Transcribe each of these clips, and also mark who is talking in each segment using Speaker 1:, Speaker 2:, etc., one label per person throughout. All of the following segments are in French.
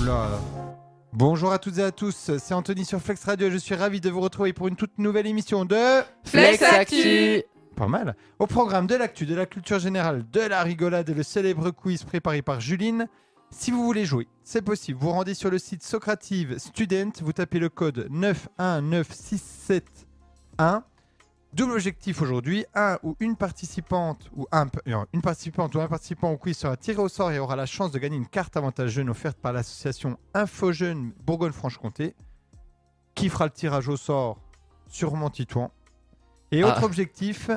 Speaker 1: Oula. Bonjour à toutes et à tous, c'est Anthony sur Flex Radio et je suis ravi de vous retrouver pour une toute nouvelle émission de...
Speaker 2: Flex Actu
Speaker 1: Pas mal Au programme de l'actu, de la culture générale, de la rigolade et le célèbre quiz préparé par Juline. Si vous voulez jouer, c'est possible. Vous rendez sur le site Socrative Student, vous tapez le code 919671. Double objectif aujourd'hui, un ou une participante ou un, non, une participante ou un participant au quiz sera tiré au sort et aura la chance de gagner une carte avantage jeune offerte par l'association Info Jeune Bourgogne-Franche-Comté qui fera le tirage au sort sûrement Titouan. Et
Speaker 2: Ah.
Speaker 1: autre objectif,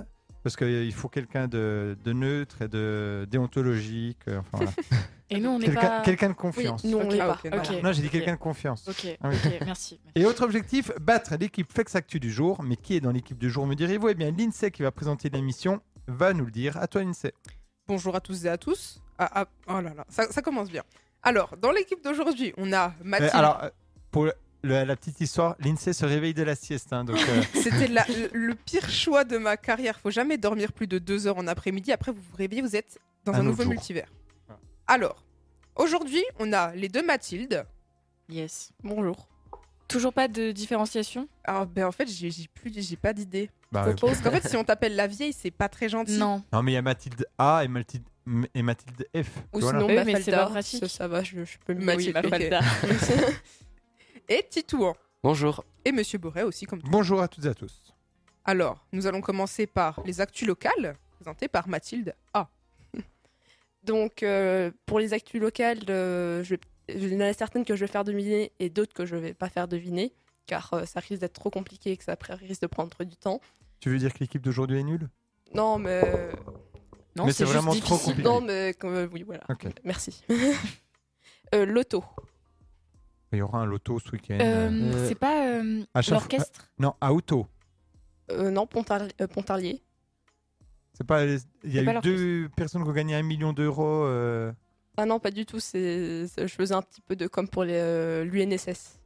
Speaker 1: parce qu'il faut quelqu'un de, de neutre et de déontologique, euh, enfin voilà.
Speaker 3: Et nous, on n'est
Speaker 1: quelqu'un
Speaker 3: pas.
Speaker 1: quelqu'un de confiance.
Speaker 3: Oui, nous, on
Speaker 4: Ok,
Speaker 3: n'est
Speaker 4: ah,
Speaker 3: pas.
Speaker 4: ok,
Speaker 3: Ok,
Speaker 4: voilà.
Speaker 1: non, j'ai dit
Speaker 3: ok.
Speaker 1: quelqu'un de confiance.
Speaker 3: Ok,
Speaker 1: Ah oui.
Speaker 3: ok, merci.
Speaker 1: Et autre objectif, battre l'équipe Flex Actu du jour. Mais qui est dans l'équipe du jour, me direz-vous Eh bien, l'INSEE qui va présenter l'émission va nous le dire. À toi, l'INSEE.
Speaker 4: Bonjour à tous et à tous. Ah, ah, oh là là, ça, ça commence bien. Alors, dans l'équipe d'aujourd'hui, on
Speaker 1: Euh,
Speaker 4: a
Speaker 3: Bah,
Speaker 4: Mathilde.
Speaker 1: alors, euh, pour le- la petite histoire, l'INSEE se réveille de la sieste. hein, donc, euh,
Speaker 4: C'était la- le pire choix de ma carrière. Faut jamais dormir plus de deux heures en après-midi. Après, vous vous réveillez, vous êtes dans
Speaker 1: Un
Speaker 4: un,
Speaker 1: autre
Speaker 4: nouveau
Speaker 1: jour. Ah.
Speaker 4: multivers.
Speaker 1: Voilà.
Speaker 4: Alors, aujourd'hui, on a les deux Mathilde.
Speaker 3: Yes. Bonjour. Toujours pas de différenciation
Speaker 4: Alors, ben en fait, j'ai j'ai plus, j'ai pas d'idée.
Speaker 1: bah, ouais.
Speaker 4: Parce qu'en fait, si on t'appelle la vieille, c'est pas très gentil.
Speaker 3: Non.
Speaker 1: Non, mais il y a Mathilde A et Mathilde, M- et Mathilde F.
Speaker 4: Ou
Speaker 1: Voilà.
Speaker 4: sinon,
Speaker 3: Oui, mais
Speaker 4: Mafalda.
Speaker 3: c'est pas pratique.
Speaker 4: Ça, ça va, je, je peux me
Speaker 3: Mathilde, Mafalda.
Speaker 4: Et Titouan.
Speaker 2: Bonjour.
Speaker 4: Et Monsieur Boré aussi, comme
Speaker 1: Bonjour à toutes et à tous.
Speaker 4: Alors, nous allons commencer par les actus locales, présentées par Mathilde A.
Speaker 5: Donc, euh, pour les actus locales, euh, je, vais- je- il y en a certaines que je vais faire deviner et d'autres que je vais pas faire deviner, car euh, ça risque d'être trop compliqué et que ça pr- risque de prendre du temps.
Speaker 1: Tu veux dire que l'équipe d'aujourd'hui est nulle
Speaker 5: Non, mais. euh,
Speaker 3: Non,
Speaker 1: Mais c'est
Speaker 3: juste
Speaker 1: vraiment trop
Speaker 3: difficile.
Speaker 1: compliqué.
Speaker 5: Non, mais. comme- euh, oui, voilà.
Speaker 1: Ok.
Speaker 5: Merci. Euh, L'auto.
Speaker 1: Il y aura un loto ce week-end.
Speaker 3: Euh,
Speaker 1: euh,
Speaker 3: c'est pas euh,
Speaker 1: à chaque fois-
Speaker 3: l'orchestre
Speaker 1: Non, à auto.
Speaker 5: Euh, non, Pontar- euh, Pontarlier.
Speaker 1: C'est pas. les- Il y
Speaker 3: C'est
Speaker 1: a
Speaker 3: pas
Speaker 1: eu
Speaker 3: leur
Speaker 1: deux personnes qui ont gagné un million d'euros. euh,
Speaker 5: Ah non, pas du tout. c'est c'est- je faisais un petit peu de comme pour euh, l'UNSS.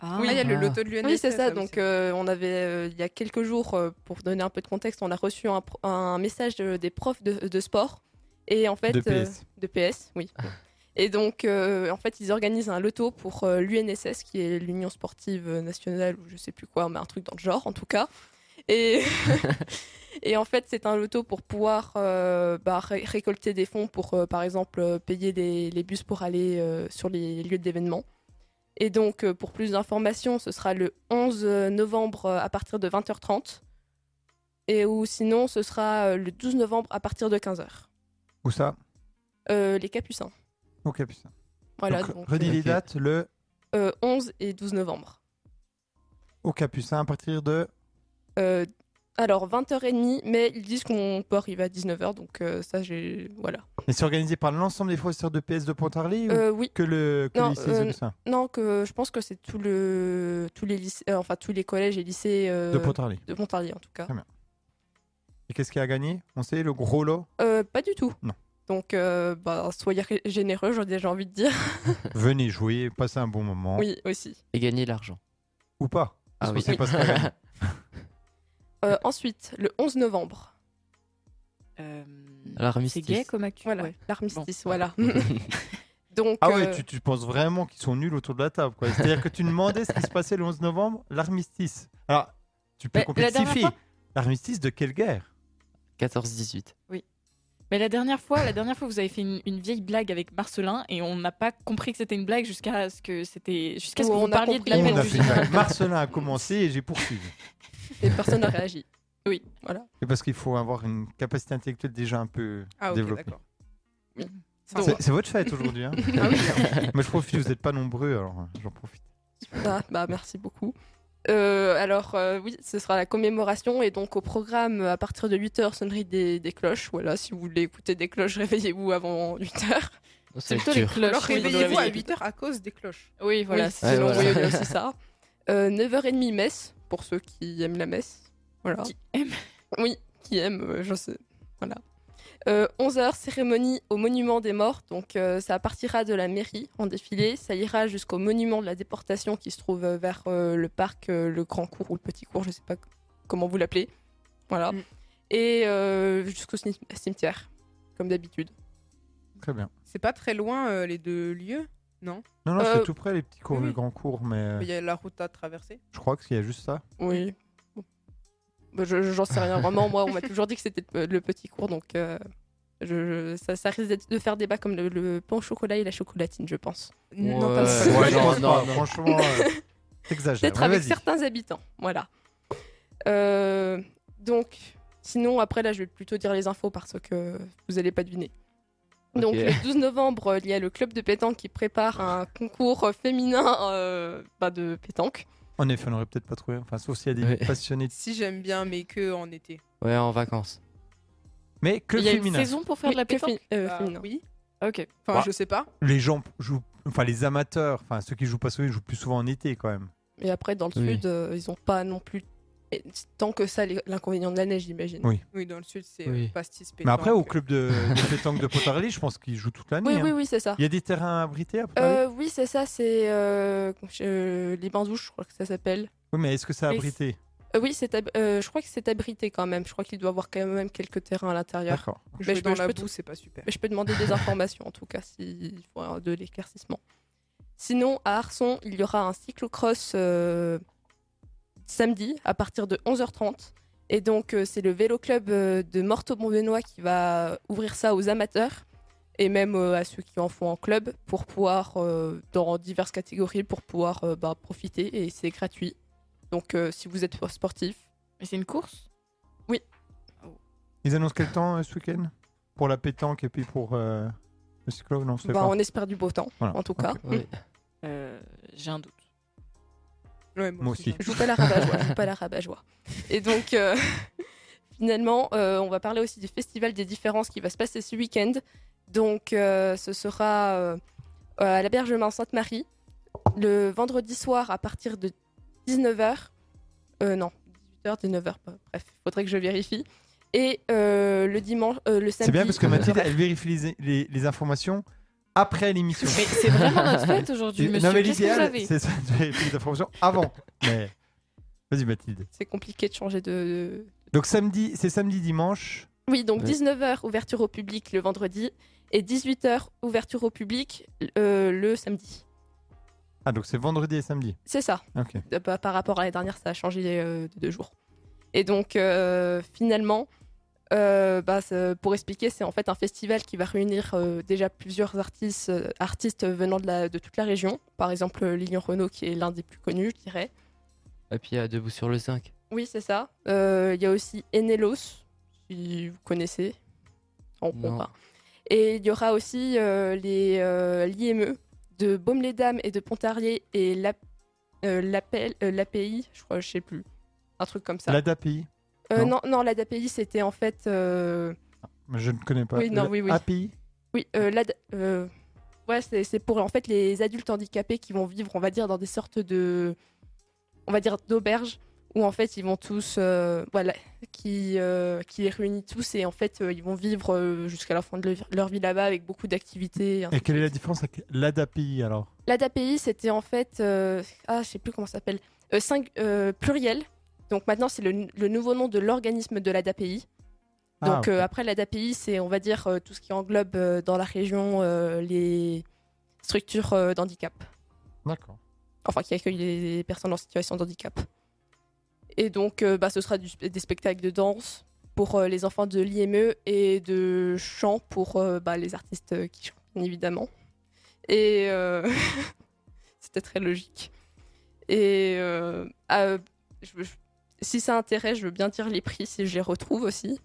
Speaker 3: Ah,
Speaker 4: Oui, il y a le loto de l'UNSS.
Speaker 5: Ah Oui, c'est ça.
Speaker 4: ah
Speaker 5: Donc,
Speaker 4: c'est-
Speaker 5: euh, on avait, euh, il y a quelques jours, euh, pour donner un peu de contexte, on a reçu un, pro- un message de- des profs de, de sport. Et en fait.
Speaker 1: de
Speaker 5: euh,
Speaker 1: PS.
Speaker 5: de PS, oui. Et donc, euh, en fait, ils organisent un loto pour euh, l'UNSS, qui est l'Union Sportive Nationale, ou je sais plus quoi, mais un truc dans le genre, en tout cas. Et, et en fait, c'est un loto pour pouvoir euh, bah, ré- récolter des fonds pour, euh, par exemple, euh, payer des- les bus pour aller euh, sur les lieux d'événements. Et donc, euh, pour plus d'informations, ce sera le 11 novembre euh, à partir de 20h30. Et ou sinon, ce sera euh, le 12 novembre à partir de 15h.
Speaker 1: Où ça
Speaker 5: Euh, les Capucins.
Speaker 1: Ok, putain.
Speaker 3: Oh,
Speaker 5: Voilà,
Speaker 1: Donc,
Speaker 5: donc,
Speaker 1: redis
Speaker 5: euh,
Speaker 1: les
Speaker 2: ok.
Speaker 1: dates le
Speaker 5: euh, 11 et 12 novembre.
Speaker 1: au Capucin à partir de.
Speaker 5: Euh, alors, 20h30, mais ils disent qu'on peut arriver à 19h, donc euh, ça, j'ai. Voilà.
Speaker 1: Mais c'est organisé par l'ensemble des professeurs de PS de Pontarlier ou
Speaker 5: Euh, oui,
Speaker 1: que le, que le
Speaker 5: non,
Speaker 1: lycée
Speaker 5: euh,
Speaker 1: de Saint-
Speaker 5: non, que je pense que c'est tout le, tous, les lycées, euh, enfin, tous les collèges et lycées euh,
Speaker 1: de Pontarlier
Speaker 5: de Pontarlier, en tout cas.
Speaker 1: Ah. Et qu'est-ce qu'il a gagné On sait, le gros lot
Speaker 5: Euh, pas du tout.
Speaker 1: Non.
Speaker 5: Donc, euh, bah, soyez ré- généreux, j'ai déjà envie de dire.
Speaker 1: Venez jouer, passez un bon moment.
Speaker 5: Oui, aussi.
Speaker 2: Et gagner l'argent.
Speaker 1: Ou pas Parce
Speaker 2: Ah
Speaker 1: qu'on
Speaker 2: oui.
Speaker 1: sait pas ce qu'il a gagné.
Speaker 5: Euh, ensuite, le 11 novembre,
Speaker 3: Euh, C'est
Speaker 2: L'armistice.
Speaker 3: gay comme actu.
Speaker 5: voilà,
Speaker 3: ouais.
Speaker 5: l'armistice, voilà. donc,
Speaker 1: Ah ouais,
Speaker 5: euh,
Speaker 1: tu, tu penses vraiment qu'ils sont nuls autour de la table. quoi. C'est-à-dire que tu demandais ce qui se passait le 11 novembre, l'armistice. Alors, tu peux
Speaker 3: Mais la dernière
Speaker 1: complexifier.
Speaker 3: fois-
Speaker 1: L'armistice de quelle guerre
Speaker 2: 14-18.
Speaker 3: Mais la dernière fois, la dernière fois, vous avez fait une, une vieille blague avec Marcelin et on n'a pas compris que c'était une blague jusqu'à ce que c'était jusqu'à ce que
Speaker 5: Ou
Speaker 3: vous
Speaker 5: on a
Speaker 3: parliez de
Speaker 5: compris.
Speaker 3: la
Speaker 5: On
Speaker 3: mère
Speaker 1: a
Speaker 3: du
Speaker 1: fait
Speaker 3: général.
Speaker 1: ça. Marcelin a commencé et j'ai poursuivi.
Speaker 5: et personne n'a réagi.
Speaker 3: Oui.
Speaker 5: voilà.
Speaker 1: Et parce qu'il faut avoir une capacité intellectuelle déjà un peu
Speaker 4: Ah, ok,
Speaker 1: développée.
Speaker 4: d'accord. Oui. Ça, on
Speaker 1: C'est- C'est votre fête aujourd'hui. hein.
Speaker 4: va. Ah oui, hein.
Speaker 1: Moi, je profite, vous n'êtes pas nombreux, alors euh, j'en profite.
Speaker 5: Ah, bah, merci beaucoup. Euh, alors euh, oui, ce sera la commémoration et donc au programme à partir de 8h sonnerie des, des cloches. Voilà, si vous voulez écouter des cloches, réveillez-vous avant 8h.
Speaker 2: Oh, ça
Speaker 3: C'est
Speaker 2: va
Speaker 3: plutôt
Speaker 2: être
Speaker 3: les
Speaker 2: dur.
Speaker 3: cloches.
Speaker 4: Alors,
Speaker 3: oui, dans la
Speaker 4: réveillez-vous
Speaker 3: vie.
Speaker 4: à 8h à cause des cloches.
Speaker 3: Oui, voilà.
Speaker 5: oui,
Speaker 3: c'est-
Speaker 2: Ouais,
Speaker 5: sinon,
Speaker 2: voilà.
Speaker 5: oui, il y a aussi ça. Euh, 9h30 messe pour ceux qui aiment la messe. Voilà.
Speaker 3: Qui aiment.
Speaker 5: Oui, qui aiment, euh, je sais. Voilà. Euh, 11h cérémonie au monument des morts. Donc euh, ça partira de la mairie en défilé, ça ira jusqu'au monument de la déportation qui se trouve euh, vers euh, le parc, euh, le grand cours ou le petit cours, je sais pas c- comment vous l'appelez. Voilà.
Speaker 4: Mm.
Speaker 5: Et euh, jusqu'au cim- cimetière, comme d'habitude.
Speaker 1: Très bien.
Speaker 4: C'est pas très loin, euh, les deux lieux Non.
Speaker 1: Non, non, c'est
Speaker 5: Euh,
Speaker 1: tout près, les petits cours,
Speaker 4: oui,
Speaker 1: les
Speaker 4: oui.
Speaker 1: grands cours, mais euh,
Speaker 4: Mais il y a la route à traverser.
Speaker 1: je crois qu'il y a juste ça.
Speaker 5: Oui. Bon. Bah, je- je- J'en sais rien vraiment. Moi, on m'a toujours dit que c'était le le petit cours, donc euh, je- je- ça, ça risque d'être- de faire débat comme le, le pain au chocolat et la chocolatine, je pense.
Speaker 4: Non, pas
Speaker 2: Ouais,
Speaker 4: ça.
Speaker 2: ouais,
Speaker 1: je
Speaker 2: non,
Speaker 1: pense
Speaker 2: non,
Speaker 1: pas,
Speaker 2: non.
Speaker 1: Franchement, euh, t'exagères.
Speaker 5: Peut-être
Speaker 1: mais
Speaker 5: avec
Speaker 1: vas-y.
Speaker 5: certains habitants, voilà. Euh, donc, sinon, après, là, je vais plutôt dire les infos parce que vous n'allez pas deviner. Donc,
Speaker 2: Ok.
Speaker 5: le 12 novembre, il y a le club de pétanque qui prépare un concours féminin euh, bah, de pétanque.
Speaker 1: En effet, on n'aurait peut-être pas trouvé. Enfin, sauf s'il y a des
Speaker 2: Ouais.
Speaker 1: passionnés. de-
Speaker 4: Si j'aime bien, mais que en été.
Speaker 2: Ouais, en vacances.
Speaker 1: Mais que
Speaker 3: Il y a une
Speaker 1: féminin.
Speaker 3: saison pour faire de la
Speaker 5: Oui, que
Speaker 3: pétanque
Speaker 5: fé- euh,
Speaker 4: Bah,
Speaker 5: féminin.
Speaker 4: oui.
Speaker 3: Ok.
Speaker 4: Enfin,
Speaker 1: Bah.
Speaker 4: je sais pas.
Speaker 1: Les gens jouent. Enfin, les amateurs, enfin, ceux qui jouent pas souvent, ils jouent plus souvent en été quand même.
Speaker 5: Et après, dans le
Speaker 2: Oui.
Speaker 5: sud, euh, ils ont pas non plus et- tant que ça les- l'inconvénient de la neige, j'imagine.
Speaker 1: Oui.
Speaker 4: Oui, dans le sud, c'est
Speaker 2: Oui.
Speaker 4: euh, pastis
Speaker 1: Mais après, au
Speaker 4: pétanque.
Speaker 1: club de, de pétanque de Pontarly, je pense qu'ils jouent toute l'année.
Speaker 5: Oui,
Speaker 1: hein.
Speaker 5: oui, oui, c'est ça.
Speaker 1: Il y Ah a des terrains abrités après
Speaker 5: Euh, oui, c'est ça, c'est euh, euh, les bains douches, je crois que ça s'appelle.
Speaker 1: Oui, mais est-ce que c'est
Speaker 3: oui,
Speaker 1: abrité
Speaker 5: Euh, oui, c'est ab- euh, je crois que c'est abrité quand même. Je crois qu'il doit y avoir quand même quelques terrains à l'intérieur.
Speaker 1: D'accord.
Speaker 4: Jouer
Speaker 5: je-
Speaker 4: dans
Speaker 5: je
Speaker 4: la
Speaker 5: peux
Speaker 4: boue, c'est pas super.
Speaker 5: Mais je peux demander des informations en tout cas s'il faut euh, de l'éclaircissement. Sinon, à Arson, il y aura un cyclocross euh, samedi à partir de 11h30. Et donc, euh, c'est le vélo club euh, de Morteau-Montbenoît qui va ouvrir ça aux amateurs et même euh, à ceux qui en font en club pour pouvoir, euh, dans diverses catégories, pour pouvoir euh, bah, profiter. Et c'est gratuit. Donc, euh, si vous êtes sportif,
Speaker 3: Mais c'est une course
Speaker 1: Ils annoncent quel temps euh, ce week-end Pour la pétanque et puis pour euh, le cyclo Non, c'est
Speaker 5: bah,
Speaker 1: pas.
Speaker 5: on espère du beau temps
Speaker 1: Voilà.
Speaker 5: en tout
Speaker 1: Ok.
Speaker 5: cas.
Speaker 2: Ouais.
Speaker 3: Euh, J'ai un doute.
Speaker 4: Ouais,
Speaker 1: Moi aussi.
Speaker 5: Je joue pas la rabat-joie, je joue pas la rabat-joie. Et donc, euh, finalement, euh, on va parler aussi du Festival des différences qui va se passer ce week-end. Donc, euh, ce sera euh, à l'hébergement Sainte-Marie, le vendredi soir à partir de 19h. Euh, non, 18h, 19h, bref, faudrait que je vérifie. Et euh, le dimanche, euh, le samedi.
Speaker 1: C'est bien parce que Mathilde, elle vérifie les, les- les informations après l'émission.
Speaker 3: Mais c'est vraiment notre fête aujourd'hui,
Speaker 1: Et-
Speaker 3: monsieur.
Speaker 1: non, mais
Speaker 3: Qu'est-ce que vous
Speaker 1: l'idéal,
Speaker 3: avez
Speaker 1: c'est ça, de vérifier les informations avant. Mais... Vas-y, Mathilde.
Speaker 5: C'est compliqué de changer de,
Speaker 1: Donc, samedi, c'est samedi, dimanche.
Speaker 5: Oui, donc
Speaker 2: Ouais.
Speaker 5: 19h ouverture au public le vendredi et 18h ouverture au public euh, le samedi.
Speaker 1: Ah, donc c'est vendredi et samedi.
Speaker 5: C'est ça.
Speaker 1: Ok.
Speaker 5: Euh, bah, par rapport à l'année dernière, ça a changé euh, de deux jours. Et donc euh, finalement, euh, bah, c'est- pour expliquer, c'est en fait un festival qui va réunir euh, déjà plusieurs artistes, euh, artistes venant de, la- de toute la région. Par exemple, euh, Lilian Renault qui est l'un des plus connus, je dirais.
Speaker 2: Et puis, à Debout sur le 5.
Speaker 5: Oui, c'est ça. Euh, Il y a aussi Enelos, si vous connaissez. On
Speaker 2: Non.
Speaker 5: comprend pas. Et il y aura aussi euh, les euh, l'IME de Baume-les-Dames et de Pontarlier et la- euh, l'appel- euh, l'API, je crois, je sais plus. Un truc comme ça.
Speaker 1: L'ADAPI.
Speaker 5: Euh,
Speaker 1: non.
Speaker 5: non, non, l'API, c'était en fait. euh,
Speaker 1: Je ne connais pas.
Speaker 5: Oui, non, oui, oui.
Speaker 1: L'API.
Speaker 5: Oui, euh, l'ad- euh, ouais, c'est c'est pour en fait les adultes handicapés qui vont vivre, on va dire, dans des sortes de, on va dire d'auberges où en fait ils vont tous, euh, voilà, qui euh, qui les réunit tous et en fait euh, ils vont vivre euh, jusqu'à la fin de leur- leur vie là-bas avec beaucoup d'activités.
Speaker 1: Et quelle est la différence avec l'ADAPI alors
Speaker 5: L'ADAPI, c'était en fait, euh, ah, je sais plus comment ça s'appelle, euh, cinq- euh, pluriel. Donc maintenant c'est le, le nouveau nom de l'organisme de l'ADAPI.
Speaker 1: Ah,
Speaker 5: Donc
Speaker 1: ok.
Speaker 5: euh, après l'ADAPI, c'est on va dire euh, tout ce qui englobe euh, dans la région euh, les structures euh, d'handicap,
Speaker 1: D'accord.
Speaker 5: enfin qui accueillent les, les personnes en situation de handicap. Et donc euh, bah, ce sera du- des spectacles de danse pour euh, les enfants de l'IME et de chant pour euh, bah, les artistes euh, qui chantent bien évidemment. Et euh, c'était très logique. Et euh, ah, je- je- si ça intéresse, je veux bien dire les prix si je les retrouve aussi.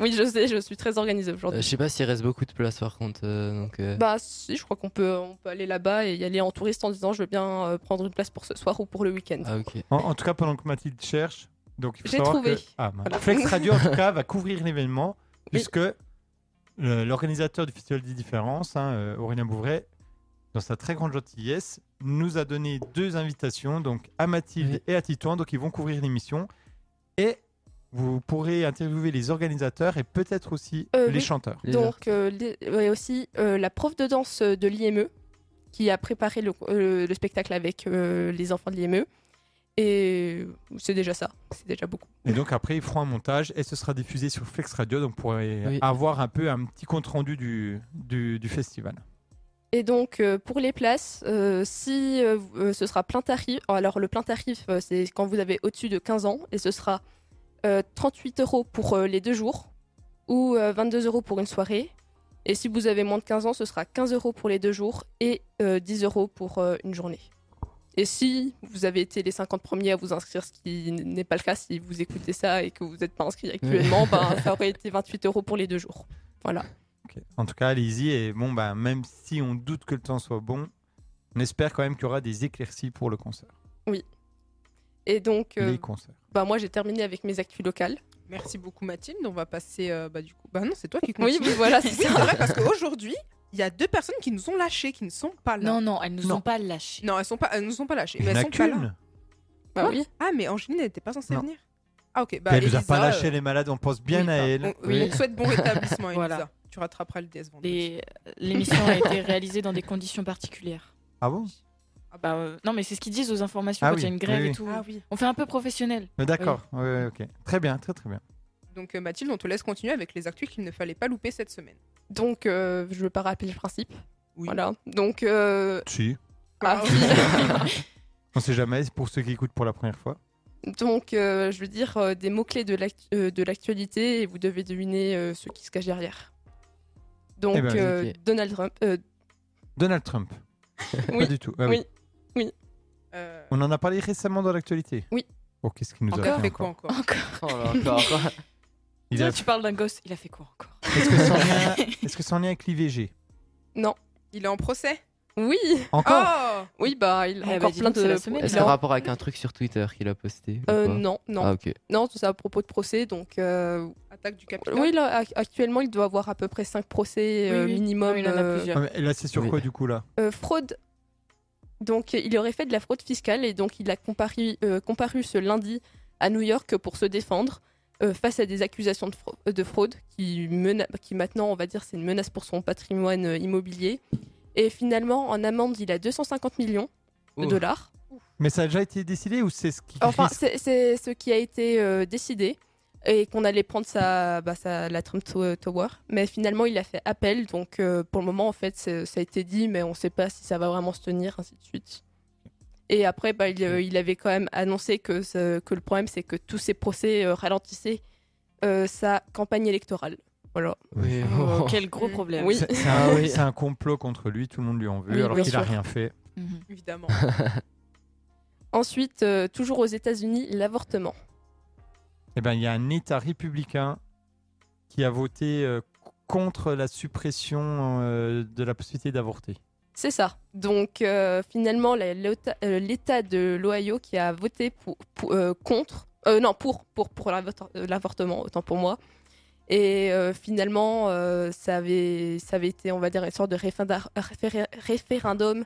Speaker 5: Oui, je sais, je suis très organisée
Speaker 2: Euh,
Speaker 5: aujourd'hui.
Speaker 2: je sais pas s'il reste beaucoup de place par contre. euh, donc, euh,
Speaker 5: oh. Bah si, je crois qu'on peut, on peut aller là-bas et y aller en touriste en disant je veux bien euh, prendre une place pour ce soir ou pour le week-end.
Speaker 2: Ah, ok.
Speaker 1: En, en tout cas, pendant que Mathilde cherche, donc il faut
Speaker 5: J'ai
Speaker 1: savoir
Speaker 5: trouvé.
Speaker 1: que Ah, mince.
Speaker 5: Voilà.
Speaker 1: Flex Radio en tout cas va couvrir l'événement
Speaker 5: Oui.
Speaker 1: puisque le- l'organisateur du Festival des Différences, hein, euh, Aurélien Bouvray, dans sa très grande gentillesse, nous a donné deux invitations, donc à Mathilde et à Titouan, donc ils vont couvrir l'émission et vous pourrez interviewer les organisateurs et peut-être aussi
Speaker 5: Euh,
Speaker 1: les
Speaker 5: oui.
Speaker 1: chanteurs.
Speaker 2: Les heures.
Speaker 5: Donc euh, les- ouais, aussi euh, la prof de danse de l'IME qui a préparé le, euh, le spectacle avec euh, les enfants de l'IME. Et c'est déjà ça, c'est déjà beaucoup.
Speaker 1: Et donc après, ils feront un montage et ce sera diffusé sur Flex Radio, donc vous pourrez
Speaker 2: Oui.
Speaker 1: avoir un peu un petit compte rendu du, du, du festival.
Speaker 5: Et donc, euh, pour les places, euh, si euh, euh, ce sera plein tarif, alors le plein tarif, euh, c'est quand vous avez au-dessus de 15 ans, et ce sera euh, 38 euros pour euh, les deux jours, ou euh, 22 euros pour une soirée. Et si vous avez moins de 15 ans, ce sera 15 euros pour les deux jours et euh, 10 euros pour euh, une journée. Et si vous avez été les 50 premiers à vous inscrire, ce qui n'est pas le cas si vous écoutez ça et que vous n'êtes pas inscrit actuellement, ben, ça aurait été 28 euros pour les deux jours. Voilà.
Speaker 1: Ok. En tout cas, allez-y. Et bon, bah, même si on doute que le temps soit bon, on espère quand même qu'il y aura des éclaircies pour le concert.
Speaker 5: Et donc, euh,
Speaker 1: Les concerts.
Speaker 5: bah, moi j'ai terminé avec mes actus locales.
Speaker 4: Merci beaucoup Mathilde. On va passer euh, bah, du coup. Bah non, c'est toi qui
Speaker 5: Oui,
Speaker 4: continue.
Speaker 5: oui, voilà, c'est
Speaker 4: Oui,
Speaker 5: ça.
Speaker 4: c'est vrai, parce qu'aujourd'hui, il y a deux personnes qui nous ont lâchés, qui ne sont pas là.
Speaker 3: Non, non, elles nous
Speaker 1: Non.
Speaker 3: ont pas lâchés.
Speaker 4: Non, elles sont pas, elles ne sont pas lâchées.
Speaker 1: Il
Speaker 4: Mais
Speaker 1: n'y en
Speaker 4: elles
Speaker 1: a
Speaker 4: sont Eh ben, pas
Speaker 1: qu'une.
Speaker 4: là.
Speaker 5: Bah oui.
Speaker 4: Ah, mais Angéline n'était pas censée
Speaker 1: Non.
Speaker 4: venir. Ah, ok. Bah,
Speaker 1: Elle nous a
Speaker 4: Elisa,
Speaker 1: pas lâché
Speaker 4: euh,
Speaker 1: les malades. On pense bien
Speaker 4: oui,
Speaker 1: à
Speaker 4: bah,
Speaker 1: elle.
Speaker 4: on- oui,
Speaker 2: Oui.
Speaker 4: on souhaite bon rétablissement, Elisa.
Speaker 3: Voilà.
Speaker 4: Tu rattraperas le DS vendredi.
Speaker 3: Les- euh, L'émission a été réalisée dans des conditions particulières.
Speaker 1: Ah bon
Speaker 4: Ah, bah,
Speaker 3: Bah, euh, non, mais c'est ce qu'ils disent aux informations
Speaker 1: Ah
Speaker 3: quand il
Speaker 1: oui,
Speaker 3: y a une grève
Speaker 1: oui,
Speaker 3: et
Speaker 1: oui.
Speaker 3: tout.
Speaker 4: ah oui.
Speaker 3: On fait un peu professionnel.
Speaker 1: Mais Euh, D'accord. Ouais, ouais, ok. Très bien, très très bien.
Speaker 4: Donc euh, Mathilde, on te laisse continuer avec les actus qu'il ne fallait pas louper cette semaine.
Speaker 5: Donc, euh, je ne veux pas rappeler le principe.
Speaker 4: Oui.
Speaker 5: Voilà. Donc, euh,
Speaker 1: Si.
Speaker 5: ah,
Speaker 4: Ah,
Speaker 1: On sait jamais. c'est Pour ceux qui écoutent pour la première fois.
Speaker 5: donc euh, je veux dire euh, des mots-clés de l'actu- euh, de l'actualité et vous devez deviner euh, ce qui se cache derrière. Donc,
Speaker 1: Eh ben,
Speaker 5: euh,
Speaker 2: ok.
Speaker 5: Donald Trump. euh,
Speaker 1: Donald Trump. Pas
Speaker 5: Oui.
Speaker 1: du tout. Ah
Speaker 5: Oui.
Speaker 1: oui.
Speaker 4: Euh,
Speaker 1: On en a parlé récemment dans l'actualité.
Speaker 5: Oui.
Speaker 1: Oh, qu'est-ce qu'il nous
Speaker 4: t'as
Speaker 1: a fait
Speaker 4: fait
Speaker 1: encore
Speaker 4: quoi encore
Speaker 2: Oh là, encore.
Speaker 1: Il a-
Speaker 3: Tiens, Tu parles d'un gosse, il a fait quoi encore
Speaker 1: Est-ce que c'est en lien- est-ce que c'est en lien avec l'IVG
Speaker 5: non.
Speaker 4: Il est en procès
Speaker 5: Oui.
Speaker 1: Encore
Speaker 4: Oh
Speaker 5: Oui, bah, il a
Speaker 3: Eh bah,
Speaker 5: encore
Speaker 3: dis
Speaker 5: plein
Speaker 3: donc, c'est la
Speaker 5: de.
Speaker 3: semaine,
Speaker 2: Est-ce
Speaker 5: Non.
Speaker 2: qu'en rapport avec un truc sur Twitter qu'il a posté ou
Speaker 5: Euh,
Speaker 2: pas
Speaker 5: non, non,
Speaker 2: Ah, ok.
Speaker 5: non, tout ça à propos de procès. Donc, euh,
Speaker 4: Attaque du Capitole.
Speaker 5: oui, là, ac- actuellement, il doit avoir à peu près 5 procès euh,
Speaker 3: Oui, oui.
Speaker 5: minimum.
Speaker 3: Non, il en a
Speaker 5: euh,
Speaker 1: Ah,
Speaker 4: Oh
Speaker 3: plusieurs.
Speaker 1: mais Là, c'est sur
Speaker 2: Oui.
Speaker 1: quoi du coup là
Speaker 5: Euh, fraude. Donc, euh, il aurait fait de la fraude fiscale et donc il a comparu, euh, comparu ce lundi à New York pour se défendre euh, face à des accusations de, frau- euh, de fraude qui, mena- qui maintenant, on va dire, c'est une menace pour son patrimoine euh, immobilier. Et finalement, en amende, il a 250 millions de
Speaker 2: Ouf.
Speaker 5: dollars.
Speaker 1: Mais ça a déjà été décidé ou c'est ce qui
Speaker 5: Enfin,
Speaker 1: risque
Speaker 5: c'est c'est ce qui a été euh, décidé et qu'on allait prendre sa, bah, sa- la Trump Tow- Tower. Mais finalement, il a fait appel. Donc, euh, pour le moment, en fait, c'est- ça a été dit, mais on ne sait pas si ça va vraiment se tenir, ainsi de suite. Et après, bah, il, euh, il avait quand même annoncé que, ce- que le problème, c'est que tous ces procès euh, ralentissaient euh, sa campagne électorale. Voilà.
Speaker 2: Oui,
Speaker 3: Oh,
Speaker 2: bon.
Speaker 3: Quel gros
Speaker 4: Mm.
Speaker 3: problème.
Speaker 5: Oui.
Speaker 1: C'est c'est
Speaker 2: Ah
Speaker 1: un,
Speaker 2: oui.
Speaker 1: c'est un complot contre lui, tout le monde lui en veut,
Speaker 5: Oui,
Speaker 1: alors
Speaker 5: bien
Speaker 1: qu'il a
Speaker 5: sûr.
Speaker 1: rien fait.
Speaker 3: Mhm.
Speaker 4: Évidemment.
Speaker 5: Ensuite, euh, toujours aux États-Unis, l'avortement.
Speaker 1: Eh bien, il y a un État républicain qui a voté euh, contre la suppression euh, de la possibilité d'avorter.
Speaker 5: C'est ça. Donc euh, finalement, la- l'Ota- euh, l'État de l'Ohio qui a voté pour, pour- euh, contre, euh, non pour pour pour l'avort- euh, l'avortement, autant pour moi. Et euh, finalement, euh, ça avait ça avait été, on va dire, une sorte de réféndar- référé- référendum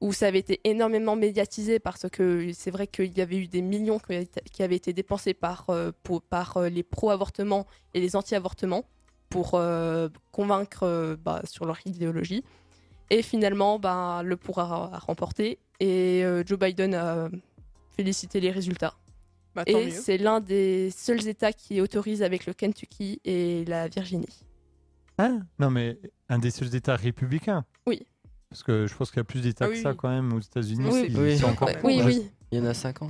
Speaker 5: où ça avait été énormément médiatisé parce que c'est vrai qu'il y avait eu des millions qui avaient été- qui avaient été dépensés par euh, pour- par euh, les pro-avortements et les anti-avortements pour euh, convaincre euh, bah, sur leur idéologie. Et finalement, ben, le pour a, a remporté et euh, Joe Biden a félicité les résultats.
Speaker 4: Bah, tant
Speaker 5: Et
Speaker 4: mieux.
Speaker 5: c'est l'un des seuls États qui autorise avec le Kentucky et la Virginie.
Speaker 1: Hein Non, mais un des seuls États républicains.
Speaker 5: Oui.
Speaker 1: Parce que je pense qu'il y a plus d'États
Speaker 4: Ah
Speaker 1: que
Speaker 4: oui,
Speaker 1: ça
Speaker 4: oui.
Speaker 1: quand même aux États-Unis.
Speaker 4: Oui,
Speaker 1: qui-
Speaker 2: oui.
Speaker 1: qui sont encore
Speaker 4: Ouais.
Speaker 1: pour.
Speaker 5: Oui,
Speaker 1: Je-
Speaker 5: oui.
Speaker 2: Il y en a 50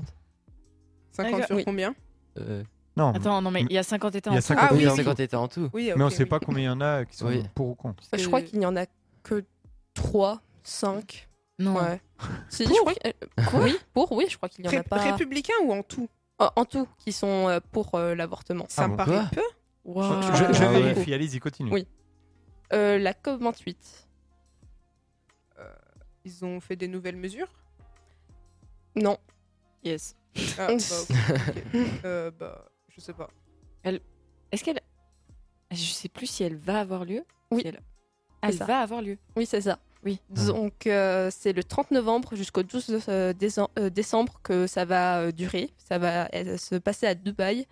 Speaker 4: 50 sur
Speaker 5: Oui.
Speaker 4: combien
Speaker 2: euh,
Speaker 1: Non,
Speaker 3: Attends, non, mais il y a 50 états
Speaker 1: Oh. Il y a
Speaker 3: en tout.
Speaker 1: 50
Speaker 4: Ah oui,
Speaker 2: oui,
Speaker 4: oui.
Speaker 2: 50 états en tout.
Speaker 4: Oui,
Speaker 1: mais on
Speaker 4: ok,
Speaker 1: ne sait
Speaker 4: oui.
Speaker 1: pas combien il y en a qui sont
Speaker 2: Oui.
Speaker 1: pour ou contre.
Speaker 5: Je
Speaker 3: Euh,
Speaker 5: crois qu'il n'y en a que 3, 5.
Speaker 3: Non.
Speaker 5: Ouais. Si,
Speaker 3: Pour
Speaker 5: je crois que- euh, oui, pour, oui, je crois qu'il n'y en
Speaker 4: Ré-
Speaker 5: a pas.
Speaker 4: Républicain ou en tout
Speaker 5: En- en tout, qui sont euh, pour euh, l'avortement.
Speaker 4: Ça
Speaker 1: Ah
Speaker 4: me
Speaker 1: bon
Speaker 4: paraît
Speaker 2: Quoi
Speaker 4: peu.
Speaker 3: Waouh.
Speaker 1: Je, je
Speaker 2: Ah ouais.
Speaker 1: vérifie, allez-y, continue.
Speaker 5: Oui. Euh, la COP28.
Speaker 4: Ils ont fait des nouvelles mesures.
Speaker 5: Non.
Speaker 3: Yes.
Speaker 4: Ah, bah, ok, ok. Euh, bah, je sais pas.
Speaker 3: Est-ce qu'elle. Je sais plus si elle va avoir lieu.
Speaker 5: Oui.
Speaker 3: Si elle elle
Speaker 5: ça.
Speaker 3: va avoir lieu.
Speaker 5: Oui, c'est ça.
Speaker 3: Oui.
Speaker 5: Donc, euh, c'est le 30 novembre jusqu'au 12 euh, décem- euh, décembre que ça va euh, durer. Ça va euh, se passer à Dubaï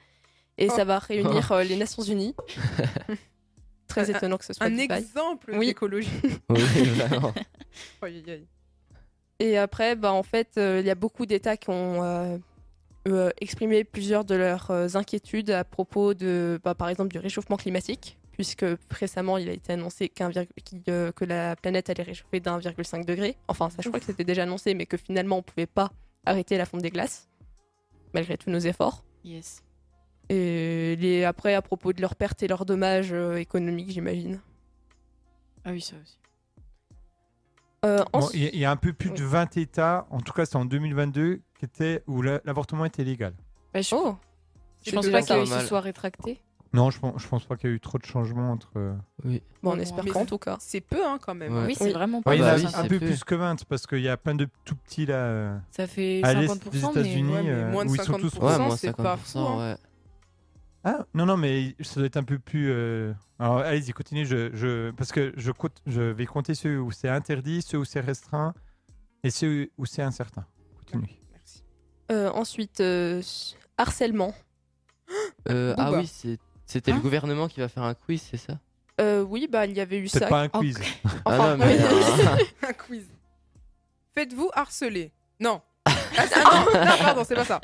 Speaker 5: et
Speaker 4: Oh.
Speaker 5: ça va réunir euh, les Nations Unies. Très
Speaker 4: Euh, Un-
Speaker 5: étonnant que ce soit
Speaker 4: Un
Speaker 5: Dubaï.
Speaker 4: exemple
Speaker 5: Oui.
Speaker 4: d'écologie.
Speaker 2: Oui, vraiment.
Speaker 4: Aïe, aïe, aïe.
Speaker 5: Et après, bah, en fait, euh, il y a beaucoup d'États qui ont euh, euh, exprimé plusieurs de leurs euh, inquiétudes à propos de, bah, par exemple, du réchauffement climatique, puisque récemment il a été annoncé qu'un virg- qu'il, euh, que la planète allait réchauffer d'1,5 degré. Enfin, ça je crois que c'était déjà annoncé, mais que finalement on pouvait pas arrêter la fonte des glaces, malgré tous nos efforts.
Speaker 3: Yes.
Speaker 5: Et les, après, à propos de leurs pertes et leurs dommages euh, économiques, j'imagine.
Speaker 3: Ah oui, ça aussi.
Speaker 5: Euh,
Speaker 1: Bon,
Speaker 5: ensuite-
Speaker 1: il y a- il y a un peu plus de 20 États, en tout cas c'est en 2022, qui étaient où la- l'avortement était légal.
Speaker 3: Bah, je,
Speaker 5: Oh,
Speaker 3: je
Speaker 5: c'est
Speaker 3: pense
Speaker 5: déjà
Speaker 3: pas
Speaker 5: ça.
Speaker 3: qu'il
Speaker 2: mal.
Speaker 3: se soit rétracté.
Speaker 1: Non, je pense, je pense pas qu'il y a eu trop de changements entre. euh,
Speaker 2: Oui.
Speaker 5: Bon, on espère
Speaker 4: Mais-
Speaker 5: qu'en tout cas.
Speaker 4: C'est peu, hein, quand même.
Speaker 2: Ouais.
Speaker 3: Oui, c'est
Speaker 5: Oui.
Speaker 3: vraiment
Speaker 1: Ouais, Ah
Speaker 3: pas
Speaker 1: il y en
Speaker 2: bah
Speaker 1: a
Speaker 3: mal.
Speaker 2: oui,
Speaker 3: ça.
Speaker 1: un
Speaker 2: c'est
Speaker 1: peu
Speaker 2: peu.
Speaker 1: plus que 20 parce qu'il y a plein de tout petits là. euh,
Speaker 3: Ça fait
Speaker 1: À l'est
Speaker 3: 50%.
Speaker 1: des
Speaker 3: mais...
Speaker 1: États-Unis,
Speaker 4: ouais, mais
Speaker 1: euh,
Speaker 4: moins de
Speaker 1: où ils sont tous.
Speaker 4: 50%.
Speaker 2: Ouais, moi,
Speaker 4: c'est pas
Speaker 2: 50%,
Speaker 4: fou, hein.
Speaker 2: ouais.
Speaker 1: Ah non non mais ça doit être un peu plus. euh, Alors allez-y continuez je, je- parce que je compte- je vais compter ceux où c'est interdit, ceux où c'est restreint et ceux où c'est incertain. Continue.
Speaker 4: Merci.
Speaker 5: Euh, ensuite, euh, s- harcèlement.
Speaker 2: Euh, ah
Speaker 4: Booba.
Speaker 2: oui, c'est- c'était
Speaker 3: Hein
Speaker 2: le gouvernement qui va faire un quiz, c'est ça
Speaker 5: Euh, oui, bah il y avait eu ça.
Speaker 1: Peut-être pas un quiz.
Speaker 5: Enfin,
Speaker 2: Ah non, mais. euh,
Speaker 4: Un quiz. Faites-vous harceler Non. Ah, c'est- non, non, pardon, c'est pas ça.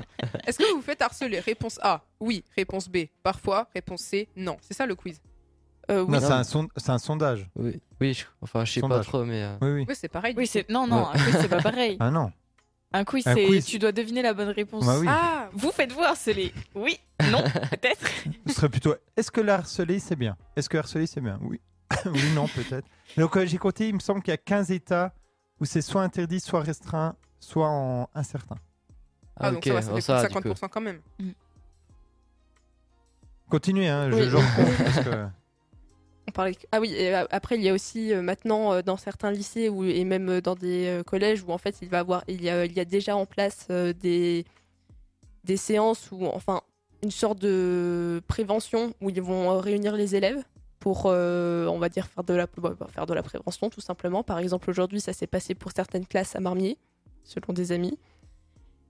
Speaker 4: Est-ce que vous vous faites harceler Réponse A, oui. Réponse B, parfois. Réponse C, non. C'est ça le quiz.
Speaker 5: Euh, oui.
Speaker 1: Non, c'est un, son- c'est un sondage.
Speaker 2: oui, oui je- enfin, je sais pas
Speaker 1: Sondage.
Speaker 2: trop, mais. euh,
Speaker 1: Oui oui.
Speaker 4: Oui, c'est pareil.
Speaker 3: Oui, c'est non non, un quiz c'est pas pareil.
Speaker 1: Ah non.
Speaker 3: Un quiz
Speaker 1: Un
Speaker 3: c'est
Speaker 1: quiz.
Speaker 3: tu dois deviner la bonne réponse.
Speaker 1: Bah oui.
Speaker 4: Ah,
Speaker 3: Vous faites voir c'est les oui, non, peut-être.
Speaker 1: Ce serait plutôt est-ce que le harceler c'est bien Est-ce que harceler c'est bien Oui. oui, non, peut-être. Donc euh, j'ai compté, il me semble qu'il y a 15 États où c'est soit interdit, soit restreint, soit en incertain.
Speaker 4: Ah,
Speaker 2: Ah,
Speaker 4: donc
Speaker 2: ok,
Speaker 4: ça va, ça
Speaker 2: bon,
Speaker 4: fait
Speaker 2: ça va, du
Speaker 4: plus
Speaker 2: coup.
Speaker 4: de 50% quand même.
Speaker 1: Continuez, hein, je,
Speaker 5: Oui.
Speaker 1: je reprends, parce que-
Speaker 5: On parlait... Ah oui, et a- après il y a aussi euh, maintenant euh, dans certains lycées ou et même euh, dans des euh, collèges où en fait il va avoir il y a, il y a déjà en place euh, des des séances ou enfin une sorte de prévention où ils vont euh, réunir les élèves pour euh, on va dire faire de la bah, bah, faire de la prévention tout simplement. Par exemple aujourd'hui ça s'est passé pour certaines classes à Marmier selon des amis.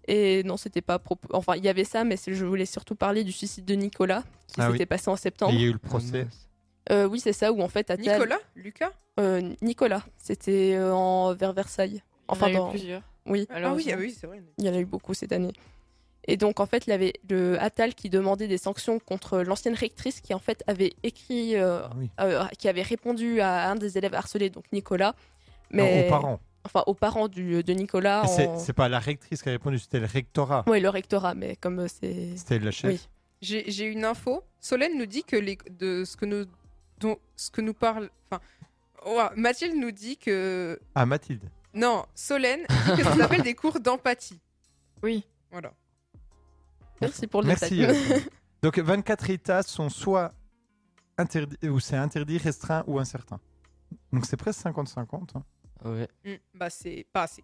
Speaker 5: Et non, c'était pas à propos- Enfin, il y avait ça, mais c'est- je voulais surtout parler du suicide de Nicolas qui
Speaker 1: Ah oui.
Speaker 5: s'était passé en
Speaker 1: Et
Speaker 5: septembre.
Speaker 1: il y a eu le procès.
Speaker 2: mince.
Speaker 5: Euh, oui, c'est ça où en fait Attal-
Speaker 4: Nicolas Lucas
Speaker 5: euh, Nicolas, c'était euh, en, vers Versailles. Enfin,
Speaker 3: Il y en a eu
Speaker 5: dans-
Speaker 3: plusieurs.
Speaker 4: Ah
Speaker 5: oui,
Speaker 4: oui,
Speaker 3: malheureusement.
Speaker 4: ah oui c'est vrai.
Speaker 5: il y en a eu beaucoup cette année. Et donc, en fait, il y avait le Attal qui demandait des sanctions contre l'ancienne rectrice qui, en fait, avait écrit, euh,
Speaker 1: Ah oui.
Speaker 5: euh, qui avait répondu à un des élèves harcelés, donc Nicolas.
Speaker 1: Non,
Speaker 5: Mais,
Speaker 1: aux parents.
Speaker 5: Enfin, aux parents du, de Nicolas.
Speaker 1: Mais C'est
Speaker 5: en-
Speaker 1: c'est pas la rectrice qui a répondu, c'était le rectorat.
Speaker 5: Ouais, le rectorat, mais comme euh, c'est.
Speaker 1: C'était la chef.
Speaker 5: Oui.
Speaker 4: J'ai j'ai une info. Solène nous dit que les, de ce que nous, dont, ce que nous parle. Enfin, ouah, Mathilde nous dit que.
Speaker 1: Ah, Mathilde.
Speaker 4: Non, Solène dit que ça s'appelle des cours d'empathie.
Speaker 3: Oui.
Speaker 4: Voilà.
Speaker 5: Merci pour le
Speaker 1: Merci.
Speaker 5: détail.
Speaker 1: euh, Donc 24 États sont soit interdits, où c'est interdit, restreint ou incertain. Donc c'est presque 50-50. hein.
Speaker 2: Ah Ouais.
Speaker 4: Mm, bah, c'est pas assez.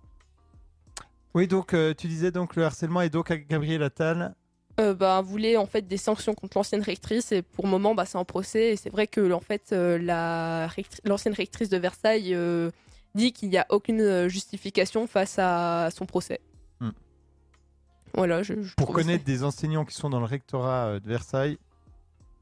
Speaker 1: Oui, donc euh, tu disais donc le harcèlement et donc à Gabriel Attal,
Speaker 5: euh, bah, voulait en fait des sanctions contre l'ancienne rectrice et pour le moment bah, c'est en procès et c'est vrai que en fait euh, la rectri- l'ancienne rectrice de Versailles euh, dit qu'il n'y a aucune euh, justification face à son procès.
Speaker 1: Hmm.
Speaker 5: Voilà, je, je
Speaker 1: pour
Speaker 5: trouvais
Speaker 1: connaître des enseignants qui sont dans le rectorat euh, de Versailles,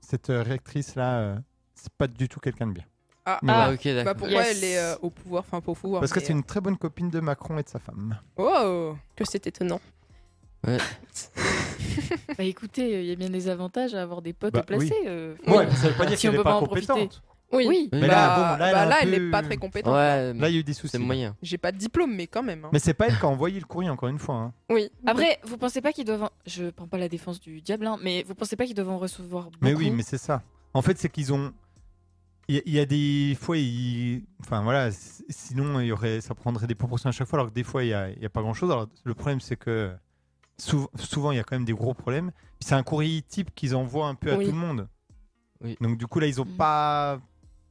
Speaker 1: cette euh, rectrice-là, euh, c'est pas du tout quelqu'un de bien.
Speaker 4: Ah,
Speaker 1: Mais
Speaker 2: Ah,
Speaker 1: voilà.
Speaker 2: ok, d'accord.
Speaker 4: bah, pour moi,
Speaker 3: Yes.
Speaker 4: elle est euh, au pouvoir. Enfin, pas au pouvoir.
Speaker 1: Mm. Parce que
Speaker 4: mais,
Speaker 3: euh,
Speaker 1: c'est une très bonne copine de Macron et de sa femme.
Speaker 4: euh, Wow
Speaker 5: ça- que c'est étonnant.
Speaker 3: Bah écoutez, il y a bien des avantages à avoir des potes
Speaker 1: Bah,
Speaker 3: au placé. euh,
Speaker 5: Ouais,
Speaker 3: voilà.
Speaker 1: mais ça veut pas
Speaker 3: dire Si qu'elle on est peut pas pas en compétente. profiter.
Speaker 5: Oui,
Speaker 3: Oui.
Speaker 2: Oui,
Speaker 1: Mais là,
Speaker 4: bah,
Speaker 1: bon, là, elle
Speaker 4: bah,
Speaker 1: a un
Speaker 4: là, elle
Speaker 1: peu-
Speaker 4: n'est pas très compétente.
Speaker 2: Ouais,
Speaker 1: Là, il y a eu des soucis.
Speaker 2: c'est moyen.
Speaker 4: J'ai pas de diplôme, mais quand même. hein.
Speaker 1: Mais c'est pas elle qui a envoyé le courrier, encore une fois. hein.
Speaker 5: oui.
Speaker 3: Après, vous pensez pas qu'ils doivent. en- Je prends pas la défense du diable, hein, mais vous pensez pas qu'ils doivent en recevoir beaucoup
Speaker 1: Mais oui, mais c'est ça. En fait, c'est qu'ils ont. Il y a- il y, a des fois, ils... enfin voilà, c- sinon il y aurait, ça prendrait des proportions à chaque fois, alors que des fois il n'y a, il y a pas grand-chose. Alors le problème, c'est que sou- souvent il y a quand même des gros problèmes. Puis c'est un courrier type qu'ils envoient un peu à
Speaker 5: Oui.
Speaker 1: tout le monde.
Speaker 2: Oui.
Speaker 1: Donc du coup là, ils ont
Speaker 3: Mm.
Speaker 1: pas. bah,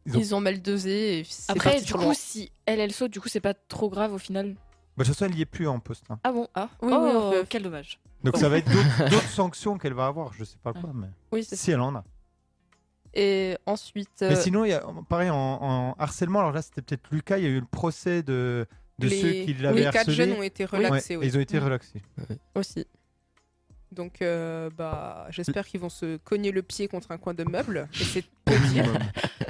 Speaker 1: Ils ont-
Speaker 5: Ils ont mal dosé. Et c'est
Speaker 3: Après,
Speaker 5: parti
Speaker 3: du
Speaker 5: trop
Speaker 3: coup,
Speaker 5: loin.
Speaker 3: si elle, elle saute, du coup, c'est pas trop grave au final.
Speaker 1: Bah, de toute façon, elle n'y est plus en poste. hein.
Speaker 3: Ah bon Ah
Speaker 5: Oui, oui,
Speaker 3: oh,
Speaker 5: on peut-
Speaker 3: quel dommage.
Speaker 1: Donc ça va être d'autres- d'autres sanctions qu'elle va avoir, je sais pas quoi, mais
Speaker 5: oui, c'est ça.
Speaker 1: si elle en a.
Speaker 5: Et ensuite, euh,
Speaker 1: Mais sinon, il y a, pareil, en, en harcèlement, alors là, c'était peut-être Lucas, il y a eu le procès de, de
Speaker 4: les
Speaker 1: ceux qui l'avaient
Speaker 4: les quatre
Speaker 1: harcelé.
Speaker 4: jeunes ont été relaxés.
Speaker 1: Ouais,
Speaker 4: oui.
Speaker 1: Ils ont été relaxés.
Speaker 5: euh, aussi.
Speaker 4: Donc, euh, bah, j'espère qu'ils vont se cogner le pied contre un coin de meuble. Et c'est
Speaker 1: Au minimum.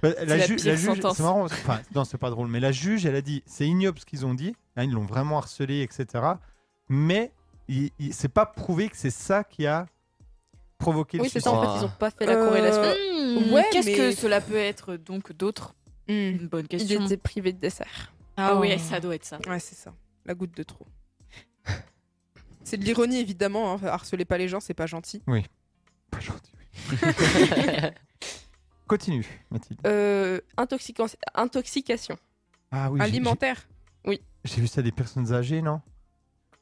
Speaker 1: Bah, la,
Speaker 5: la
Speaker 1: ju-
Speaker 5: pire
Speaker 1: la juge,
Speaker 5: sentence.
Speaker 1: c'est marrant, enfin, non, c'est pas drôle, mais la juge, elle a dit, c'est ignoble ce qu'ils ont dit, hein, ils l'ont vraiment harcelé, etc. Mais il- il- c'est pas prouvé que c'est ça qui a provoquer le
Speaker 5: Oui, c'est ça, en
Speaker 1: suicide.
Speaker 5: fait, ils ont pas fait la
Speaker 4: Euh,
Speaker 5: corrélation.
Speaker 3: Hmm,
Speaker 4: ouais,
Speaker 3: Qu'est-ce
Speaker 4: mais-
Speaker 3: que cela peut être donc d'autre
Speaker 4: Hmm.
Speaker 3: Une bonne
Speaker 5: Ils
Speaker 3: question.
Speaker 5: étaient privés de dessert.
Speaker 3: Ah
Speaker 4: Oh.
Speaker 3: oui, ça doit être ça.
Speaker 4: Ouais, c'est ça. La goutte de trop. c'est de l'ironie, évidemment. Hein. Harcelez pas les gens, c'est pas gentil.
Speaker 1: Pas gentil, oui. Continue, Mathilde.
Speaker 5: Euh, intoxican- intoxication.
Speaker 1: Ah oui, j'ai-
Speaker 4: Alimentaire.
Speaker 1: j'ai j'ai vu ça des personnes âgées, non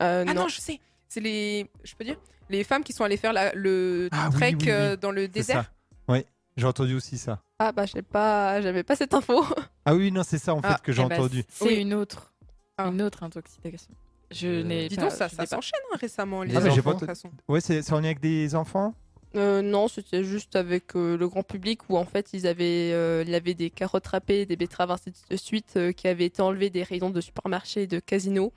Speaker 5: Euh,
Speaker 4: Ah non,
Speaker 5: non,
Speaker 4: je sais. C'est les. Je peux dire Les femmes qui sont allées faire la- le
Speaker 1: Ah oui,
Speaker 4: trek
Speaker 1: oui, oui.
Speaker 4: euh, dans le
Speaker 1: C'est
Speaker 4: désert.
Speaker 1: ça. Oui, j'ai entendu aussi ça.
Speaker 5: Ah bah j'ai pas, j'avais pas cette info.
Speaker 1: Ah oui, non, c'est ça en fait
Speaker 4: Ah,
Speaker 1: que j'ai
Speaker 3: Eh ben,
Speaker 1: entendu.
Speaker 3: C'est
Speaker 4: Oui.
Speaker 3: une autre.
Speaker 4: Ah.
Speaker 3: Une autre intoxication. Je
Speaker 2: Euh,
Speaker 3: n'ai
Speaker 4: Dis
Speaker 3: pas-
Speaker 4: donc, ça,
Speaker 3: je
Speaker 4: ça
Speaker 3: n'ai pas.
Speaker 4: s'enchaîne hein, récemment. Les
Speaker 2: Ah, mais
Speaker 1: j'ai
Speaker 4: enfants,
Speaker 1: pas
Speaker 4: de toute
Speaker 1: entendu.
Speaker 4: façon.
Speaker 1: Ouais, c'est c'est en lien avec des enfants
Speaker 5: Euh, non, c'était juste avec euh, le grand public où en fait ils avaient, euh, il y avait des carottes râpées, des betteraves ainsi de suite euh, qui avaient été enlevées des rayons de supermarchés et de casinos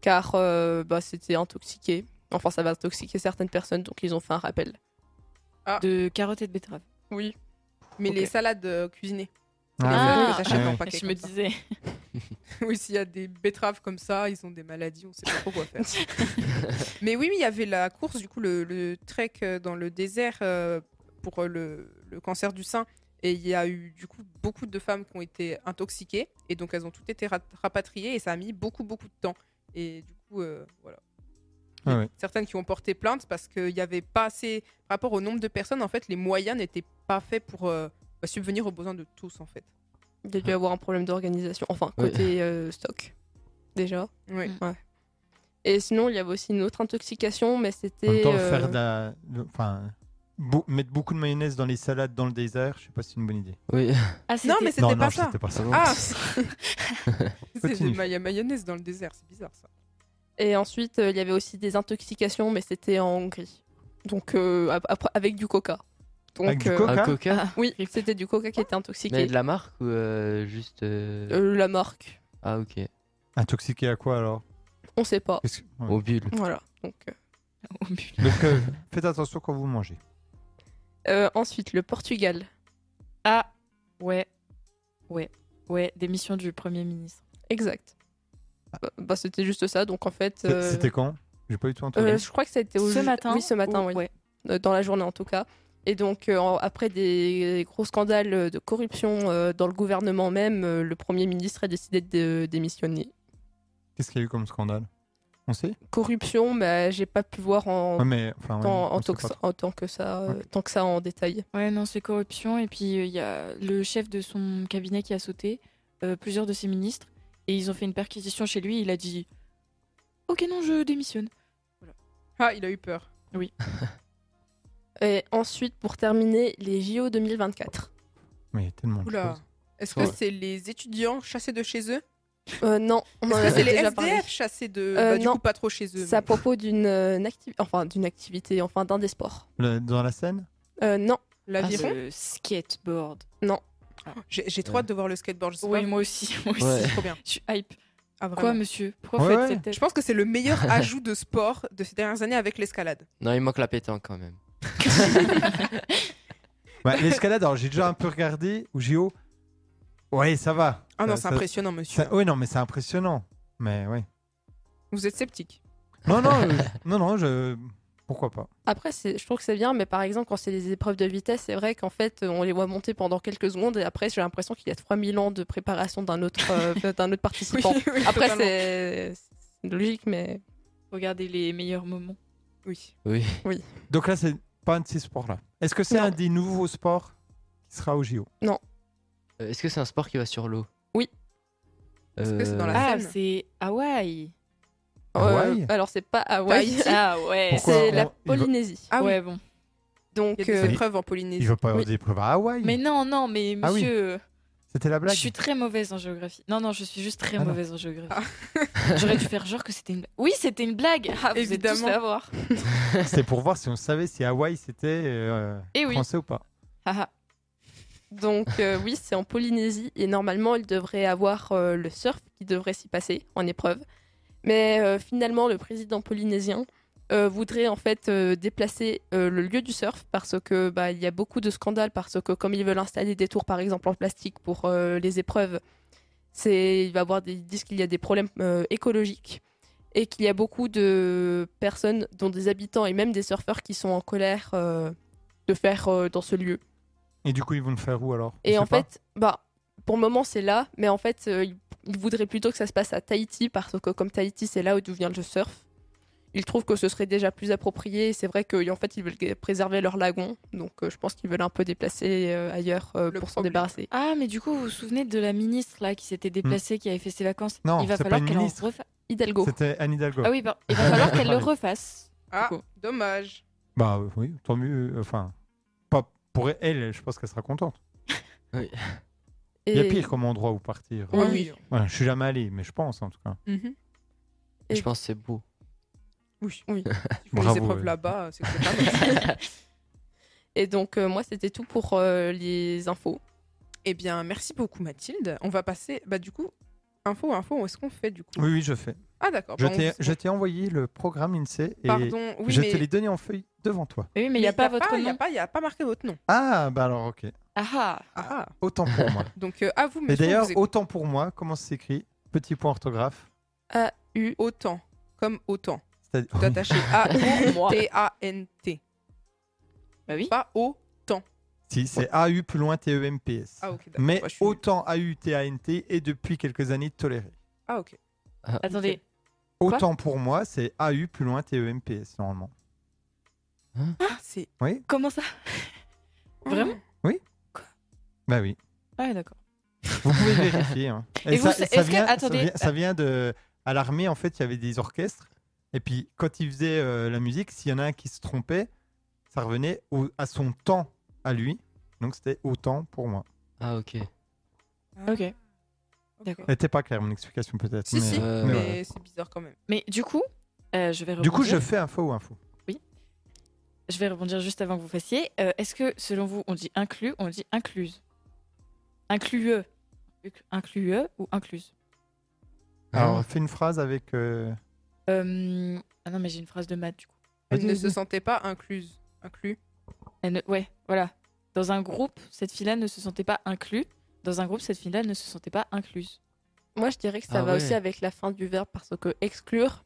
Speaker 5: car euh, bah, c'était intoxiqué. Enfin, ça va intoxiquer certaines personnes, donc ils ont fait un rappel.
Speaker 3: De carottes et de betteraves.
Speaker 5: Oui.
Speaker 4: Mais
Speaker 5: Ok.
Speaker 4: les salades euh, cuisinées. Ah,
Speaker 3: Ah.
Speaker 1: Ah, oui.
Speaker 4: en paquet
Speaker 3: Je me
Speaker 4: comme ça.
Speaker 3: disais.
Speaker 4: Oui, s'il y a des betteraves comme ça, ils ont des maladies, on sait pas trop quoi faire. Mais oui, oui, il y avait la course, du coup, le, le trek euh, dans le désert euh, pour euh, le, le cancer du sein. Et il y a eu, du coup, beaucoup de femmes qui ont été intoxiquées. Et donc, elles ont toutes été ra- rapatriées. Et ça a mis beaucoup, beaucoup de temps. Et du coup, euh, voilà.
Speaker 1: Ah ouais.
Speaker 4: Certaines qui ont porté plainte parce qu'il n'y avait pas assez. Par rapport au nombre de personnes, en fait, les moyens n'étaient pas faits pour euh, bah, subvenir aux besoins de tous, en fait.
Speaker 5: Il y
Speaker 1: Ah.
Speaker 5: a dû avoir un problème d'organisation, enfin
Speaker 2: Oui.
Speaker 5: côté euh, stock déjà.
Speaker 4: Oui.
Speaker 3: Mm.
Speaker 5: Et sinon, il y avait aussi une autre intoxication, mais c'était.
Speaker 1: En même temps,
Speaker 5: euh,
Speaker 1: faire de la. de- Enfin, beau- mettre beaucoup de mayonnaise dans les salades dans le désert, je sais pas si c'est une bonne idée.
Speaker 2: Oui.
Speaker 3: Ah,
Speaker 4: Non,
Speaker 3: c'était-
Speaker 4: mais c'était
Speaker 1: non,
Speaker 4: pas
Speaker 1: non,
Speaker 4: ça.
Speaker 1: c'était pas ça.
Speaker 4: Ah C'est
Speaker 1: Continue.
Speaker 4: de maya mayonnaise dans le désert, c'est bizarre ça.
Speaker 5: Et ensuite, euh, il y avait aussi des intoxications, mais c'était en Hongrie. Donc, euh, ap- après- avec du coca. Donc,
Speaker 1: Avec du
Speaker 5: euh,
Speaker 1: coca
Speaker 2: Un coca
Speaker 5: Oui, c'était du coca qui était
Speaker 2: Mais
Speaker 5: intoxiqué.
Speaker 2: de la marque ou euh, juste. euh,
Speaker 5: Euh, la marque,
Speaker 2: Ah, ok.
Speaker 1: Intoxiqué à quoi alors
Speaker 5: on sait pas.
Speaker 1: Qu'est-ce que- ouais.
Speaker 2: Au bulle.
Speaker 5: Voilà. Donc, euh.
Speaker 3: Oh, putain.
Speaker 1: Donc, euh, faites attention quand vous mangez.
Speaker 5: Euh, ensuite, le Portugal.
Speaker 3: Ah, ouais, ouais, ouais, démission du Premier ministre.
Speaker 5: Exact. Bah, bah, c'était juste ça. Donc, en fait.
Speaker 1: C'est-
Speaker 5: euh,
Speaker 1: C'était quand J'ai pas eu tout entendu.
Speaker 5: euh, je crois que c'était au
Speaker 3: Ce
Speaker 5: ju-
Speaker 3: matin
Speaker 5: Oui, ce matin,
Speaker 3: ou-
Speaker 5: oui.
Speaker 3: ouais.
Speaker 5: Euh, dans la journée en tout cas. Et donc, euh, en- après des gros scandales de corruption euh, dans le gouvernement même, euh, le Premier ministre a décidé de démissionner.
Speaker 1: Qu'est-ce qu'il y a eu comme scandale On sait
Speaker 5: Corruption, mais j'ai pas pu voir
Speaker 4: Oh.
Speaker 5: en,
Speaker 1: Ouais, Ah, mais. Enfin, ouais,
Speaker 5: tant-
Speaker 1: on
Speaker 5: en,
Speaker 1: sait
Speaker 5: tant
Speaker 1: pas
Speaker 5: que, ça-
Speaker 1: trop.
Speaker 5: en tant que ça, euh,
Speaker 1: Ok.
Speaker 5: tant que ça en détail.
Speaker 3: Ouais, non, c'est corruption. Et puis, euh, il y a le chef de son cabinet qui a sauté, euh, plusieurs de ses ministres, et ils ont fait une perquisition chez lui. Il a dit Ok, non, je démissionne.
Speaker 4: Ah, il a eu peur.
Speaker 5: Et ensuite, pour terminer, les JO 2024.
Speaker 1: Mais il y a tellement de
Speaker 4: Oula.
Speaker 1: choses.
Speaker 4: Est-ce que
Speaker 2: Ouais.
Speaker 4: c'est les étudiants chassés de chez eux
Speaker 5: Euh, non, on en
Speaker 4: Est-ce que
Speaker 5: avait
Speaker 4: c'est les
Speaker 5: déjà
Speaker 4: SDF
Speaker 5: parlé.
Speaker 4: chassés de.
Speaker 5: Euh,
Speaker 4: bah, du
Speaker 5: non.
Speaker 4: coup, pas trop chez eux.
Speaker 5: C'est à
Speaker 4: mais-
Speaker 5: propos d'une activité, enfin d'une activité, enfin d'un des sports.
Speaker 1: Le- Dans la scène
Speaker 5: Euh, non,
Speaker 4: L'aviron
Speaker 3: le skateboard.
Speaker 4: J'ai j'ai trop hâte de voir le skateboard, je sais
Speaker 3: Oui,
Speaker 4: pas.
Speaker 3: moi aussi, moi aussi.
Speaker 2: Ouais.
Speaker 4: C'est trop bien.
Speaker 3: Je suis hype.
Speaker 4: Ah,
Speaker 3: Quoi,
Speaker 4: vraiment.
Speaker 3: monsieur Pourquoi
Speaker 1: Ouais,
Speaker 3: faites
Speaker 1: ouais.
Speaker 3: cette tête
Speaker 4: Je pense que c'est le meilleur ajout de sport de ces dernières années avec l'escalade.
Speaker 2: Non, il manque la pétanque quand même.
Speaker 1: Bah, L'escalade, alors j'ai déjà un peu regardé au JO. Ouais, ça va.
Speaker 4: Ah non,
Speaker 1: Bah, Ça-
Speaker 4: c'est
Speaker 1: ça-
Speaker 4: impressionnant, monsieur.
Speaker 1: ça- ouais, non, mais c'est impressionnant. Mais ouais.
Speaker 4: Vous êtes sceptique.
Speaker 1: Non, non, euh, non, non, je. Pourquoi pas
Speaker 5: Après, c'est- je trouve que c'est bien, mais par exemple, quand c'est des épreuves de vitesse, c'est vrai qu'en fait, euh, on les voit monter pendant quelques secondes et après, j'ai l'impression qu'il y a 3000 ans de préparation d'un autre, euh, d'un autre
Speaker 4: Oui,
Speaker 5: participant.
Speaker 4: oui,
Speaker 5: Après,
Speaker 4: totalement.
Speaker 5: c'est c'est logique, mais
Speaker 3: Regardez les meilleurs moments.
Speaker 4: Oui.
Speaker 2: Oui.
Speaker 1: Donc là, c'est pas un de ces sports-là. Est-ce que c'est
Speaker 5: Non.
Speaker 1: un des nouveaux sports qui sera au JO
Speaker 2: Euh, Est-ce que c'est un sport qui va sur l'eau
Speaker 5: Oui.
Speaker 4: Est-ce que c'est dans
Speaker 2: Euh,
Speaker 4: la-
Speaker 3: Ah,
Speaker 4: scène.
Speaker 3: c'est Hawaï.
Speaker 4: Euh,
Speaker 1: Hawaï
Speaker 5: euh, alors c'est pas Hawaï,
Speaker 3: Ah, ouais.
Speaker 1: Pourquoi
Speaker 5: c'est
Speaker 1: on-
Speaker 5: la
Speaker 1: il va-
Speaker 5: Polynésie.
Speaker 4: Ah oui,
Speaker 3: ouais, bon.
Speaker 5: Donc,
Speaker 4: il y a
Speaker 5: euh,
Speaker 4: des épreuves en Polynésie.
Speaker 1: Il va pas y avoir
Speaker 5: Oui.
Speaker 1: des épreuves à Hawaï
Speaker 3: Mais non, non, mais
Speaker 1: Ah oui.
Speaker 3: monsieur.
Speaker 1: C'était la blague
Speaker 3: Je suis très mauvaise en géographie. Non, non, je suis juste très
Speaker 1: Ah non.
Speaker 3: mauvaise en géographie. J'aurais dû faire genre que c'était une blague. Oui, c'était une blague. Ah, vous Évidemment. êtes
Speaker 4: Évidemment.
Speaker 3: tous d'avoir.
Speaker 1: C'était pour voir si on savait si Hawaï c'était euh,
Speaker 3: Eh oui.
Speaker 1: français ou pas.
Speaker 3: Ah, ah.
Speaker 5: donc euh, oui, c'est en Polynésie et normalement, il devrait avoir euh, le surf qui devrait s'y passer en épreuve. Mais euh, finalement, le président polynésien euh, voudrait en fait euh, déplacer euh, le lieu du surf parce que bah, il y a beaucoup de scandales parce que comme ils veulent installer des tours par exemple en plastique pour euh, les épreuves, c'est il va avoir des ils disent qu'il y a des problèmes euh, écologiques et qu'il y a beaucoup de personnes, dont des habitants et même des surfeurs, qui sont en colère euh, de faire euh, dans ce lieu.
Speaker 1: Et du coup, ils vont le faire où alors On
Speaker 5: Et
Speaker 1: sait
Speaker 5: en
Speaker 1: pas
Speaker 5: fait, bah, pour le moment, c'est là, mais en fait, euh, ils il voudraient plutôt que ça se passe à Tahiti, parce que comme Tahiti, c'est là où d'où vient le surf, ils trouvent que ce serait déjà plus approprié, et c'est vrai qu'en fait, ils veulent g- préserver leur lagon, donc euh, je pense qu'ils veulent un peu déplacer euh, ailleurs euh,
Speaker 4: Le
Speaker 5: pour s'en
Speaker 4: problème.
Speaker 5: débarrasser.
Speaker 3: Ah, mais du coup, vous vous souvenez de la ministre là qui s'était déplacée, qui avait fait ses vacances
Speaker 1: Hmm. Non,
Speaker 3: il va
Speaker 1: c'est pas
Speaker 3: falloir
Speaker 1: une
Speaker 3: qu'elle en
Speaker 1: ministre.
Speaker 3: refasse.
Speaker 5: Hidalgo.
Speaker 1: C'était Anne Hidalgo.
Speaker 3: Ah oui, pardon. il va falloir qu'elle le refasse.
Speaker 4: Ah,
Speaker 3: coup.
Speaker 4: dommage.
Speaker 1: Bah euh, oui, tant mieux. euh, Enfin, pas pour elle, je pense qu'elle sera contente. Il y a
Speaker 5: Et-
Speaker 1: pire comme endroit où partir.
Speaker 5: Oui.
Speaker 4: Ah oui.
Speaker 1: Voilà, je suis jamais allé, mais je pense en tout cas.
Speaker 4: Mhm.
Speaker 5: Et-
Speaker 2: Je pense que c'est beau.
Speaker 4: Oui.
Speaker 5: Oui.
Speaker 4: Ils font
Speaker 1: Ah, Bravo,
Speaker 4: les épreuves
Speaker 1: ouais.
Speaker 4: là-bas, euh, c'est que c'est pas mal.
Speaker 5: Et donc, euh, moi, c'était tout pour euh, les infos.
Speaker 4: Eh bien, merci beaucoup Mathilde. On va passer, bah du coup, info, info, où est-ce qu'on fait du coup
Speaker 1: Oui, oui, je fais.
Speaker 4: Ah d'accord.
Speaker 1: Je
Speaker 4: bah, on-
Speaker 1: t'ai- je t'ai envoyé le programme INSEE et
Speaker 4: Pardon, oui,
Speaker 1: je
Speaker 4: mais
Speaker 1: te l'ai donné en feuille devant toi.
Speaker 3: Mais Eh oui, mais il n'y a pas votre
Speaker 4: Il n'y a,
Speaker 3: nom.
Speaker 4: pas- y a pas marqué votre nom.
Speaker 1: Ah, bah alors, ok.
Speaker 3: Ah ah.
Speaker 4: Ah,
Speaker 1: Autant pour moi.
Speaker 4: donc euh, à vous,
Speaker 1: Et
Speaker 4: monsieur.
Speaker 1: d'ailleurs,
Speaker 4: vous écoute.
Speaker 1: autant pour moi, comment ça s'écrit Petit point orthographe.
Speaker 5: A-U.
Speaker 4: autant, comme autant,
Speaker 1: C'est-à-dire-
Speaker 4: tout attaché à T-A-N-T,
Speaker 3: Bah oui.
Speaker 4: pas O.
Speaker 1: Si, c'est AU plus loin E TEMPS.
Speaker 4: Ah ok. d'accord.
Speaker 1: Mais
Speaker 4: Moi, je suis-
Speaker 1: autant AUTANT est depuis quelques années toléré.
Speaker 4: Ah ok.
Speaker 3: Attendez. Quoi
Speaker 1: Autant pour moi, c'est AU plus loin E TEMPS normalement.
Speaker 4: Ah c'est
Speaker 3: Comment ça Vraiment
Speaker 1: Bah oui.
Speaker 3: Ah d'accord.
Speaker 1: Vous pouvez vérifier. hein.
Speaker 3: Et vous, c'est- est-ce que-
Speaker 1: vient,
Speaker 3: attendez.
Speaker 1: ça vient- ça vient de. À l'armée, en fait, il y avait des orchestres. Et puis, quand ils faisaient euh, la musique, s'il y en a un qui se trompait, ça revenait au- à son temps à lui. Donc, c'était autant pour moi.
Speaker 2: Ah, ok.
Speaker 4: Ah,
Speaker 3: Ok. D'accord.
Speaker 1: Elle n'était pas claire, mon explication, peut-être.
Speaker 4: Si si,
Speaker 2: euh,
Speaker 4: mais
Speaker 1: voilà.
Speaker 4: c'est bizarre quand même.
Speaker 3: Mais du coup, euh, je vais rebondir.
Speaker 1: Du coup, je fais info ou info
Speaker 3: Je vais rebondir juste avant que vous fassiez. Euh, Est-ce que, selon vous, on dit inclus ou on dit incluse Inclueux. Inclueux ou incluse
Speaker 2: Ah.
Speaker 1: Alors, fais une phrase avec. euh,
Speaker 3: Euh, Ah non, mais j'ai une phrase de maths, du coup.
Speaker 4: Elle
Speaker 1: Vas-y,
Speaker 4: ne
Speaker 1: vas-y.
Speaker 4: se sentait pas incluse. Inclus.
Speaker 3: Elle ne- Ouais, voilà. Dans un groupe, cette fille-là ne se sentait pas inclue. Dans un groupe, cette fille-là ne se sentait pas incluse.
Speaker 5: Moi, je dirais que ça
Speaker 2: Ah
Speaker 5: va
Speaker 2: ouais.
Speaker 5: aussi avec la fin du verbe parce que exclure,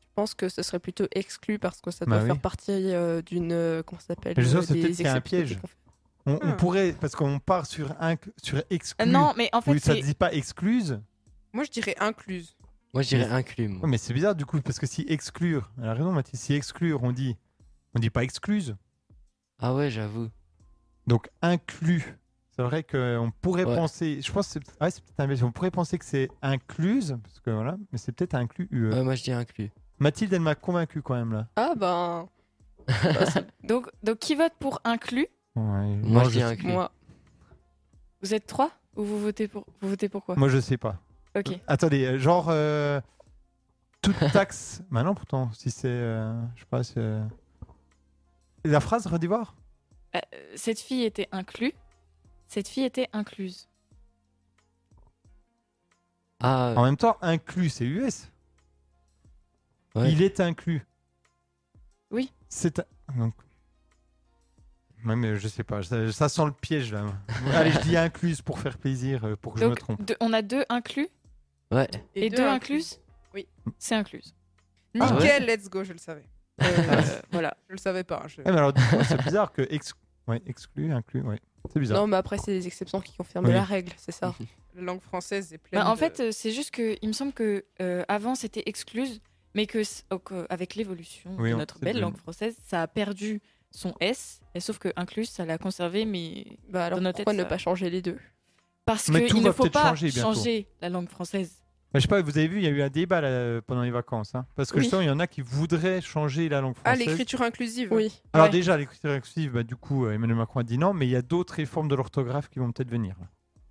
Speaker 5: je pense que ce serait plutôt exclu parce que ça doit
Speaker 1: Bah oui.
Speaker 5: faire partie euh, d'une. euh, comment ça s'appelle
Speaker 1: Mais je sais
Speaker 5: euh,
Speaker 1: pas, c'est
Speaker 5: des
Speaker 1: peut-être qu'il y a un
Speaker 5: exceptions
Speaker 1: piège.
Speaker 5: qu'on fait.
Speaker 1: On, on
Speaker 4: Ah.
Speaker 1: pourrait. Parce qu'on part sur, inc- sur
Speaker 3: Euh,
Speaker 1: exclu.
Speaker 3: non, mais en fait,
Speaker 1: oui, ça ne
Speaker 3: c'est.
Speaker 1: dit pas excluse.
Speaker 4: Moi je dirais incluse.
Speaker 2: Moi, je dirais inclus.
Speaker 1: Ouais,
Speaker 2: moi.
Speaker 1: mais c'est bizarre, du coup, parce que si exclure. Elle a raison, Mathis. Si exclure, on dit. On dit pas excluse.
Speaker 2: Ah, ouais, j'avoue.
Speaker 1: Donc inclus. C'est vrai qu'on pourrait
Speaker 2: Ouais.
Speaker 1: penser. Je pense que c'est ah ouais, c'est peut-être un biais. On pourrait penser que c'est incluse, parce que voilà, mais c'est peut-être inclus UE.
Speaker 2: Ouais, moi, je dis inclus.
Speaker 1: Mathilde, elle m'a convaincu quand même là.
Speaker 5: Ah ben,
Speaker 3: Donc, donc, qui vote pour inclus
Speaker 1: Ouais,
Speaker 2: Moi, je
Speaker 1: je
Speaker 2: dis
Speaker 1: sais-
Speaker 2: inclus.
Speaker 5: moi.
Speaker 3: Vous êtes trois Ou vous votez pour, vous votez pour quoi
Speaker 1: moi, je sais pas.
Speaker 3: Ok.
Speaker 1: Euh, Attendez, euh, genre euh, toute taxe. bah non, pourtant, si c'est, euh, je sais pas, c'est euh, la phrase redévoir.
Speaker 3: Euh, cette fille était inclue. Cette fille était incluse.
Speaker 2: Ah,
Speaker 1: En même temps, inclus, c'est US.
Speaker 2: ouais.
Speaker 1: Il est inclus.
Speaker 3: Oui.
Speaker 1: C'est un- donc. Ouais, mais je sais pas, ça, ça sent le piège là. Allez, je dis incluse pour faire plaisir, euh, pour que je me
Speaker 3: Donc,
Speaker 1: trompe.
Speaker 3: deux- on a deux inclus
Speaker 2: Ouais.
Speaker 3: et, deux, incluses
Speaker 4: Oui.
Speaker 3: C'est incluse.
Speaker 2: Ah ouais.
Speaker 4: Nickel, let's go, je le savais.
Speaker 3: Euh, voilà.
Speaker 4: Je le savais pas. hein, je-
Speaker 1: Eh, mais alors, du coup, c'est bizarre que ex- ouais, exclu, inclus, ouais. C'est bizarre.
Speaker 5: Non, mais après, c'est des exceptions qui confirment
Speaker 1: Oui.
Speaker 5: la règle, c'est ça.
Speaker 4: La langue française est pleine.
Speaker 3: Bah, en
Speaker 4: de-
Speaker 3: fait, euh, c'est juste que il me semble que euh, avant c'était excluse, mais que c- oh, que- avec l'évolution
Speaker 1: Oui,
Speaker 3: de
Speaker 1: on-
Speaker 3: notre
Speaker 1: c'est
Speaker 3: belle
Speaker 1: devenu-
Speaker 3: langue française, ça a perdu son S. Et sauf que incluse, ça l'a conservé, mais
Speaker 5: Bah alors,
Speaker 3: Dans nos
Speaker 5: pourquoi
Speaker 3: têtes,
Speaker 5: ne
Speaker 3: ça-
Speaker 5: pas changer les deux
Speaker 3: parce
Speaker 1: Mais tout
Speaker 3: qu'il ne
Speaker 1: va
Speaker 3: faut
Speaker 1: peut-être
Speaker 3: pas
Speaker 1: changer bientôt.
Speaker 3: changer la langue française.
Speaker 1: Mais Bah, je sais pas, vous avez vu, il y a eu un débat là, euh, pendant les vacances. hein. parce que
Speaker 5: Oui.
Speaker 1: justement, il y en a qui voudraient changer la langue
Speaker 4: Ah,
Speaker 1: française.
Speaker 4: l'écriture inclusive.
Speaker 5: Oui.
Speaker 1: Alors,
Speaker 3: ouais.
Speaker 1: déjà, l'écriture inclusive, bah, du coup, euh, Emmanuel Macron a dit non, mais il y a d'autres réformes de l'orthographe qui vont peut-être venir là,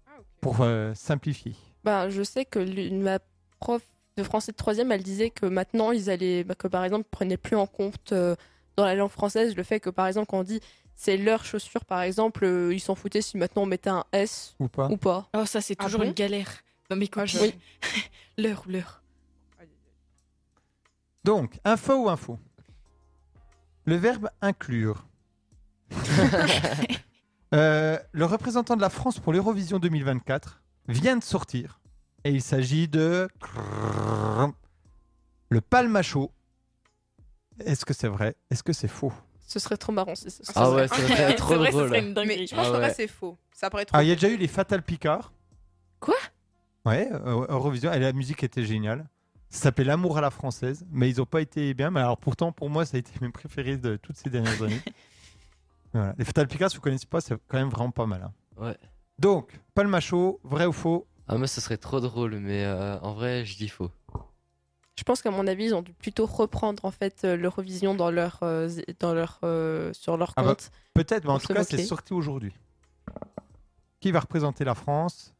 Speaker 4: Ah, ok.
Speaker 1: pour euh, simplifier.
Speaker 5: Bah, je sais que l'une- ma prof de français de troisième, elle disait que maintenant, ils allaient, bah, que par exemple, ils prenaient plus en compte euh, dans la langue française le fait que par exemple, quand on dit c'est leurs chaussures, par exemple, euh, ils s'en foutaient si maintenant on mettait un S
Speaker 1: Ou pas
Speaker 5: ou pas.
Speaker 3: Oh, ça c'est
Speaker 4: Ah
Speaker 3: toujours
Speaker 4: bon
Speaker 3: une galère. Non
Speaker 5: euh,
Speaker 3: mais
Speaker 4: Ah, je-
Speaker 3: copines, l'heure ou l'heure.
Speaker 1: Donc, info ou info Le verbe inclure. Euh, le représentant de la France pour l'Eurovision 2024 vient de sortir. Et il s'agit de... Le palmacho. Est-ce que c'est vrai Est-ce que c'est faux
Speaker 5: Ce serait trop marrant si ce serait
Speaker 2: Ah
Speaker 5: vrai.
Speaker 2: ouais, ça serait trop
Speaker 3: C'est vrai, ça
Speaker 2: drôle.
Speaker 3: serait une dinguerie.
Speaker 4: Mais je pense
Speaker 2: Ah
Speaker 4: qu'en vrai,
Speaker 2: ouais.
Speaker 4: c'est faux. Ça paraît trop.
Speaker 1: Alors, Ah, il y a déjà eu les Fatal Picard.
Speaker 3: Quoi
Speaker 1: Ouais, euh, Eurovision. Et la musique était géniale. Ça s'appelait L'amour à la française, mais ils n'ont pas été bien. Mais alors, pourtant, pour moi, ça a été mes préférés de toutes ces dernières années. Voilà. Les Fatal Picard, si vous connaissez pas, c'est quand même vraiment pas mal. hein.
Speaker 2: Ouais.
Speaker 1: Donc, palmacho, vrai ou faux
Speaker 2: Ah, moi, ce serait trop drôle, mais euh, en vrai, je dis faux.
Speaker 5: Je pense qu'à mon avis, ils ont dû plutôt reprendre en fait euh, l'Eurovision dans leur, euh, zé- dans leur, euh, sur leur
Speaker 1: Ah bah.
Speaker 5: compte.
Speaker 1: Peut-être, mais en
Speaker 5: Pour
Speaker 1: tout
Speaker 5: se
Speaker 1: cas, c'est
Speaker 5: moquer.
Speaker 1: sorti aujourd'hui. Qui va représenter la France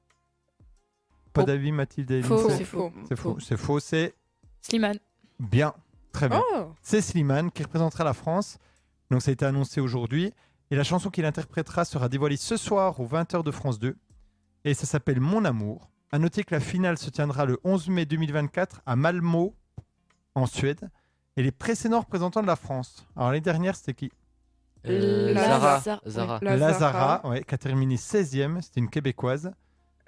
Speaker 1: Pas
Speaker 5: Faux.
Speaker 1: d'avis, Mathilde et
Speaker 5: Faux,
Speaker 1: Lindsay
Speaker 5: c'est faux.
Speaker 1: C'est faux. C'est faux, c'est
Speaker 3: Slimane.
Speaker 1: bien. Très bien.
Speaker 4: Oh
Speaker 1: C'est Slimane qui représentera la France. Donc ça a été annoncé aujourd'hui. Et la chanson qu'il interprétera sera dévoilée ce soir aux 20h de France 2. Et ça s'appelle Mon Amour. À noter que la finale se tiendra le 11 mai 2024 à Malmö, en Suède. Et les précédents représentants de la France. Alors l'année dernière, c'était qui
Speaker 2: Euh,
Speaker 4: La-
Speaker 2: Zara.
Speaker 3: Zara. Ouais.
Speaker 2: Zara.
Speaker 4: La
Speaker 1: Ah, Lazara,
Speaker 4: Zara.
Speaker 1: ouais, qui a terminé 16e. C'était une Québécoise.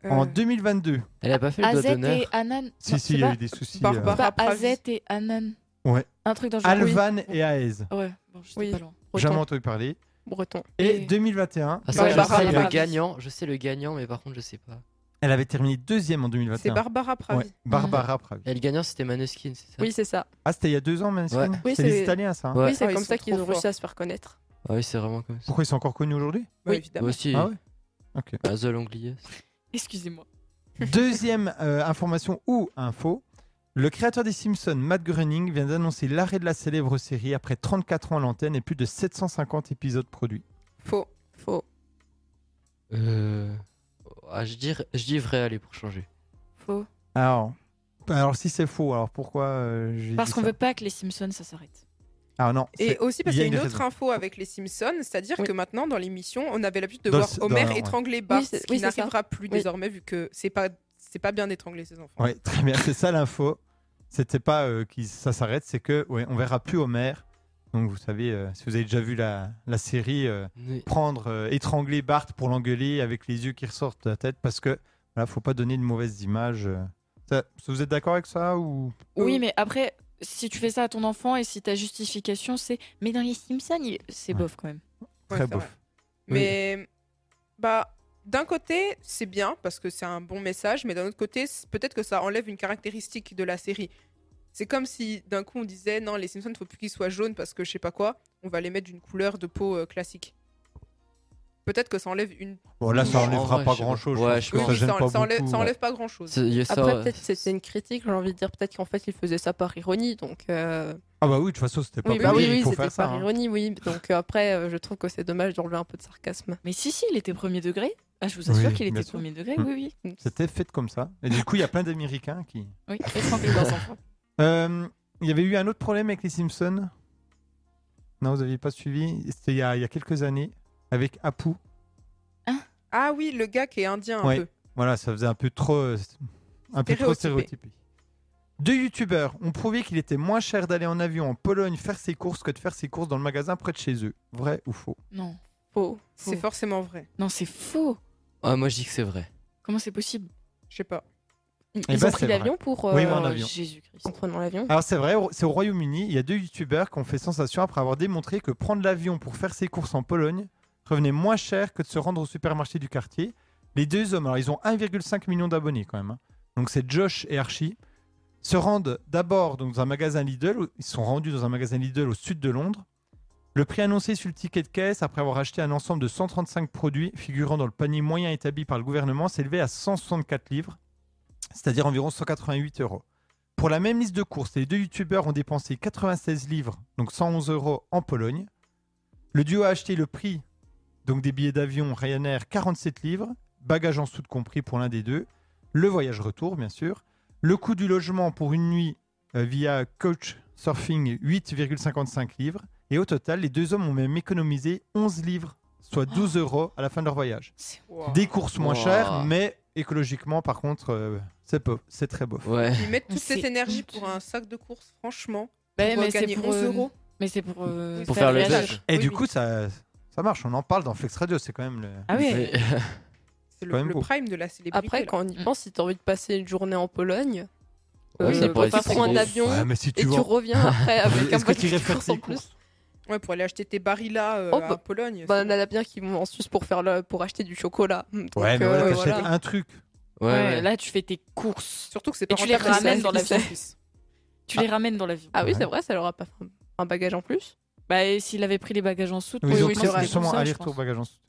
Speaker 4: euh,
Speaker 1: En 2022.
Speaker 2: Elle a pas fait le doigt
Speaker 3: Azet et
Speaker 2: d'honneur.
Speaker 3: Anan.
Speaker 1: Si, si, il y a eu des soucis.
Speaker 4: Barbara.
Speaker 1: euh,
Speaker 3: Pas
Speaker 4: Rapaz.
Speaker 3: Bah, Azet et Anan.
Speaker 1: Ouais.
Speaker 3: Un truc dans le genre.
Speaker 1: Alvan et Aez.
Speaker 3: Oui. Ouais, bon, j'étais
Speaker 5: Oui.
Speaker 3: pas loin.
Speaker 5: Breton.
Speaker 1: Jamais entendu parler.
Speaker 5: Breton.
Speaker 1: Et
Speaker 3: Et-
Speaker 1: 2021,
Speaker 2: Ah, ça,
Speaker 4: Ouais,
Speaker 2: je
Speaker 4: Barbara
Speaker 2: sais le
Speaker 4: Pravi.
Speaker 2: gagnant, je sais le gagnant, mais par contre, je sais pas.
Speaker 1: elle avait terminé deuxième en 2021.
Speaker 4: C'est Barbara Pravi.
Speaker 1: Ouais, Barbara Pravi.
Speaker 2: Et le gagnant, c'était Maneskin, c'est ça
Speaker 5: Oui, c'est ça.
Speaker 1: Ah, c'était il y a deux ans, Maneskin
Speaker 2: Ouais.
Speaker 5: Oui,
Speaker 1: C'est
Speaker 5: c'est-
Speaker 1: les Italiens, ça. hein
Speaker 2: Ouais.
Speaker 5: Oui, c'est
Speaker 4: Ah, ils
Speaker 5: comme
Speaker 4: sont
Speaker 5: ça qu'ils
Speaker 4: trop
Speaker 5: ont réussi à se faire connaître.
Speaker 2: Ah oui, c'est vraiment comme ça.
Speaker 1: Pourquoi ils sont encore connus aujourd'hui
Speaker 4: Bah,
Speaker 5: Oui.
Speaker 2: Moi
Speaker 4: évidemment.
Speaker 2: aussi,
Speaker 1: Ah ouais Ok.
Speaker 2: Azol Angliès.
Speaker 3: Excusez-moi.
Speaker 1: Deuxième euh, information ou info. Le créateur des Simpsons, Matt Groening, vient d'annoncer l'arrêt de la célèbre série après 34 ans à l'antenne et plus de 750 épisodes produits.
Speaker 4: Faux.
Speaker 5: Faux.
Speaker 2: Euh... Ah, je, dis... je dis vrai, allez, pour changer.
Speaker 3: Faux.
Speaker 1: Alors, alors si c'est faux, alors pourquoi euh, j'ai
Speaker 3: Parce
Speaker 1: dit
Speaker 3: qu'on
Speaker 1: ça
Speaker 3: veut pas que les Simpsons ça s'arrête.
Speaker 1: Ah non.
Speaker 4: Et
Speaker 1: c'est-
Speaker 4: aussi parce
Speaker 1: il y
Speaker 4: qu'il
Speaker 1: a
Speaker 4: y a une
Speaker 1: une
Speaker 4: autre
Speaker 1: raison.
Speaker 4: info avec les Simpsons, c'est-à-dire
Speaker 5: Oui.
Speaker 4: que maintenant dans l'émission, on avait l'habitude de
Speaker 1: Dans
Speaker 4: voir
Speaker 1: le-
Speaker 4: Homer
Speaker 1: dans- ouais.
Speaker 4: étrangler Bart,
Speaker 5: Oui, c'est-
Speaker 4: ce qui
Speaker 5: oui, c'est ça.
Speaker 4: n'arrivera plus
Speaker 5: Oui.
Speaker 4: désormais vu que c'est pas c'est pas bien d'étrangler ses enfants.
Speaker 1: Ouais, très bien. C'est ça l'info. C'était pas euh, que ça s'arrête, c'est que ouais, on verra plus Homer. Donc vous savez, euh, si vous avez déjà vu la, la série, euh,
Speaker 2: Mais-
Speaker 1: prendre, euh, étrangler Bart pour l'engueuler avec les yeux qui ressortent de la tête parce que voilà, faut pas donner de mauvaises images. euh. Ça- vous êtes d'accord avec ça ou
Speaker 3: Oui,
Speaker 4: Euh,
Speaker 3: mais après, si tu fais ça à ton enfant et si ta justification c'est mais dans les Simpsons, il- c'est
Speaker 1: Ouais.
Speaker 3: bof quand même.
Speaker 4: Ouais,
Speaker 1: très
Speaker 4: c'est
Speaker 1: bof
Speaker 4: vrai. Mais bah d'un côté, c'est bien parce que c'est un bon message, mais d'un autre côté, c'est- peut-être que ça enlève une caractéristique de la série. C'est comme si d'un coup on disait non, les Simpsons, faut plus qu'ils soient jaunes parce que je sais pas quoi, on va les mettre d'une couleur de peau euh, classique. Peut-être que ça enlève une.
Speaker 1: Bon là, ça
Speaker 2: Non, en
Speaker 1: enlèvera
Speaker 2: vrai,
Speaker 1: pas
Speaker 2: je sais
Speaker 1: grand chose.
Speaker 2: pas. Ouais, je
Speaker 4: Oui,
Speaker 2: pense
Speaker 4: oui,
Speaker 2: que
Speaker 4: ça, en- ça enlève, ça enlève pas grand-chose.
Speaker 2: C'est- il y a ça,
Speaker 5: Après,
Speaker 2: ouais.
Speaker 5: peut-être c'était une critique, j'ai envie de dire. Peut-être qu'en fait, ils faisaient ça par ironie. Donc, euh,
Speaker 1: Ah bah oui, de toute façon, c'était pas
Speaker 5: oui,
Speaker 1: possible.
Speaker 5: bah oui, oui,
Speaker 1: il faut
Speaker 5: c'était
Speaker 1: faire ça.
Speaker 5: par
Speaker 1: hein.
Speaker 5: ironie, oui. Donc, euh, après, euh, je trouve que c'est dommage d'enlever un peu de sarcasme.
Speaker 3: Mais si, si, il était premier degré. Ah, je vous assure
Speaker 1: Oui,
Speaker 3: qu'il
Speaker 1: bien
Speaker 3: était
Speaker 1: sûr.
Speaker 3: premier degré,
Speaker 1: Mm.
Speaker 3: oui, oui.
Speaker 1: C'était fait comme ça. Et du coup, il y a plein d'Américains qui.
Speaker 3: Oui, étrangler leurs enfants.
Speaker 1: Euh, Il y avait eu un autre problème avec les Simpsons. Non, vous n'aviez pas suivi. C'était il y, a, il y a quelques années avec Apu.
Speaker 4: Ah oui, le gars qui est indien un
Speaker 1: Ouais.
Speaker 4: peu.
Speaker 1: Voilà, ça faisait un peu trop, euh, un peu trop
Speaker 4: Stéréotypé.
Speaker 1: stéréotypé. Deux youtubeurs ont prouvé qu'il était moins cher d'aller en avion en Pologne faire ses courses que de faire ses courses dans le magasin près de chez eux. Vrai ou faux
Speaker 3: Non,
Speaker 5: Faux.
Speaker 4: C'est
Speaker 3: Faux.
Speaker 4: forcément vrai.
Speaker 3: non, c'est faux.
Speaker 2: Ah, moi, je dis que c'est vrai.
Speaker 3: Comment c'est possible
Speaker 4: Je sais pas.
Speaker 5: Ils,
Speaker 1: Eh
Speaker 5: ils
Speaker 1: ben,
Speaker 5: ont pris
Speaker 1: c'est vrai.
Speaker 5: l'avion pour.
Speaker 1: Oui,
Speaker 5: euh,
Speaker 1: moi, en avion.
Speaker 3: Jésus-Christ. Bah,
Speaker 5: En prenant l'avion.
Speaker 1: Alors c'est vrai, au- c'est au Royaume-Uni, il y a deux youtubeurs qui ont fait sensation après avoir démontré que prendre l'avion pour faire ses courses en Pologne revenait moins cher que de se rendre au supermarché du quartier. Les deux hommes, alors ils ont 1,5 million d'abonnés quand même. hein. Donc c'est Josh et Archie se rendent d'abord dans un magasin Lidl. où- Ils sont rendus dans un magasin Lidl au sud de Londres. Le prix annoncé sur le ticket de caisse, après avoir acheté un ensemble de 135 produits figurant dans le panier moyen établi par le gouvernement, s'élevait à 164 livres, c'est-à-dire environ 188 euros. Pour la même liste de courses, les deux youtubeurs ont dépensé 96 livres, donc 111 euros en Pologne. Le duo a acheté le prix donc des billets d'avion Ryanair 47 livres, bagages en soude compris pour l'un des deux, le voyage retour bien sûr, le coût du logement pour une nuit euh, via coach surfing 8,55 livres et au total les deux hommes ont même économisé 11 livres, soit 12 euros à la fin de leur voyage.
Speaker 4: Wow.
Speaker 1: Des courses moins
Speaker 2: Wow.
Speaker 1: chères mais écologiquement par contre euh, c'est peu- c'est très beau.
Speaker 2: Ouais.
Speaker 4: Ils mettent toute
Speaker 3: C'est
Speaker 4: cette énergie
Speaker 3: honteux.
Speaker 4: pour un sac de course, franchement.
Speaker 3: Bah,
Speaker 4: pour
Speaker 3: mais c'est
Speaker 4: gagner
Speaker 3: pour,
Speaker 4: 11
Speaker 3: euh,
Speaker 4: euros.
Speaker 3: Mais c'est pour, euh,
Speaker 4: Oui,
Speaker 2: Pour
Speaker 4: Ça
Speaker 2: faire le
Speaker 4: réagit.
Speaker 2: dodge.
Speaker 3: voyage.
Speaker 1: Et
Speaker 4: Oui,
Speaker 1: du
Speaker 4: oui.
Speaker 1: coup ça ça marche, on en parle dans Flex Radio, c'est quand même le
Speaker 3: Ah oui,
Speaker 2: Mais-
Speaker 4: C'est
Speaker 1: quand
Speaker 4: le,
Speaker 1: même
Speaker 4: le
Speaker 1: beau.
Speaker 4: prime de la célébrité.
Speaker 5: Après,
Speaker 4: là.
Speaker 5: quand on y
Speaker 3: Mm.
Speaker 5: pense, si t'as envie de passer une journée en Pologne,
Speaker 2: Ouais, ça
Speaker 5: euh,
Speaker 2: pourrait
Speaker 5: tu
Speaker 2: être
Speaker 5: prends
Speaker 2: trop.
Speaker 5: un avion
Speaker 1: Ouais, mais si
Speaker 5: et
Speaker 1: tu
Speaker 5: tu
Speaker 1: vois.
Speaker 5: reviens après avec un
Speaker 1: Est-ce que
Speaker 5: bac
Speaker 1: tu
Speaker 5: de
Speaker 1: irais faire
Speaker 5: courses en
Speaker 1: tes
Speaker 5: plus.
Speaker 1: courses
Speaker 4: Ouais, pour aller acheter tes barilla euh,
Speaker 5: Oh,
Speaker 4: à
Speaker 5: bah-
Speaker 4: Pologne.
Speaker 5: Bah,
Speaker 4: c'est
Speaker 5: on en a bien qui vont en Suisse pour, faire le- pour acheter du chocolat. Donc,
Speaker 1: Ouais, mais voilà,
Speaker 5: euh,
Speaker 1: t'achètes
Speaker 5: voilà.
Speaker 1: un truc.
Speaker 2: Ouais,
Speaker 3: Ouais,
Speaker 2: ouais.
Speaker 3: Là, tu fais tes courses.
Speaker 4: Surtout que c'est pas
Speaker 3: Et tu les
Speaker 4: rentable,
Speaker 5: ramènes
Speaker 4: c'est
Speaker 5: dans la
Speaker 4: c'est
Speaker 5: vie.
Speaker 4: Suisse.
Speaker 3: Tu les ramènes dans l'avion.
Speaker 5: Ah oui,
Speaker 1: Ouais.
Speaker 5: c'est vrai, ça leur a pas fait un bagage en plus.
Speaker 3: Bah, et s'il avait pris les bagages en soute,
Speaker 1: Oui,
Speaker 5: Oui,
Speaker 1: ils ont
Speaker 5: oui,
Speaker 1: pris
Speaker 5: c'est vrai.
Speaker 1: justement
Speaker 3: ça, je
Speaker 1: aller-retour
Speaker 3: pense.
Speaker 1: bagages en soute.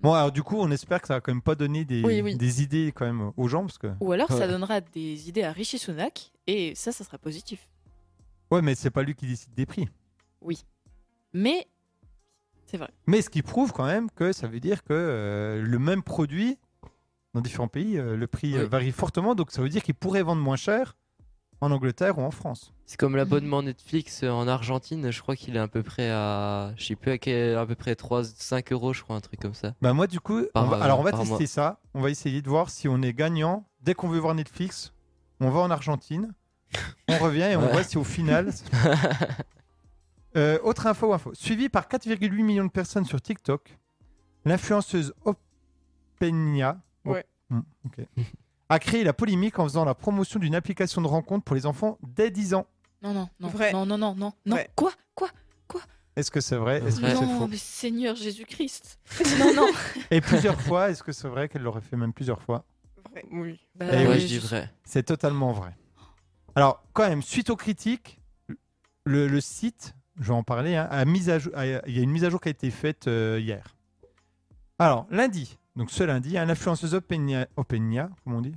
Speaker 1: Bon, alors du coup, on espère que ça va quand même pas donner des,
Speaker 5: Oui, oui.
Speaker 1: des idées quand même aux gens parce que.
Speaker 3: Ou alors,
Speaker 2: Ouais.
Speaker 3: ça donnera des idées à Richie Sunak, et ça, ça sera positif.
Speaker 1: Ouais, mais c'est pas lui qui décide des prix.
Speaker 3: Mais
Speaker 1: Mais ce qui prouve quand même que ça veut dire que euh, le même produit dans différents pays, euh, le prix
Speaker 2: Oui.
Speaker 1: euh, varie fortement. Donc ça veut dire qu'il pourrait vendre moins cher en Angleterre ou en France.
Speaker 2: C'est comme l'abonnement Netflix euh, en Argentine, je crois qu'il est à peu près à. Je sais plus à quel. à peu près 3, 5 euros, je crois, un truc comme ça.
Speaker 1: Bah moi du coup,
Speaker 2: Par,
Speaker 1: on va-
Speaker 2: euh,
Speaker 1: alors on va
Speaker 2: par
Speaker 1: tester
Speaker 2: mois.
Speaker 1: ça. On va essayer de voir si on est gagnant. Dès qu'on veut voir Netflix, on va en Argentine, on revient et on
Speaker 2: Ouais.
Speaker 1: voit si au final. Euh, autre info ou info. Suivi par 4,8 millions de personnes sur TikTok, l'influenceuse Openia
Speaker 4: Ouais.
Speaker 1: Hmm, ok. a créé la polémique en faisant la promotion d'une application de rencontre pour les enfants dès 10 ans.
Speaker 3: non, non, non,
Speaker 4: Vrai.
Speaker 3: non, non, non, non, non.
Speaker 4: Vrai.
Speaker 3: Quoi, quoi
Speaker 1: Est-ce que c'est vrai Est-ce que
Speaker 2: Ouais.
Speaker 1: c'est
Speaker 3: Non,
Speaker 1: faux
Speaker 3: mais Seigneur Jésus-Christ. non, non.
Speaker 1: Et plusieurs fois, est-ce que c'est vrai qu'elle l'aurait fait même plusieurs fois
Speaker 4: Vrai.
Speaker 5: Oui.
Speaker 3: Bah,
Speaker 1: Eh
Speaker 2: ouais,
Speaker 1: oui.
Speaker 2: je dis vrai.
Speaker 1: C'est totalement vrai. Alors, quand même, suite aux critiques, le, le site, je vais en parler, hein, a mis à jour- a- il y a une mise à jour qui a été faite euh, hier. Alors, lundi, donc ce lundi, hein, l'influenceuse Openia, Openia, comment on dit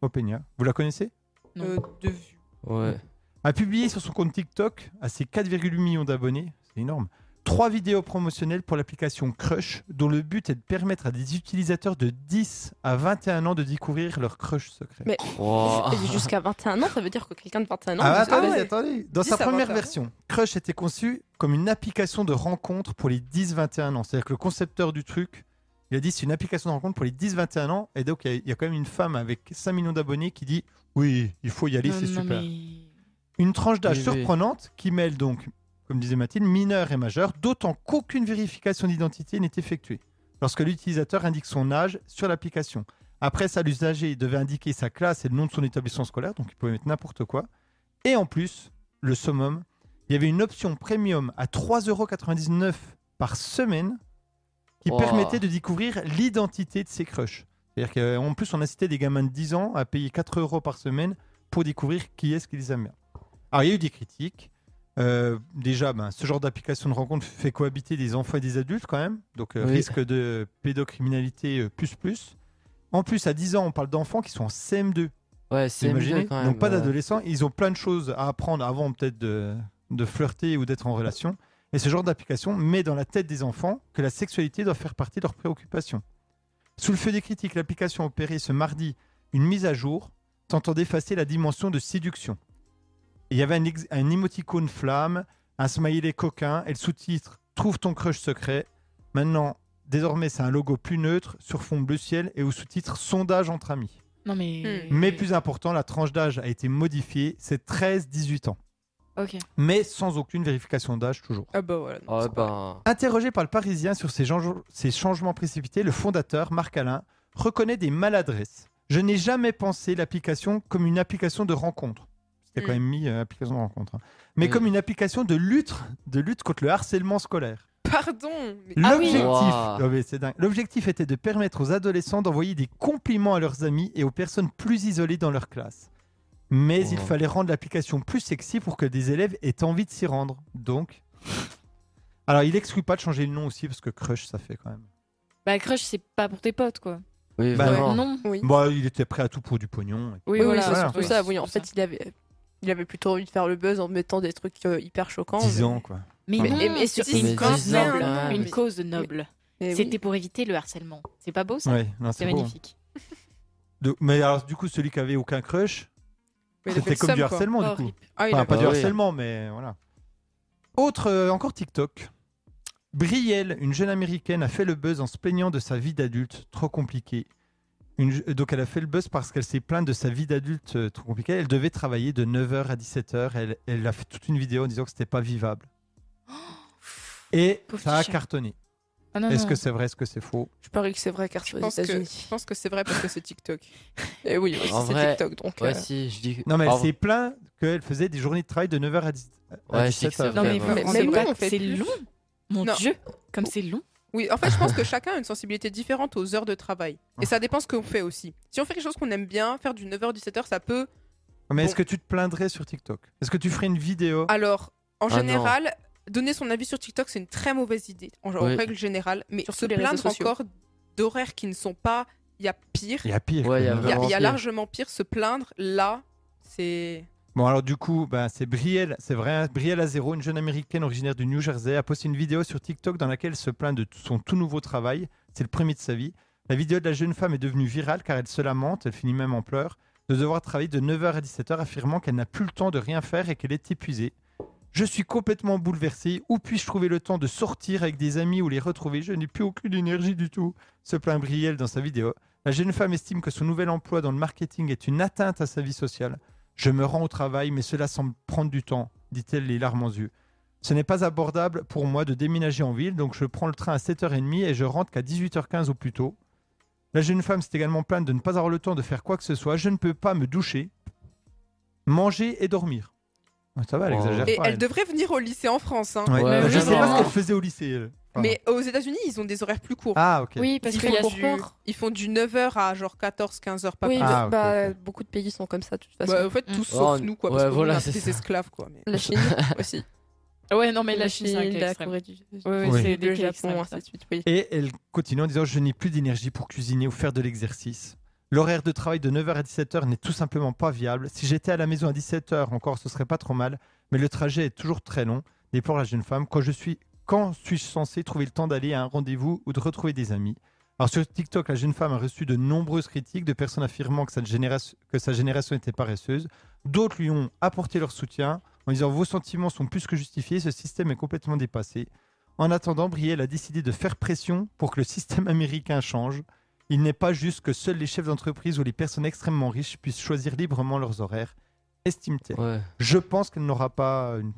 Speaker 1: Openia, vous la connaissez
Speaker 3: Non.
Speaker 4: Euh, de vue.
Speaker 2: Ouais.
Speaker 1: a publié sur son compte TikTok, à ses 4,8 millions d'abonnés, c'est énorme, trois vidéos promotionnelles pour l'application Crush, dont le but est de permettre à des utilisateurs de 10 à 21 ans de découvrir leur crush secret.
Speaker 5: Mais-
Speaker 1: Oh.
Speaker 2: Wow.
Speaker 5: Jus- Jusqu'à 21 ans, ça veut dire que quelqu'un de 21 ans.
Speaker 1: Ah,
Speaker 5: vous-
Speaker 1: attendez,
Speaker 5: ah ouais.
Speaker 1: attendez. Dans
Speaker 4: 10
Speaker 1: sa
Speaker 4: à 21
Speaker 1: première
Speaker 4: ans.
Speaker 1: version, Crush était conçu comme une application de rencontre pour les 10-21 ans. C'est-à-dire que le concepteur du truc, il a dit c'est une application de rencontre pour les 10-21 ans. Et donc, il y a- il y, a quand même une femme avec 5 millions d'abonnés qui dit oui, il faut y aller,
Speaker 3: Non,
Speaker 1: c'est
Speaker 3: non,
Speaker 1: super.
Speaker 3: mais-
Speaker 1: Une tranche d'âge
Speaker 2: Oui, oui.
Speaker 1: surprenante qui mêle donc, comme disait Mathilde, mineur et majeur, d'autant qu'aucune vérification d'identité n'est effectuée lorsque l'utilisateur indique son âge sur l'application. Après ça, l'usager devait indiquer sa classe et le nom de son établissement scolaire, donc il pouvait mettre n'importe quoi. Et en plus, le summum, il y avait une option premium à 3,99€ par semaine qui
Speaker 2: Wow.
Speaker 1: permettait de découvrir l'identité de ses crushs. C'est-à-dire qu'en plus, on incitait des gamins de 10 ans à payer 4 euros par semaine pour découvrir qui est-ce qui les aime bien. Alors, Ah, il y a eu des critiques. Euh, déjà, ben, ce genre d'application de rencontre fait cohabiter des enfants et des adultes quand même, donc euh,
Speaker 2: Oui.
Speaker 1: risque de pédocriminalité euh, plus plus. En plus, à 10 ans, on parle d'enfants qui sont en CM2,
Speaker 2: Ouais, c'est
Speaker 1: imaginez
Speaker 2: mieux quand même. euh.
Speaker 1: Donc pas
Speaker 2: ouais.
Speaker 1: d'adolescents, ils ont plein de choses à apprendre avant peut-être de, de flirter ou d'être en relation. Et ce genre d'application met dans la tête des enfants que la sexualité doit faire partie de leurs préoccupations. Sous le feu des critiques, l'application a opéré ce mardi une mise à jour tentant d'effacer la dimension de séduction. Et Il y avait un, ex- un émoticône flamme, un smiley coquin et le sous-titre Trouve ton crush secret. Maintenant, désormais, c'est un logo plus neutre sur fond bleu ciel et au sous-titre Sondage entre amis.
Speaker 3: Non, mais.
Speaker 1: Mais plus important, la tranche d'âge a été modifiée, c'est 13-18 ans,
Speaker 3: Ok.
Speaker 1: mais sans aucune vérification d'âge toujours.
Speaker 4: Ah bah
Speaker 1: Oh.
Speaker 4: voilà. non,
Speaker 2: Ah
Speaker 4: c'est pas vrai.
Speaker 2: ben.
Speaker 1: Interrogé par le Parisien sur ces, change- ces changements précipités, le fondateur, Marc Alain, reconnaît des maladresses. Je n'ai jamais pensé l'application comme une application de rencontre. C'était quand
Speaker 4: Mm.
Speaker 1: même mis euh, application de rencontre. hein. Mais
Speaker 2: Mm.
Speaker 1: comme une application de lutte, de lutte contre le harcèlement scolaire.
Speaker 4: Pardon. mais-
Speaker 3: Ah oui.
Speaker 1: L'objectif, Ah
Speaker 2: Ouah.
Speaker 1: oui, c'est dingue. L'objectif était de permettre aux adolescents d'envoyer des compliments à leurs amis et aux personnes plus isolées dans leur classe. Mais il
Speaker 2: Ouah.
Speaker 1: fallait rendre l'application plus sexy pour que des élèves aient envie de s'y rendre. Donc, alors il exclut pas de changer le nom aussi parce que crush ça fait quand même.
Speaker 3: Bah, Crush, c'est pas pour tes potes, quoi.
Speaker 2: Oui,
Speaker 1: Bah,
Speaker 2: vraiment.
Speaker 3: Non.
Speaker 5: Oui.
Speaker 1: Bah, il était prêt à tout pour du pognon.
Speaker 5: Oui, oui,
Speaker 3: voilà,
Speaker 5: c'est
Speaker 1: voilà.
Speaker 5: surtout
Speaker 1: Oui,
Speaker 5: ça. Oui, en fait, il avait, il avait plutôt envie de faire le buzz en mettant des trucs euh, hyper choquants.
Speaker 1: 10 ans quoi.
Speaker 3: Mais,
Speaker 2: Mais-
Speaker 3: non,
Speaker 5: et- et
Speaker 3: c'était
Speaker 5: surtout,
Speaker 3: une
Speaker 2: mais
Speaker 3: cause
Speaker 2: dix ans,
Speaker 3: noble.
Speaker 2: quand même.
Speaker 3: Une cause noble.
Speaker 5: Mais oui.
Speaker 3: C'était pour éviter le harcèlement. C'est pas beau, ça
Speaker 1: Ouais, non, c'est
Speaker 3: C'est
Speaker 1: hein. beau.
Speaker 3: magnifique.
Speaker 1: De- Mais alors du coup celui qui avait aucun crush,
Speaker 4: Mais il a fait
Speaker 1: c'était
Speaker 4: le
Speaker 1: comme
Speaker 4: seum,
Speaker 1: du
Speaker 4: quoi.
Speaker 1: harcèlement du coup.
Speaker 3: Horrible.
Speaker 4: Ah, il
Speaker 1: Enfin,
Speaker 4: a
Speaker 1: pas
Speaker 2: pas
Speaker 1: du
Speaker 2: de-
Speaker 1: harcèlement, mais voilà. Autre, euh, encore TikTok. Brielle, une jeune américaine, a fait le buzz en se plaignant de sa vie d'adulte trop compliquée. Une je- donc elle a fait le buzz parce qu'elle s'est plainte de sa vie d'adulte euh, trop compliquée. Elle devait travailler de 9h à 17h. Elle, elle a fait toute une vidéo en disant que c'était pas vivable. Et
Speaker 3: Pauvre
Speaker 1: ça a
Speaker 3: petit chat.
Speaker 1: cartonné.
Speaker 3: Ah non,
Speaker 1: Est-ce
Speaker 3: non.
Speaker 1: que c'est vrai Est-ce que c'est faux
Speaker 5: Je parie que c'est vrai car c'est
Speaker 4: Je
Speaker 5: aux
Speaker 4: pense, que,
Speaker 5: États-Unis.
Speaker 4: je pense que c'est vrai parce que c'est TikTok.
Speaker 5: Et oui, aussi,
Speaker 2: En
Speaker 5: c'est
Speaker 2: vrai,
Speaker 5: TikTok donc.
Speaker 2: Ouais,
Speaker 5: euh,
Speaker 2: si, je dis.
Speaker 1: Non, mais
Speaker 2: Ah,
Speaker 1: elle s'est plaint qu'elle faisait des journées de travail de 9h à 10 à
Speaker 2: Ouais, je dis que
Speaker 1: 17
Speaker 2: c'est
Speaker 1: heures.
Speaker 2: vrai.
Speaker 3: Non, mais
Speaker 2: Vraiment.
Speaker 3: mais-
Speaker 4: En
Speaker 3: mais
Speaker 4: vrai,
Speaker 3: pas
Speaker 4: on
Speaker 3: que
Speaker 4: fait
Speaker 3: c'est
Speaker 4: plus.
Speaker 3: long. Bah, Mon
Speaker 4: Non.
Speaker 3: Dieu, comme c'est long.
Speaker 4: Oui, en fait, je pense que chacun a une sensibilité différente aux heures de travail. Et ça dépend ce qu'on fait aussi. Si on fait quelque chose qu'on aime bien, faire du 9h-17h, ça peut.
Speaker 1: Mais est-ce
Speaker 4: Bon.
Speaker 1: que tu te plaindrais sur TikTok Est-ce que tu ferais une vidéo
Speaker 4: Alors, en
Speaker 2: Ah
Speaker 4: général, donner son avis sur TikTok, c'est une très mauvaise idée, en, en
Speaker 2: Oui.
Speaker 4: règle générale. Mais
Speaker 5: Surtout
Speaker 4: se
Speaker 5: les réseaux
Speaker 4: plaindre
Speaker 5: sociaux.
Speaker 4: encore d'horaires qui ne sont pas. Il y a pire.
Speaker 1: Il y a pire.
Speaker 2: Ouais,
Speaker 1: que
Speaker 2: il y a
Speaker 1: neuf
Speaker 4: Il y
Speaker 1: heures.
Speaker 4: a, il y a
Speaker 2: pire.
Speaker 4: largement pire. Se plaindre, là, c'est.
Speaker 1: Bon, alors du coup, ben, c'est Brielle, c'est vrai, hein, Brielle Azero, une jeune américaine originaire du New Jersey, a posté une vidéo sur TikTok dans laquelle elle se plaint de t- son tout nouveau travail. C'est le premier de sa vie. La vidéo de la jeune femme est devenue virale car elle se lamente, elle finit même en pleurs, de devoir travailler de 9h à 17h, affirmant qu'elle n'a plus le temps de rien faire et qu'elle est épuisée. Je suis complètement bouleversée. Où puis-je trouver le temps de sortir avec des amis ou les retrouver Je n'ai plus aucune énergie du tout, se plaint Brielle dans sa vidéo. La jeune femme estime que son nouvel emploi dans le marketing est une atteinte à sa vie sociale. Je me rends au travail, mais cela semble prendre du temps, dit-elle les larmes aux yeux. Ce n'est pas abordable pour moi de déménager en ville, donc je prends le train à 7h30 et je rentre qu'à 18h15 au plus tôt. La jeune femme s'est également plainte de ne pas avoir le temps de faire quoi que ce soit. Je ne peux pas me doucher, manger et dormir. Ah, Ça va, elle
Speaker 2: Oh.
Speaker 1: exagère
Speaker 4: Et
Speaker 1: pas.
Speaker 4: elle devrait venir au lycée en France. hein.
Speaker 1: Ouais.
Speaker 2: Ouais,
Speaker 1: Je sais pas
Speaker 2: vraiment.
Speaker 1: ce qu'elle faisait au lycée. elle. Enfin.
Speaker 4: Mais aux États-Unis, ils ont des horaires plus courts.
Speaker 1: Ah, ok.
Speaker 3: Oui, parce
Speaker 4: Ils
Speaker 3: qu'il y a
Speaker 4: font
Speaker 3: du
Speaker 4: du- Ils font du 9h à genre 14-15h, pas
Speaker 5: Oui,
Speaker 4: plus.
Speaker 1: Ah,
Speaker 5: bah,
Speaker 1: ok,
Speaker 5: bah,
Speaker 1: ok.
Speaker 5: beaucoup de pays sont comme ça de toute façon.
Speaker 4: Bah, en fait, tous
Speaker 3: Mm.
Speaker 4: sauf
Speaker 2: Oh,
Speaker 4: nous, quoi.
Speaker 2: ouais,
Speaker 4: parce qu'on
Speaker 2: voilà,
Speaker 4: est un
Speaker 2: c'est
Speaker 4: peu
Speaker 2: ça.
Speaker 4: des esclaves, quoi. mais-
Speaker 5: la Chine aussi.
Speaker 3: Ah Ouais, non, mais la Chine, c'est un
Speaker 5: Chine,
Speaker 3: cas
Speaker 5: la
Speaker 3: extrême.
Speaker 5: Corée du Sud,
Speaker 3: Ouais,
Speaker 1: ouais,
Speaker 3: c'est des
Speaker 5: le
Speaker 3: cas
Speaker 5: Japon,
Speaker 3: extrêmes,
Speaker 5: ainsi
Speaker 3: ça.
Speaker 5: de suite. Oui.
Speaker 1: Et elle continue en disant Je n'ai plus d'énergie pour cuisiner ou faire de l'exercice. L'horaire de travail de 9h à 17h n'est tout simplement pas viable. Si j'étais à la maison à 17h encore, ce serait pas trop mal, mais le trajet est toujours très long, déplore la jeune femme. Quand je suis quand suis-je censé trouver le temps d'aller à un rendez-vous ou de retrouver des amis Alors sur TikTok, la jeune femme a reçu de nombreuses critiques de personnes affirmant que sa génération, que sa génération était paresseuse. D'autres lui ont apporté leur soutien en disant vos sentiments sont plus que justifiés, ce système est complètement dépassé. En attendant, Brielle a décidé de faire pression pour que le système américain change. Il n'est pas juste que seuls les chefs d'entreprise ou les personnes extrêmement riches puissent choisir librement leurs horaires, estime-t-elle.
Speaker 2: Ouais.
Speaker 1: Je pense qu'elle n'aura pas une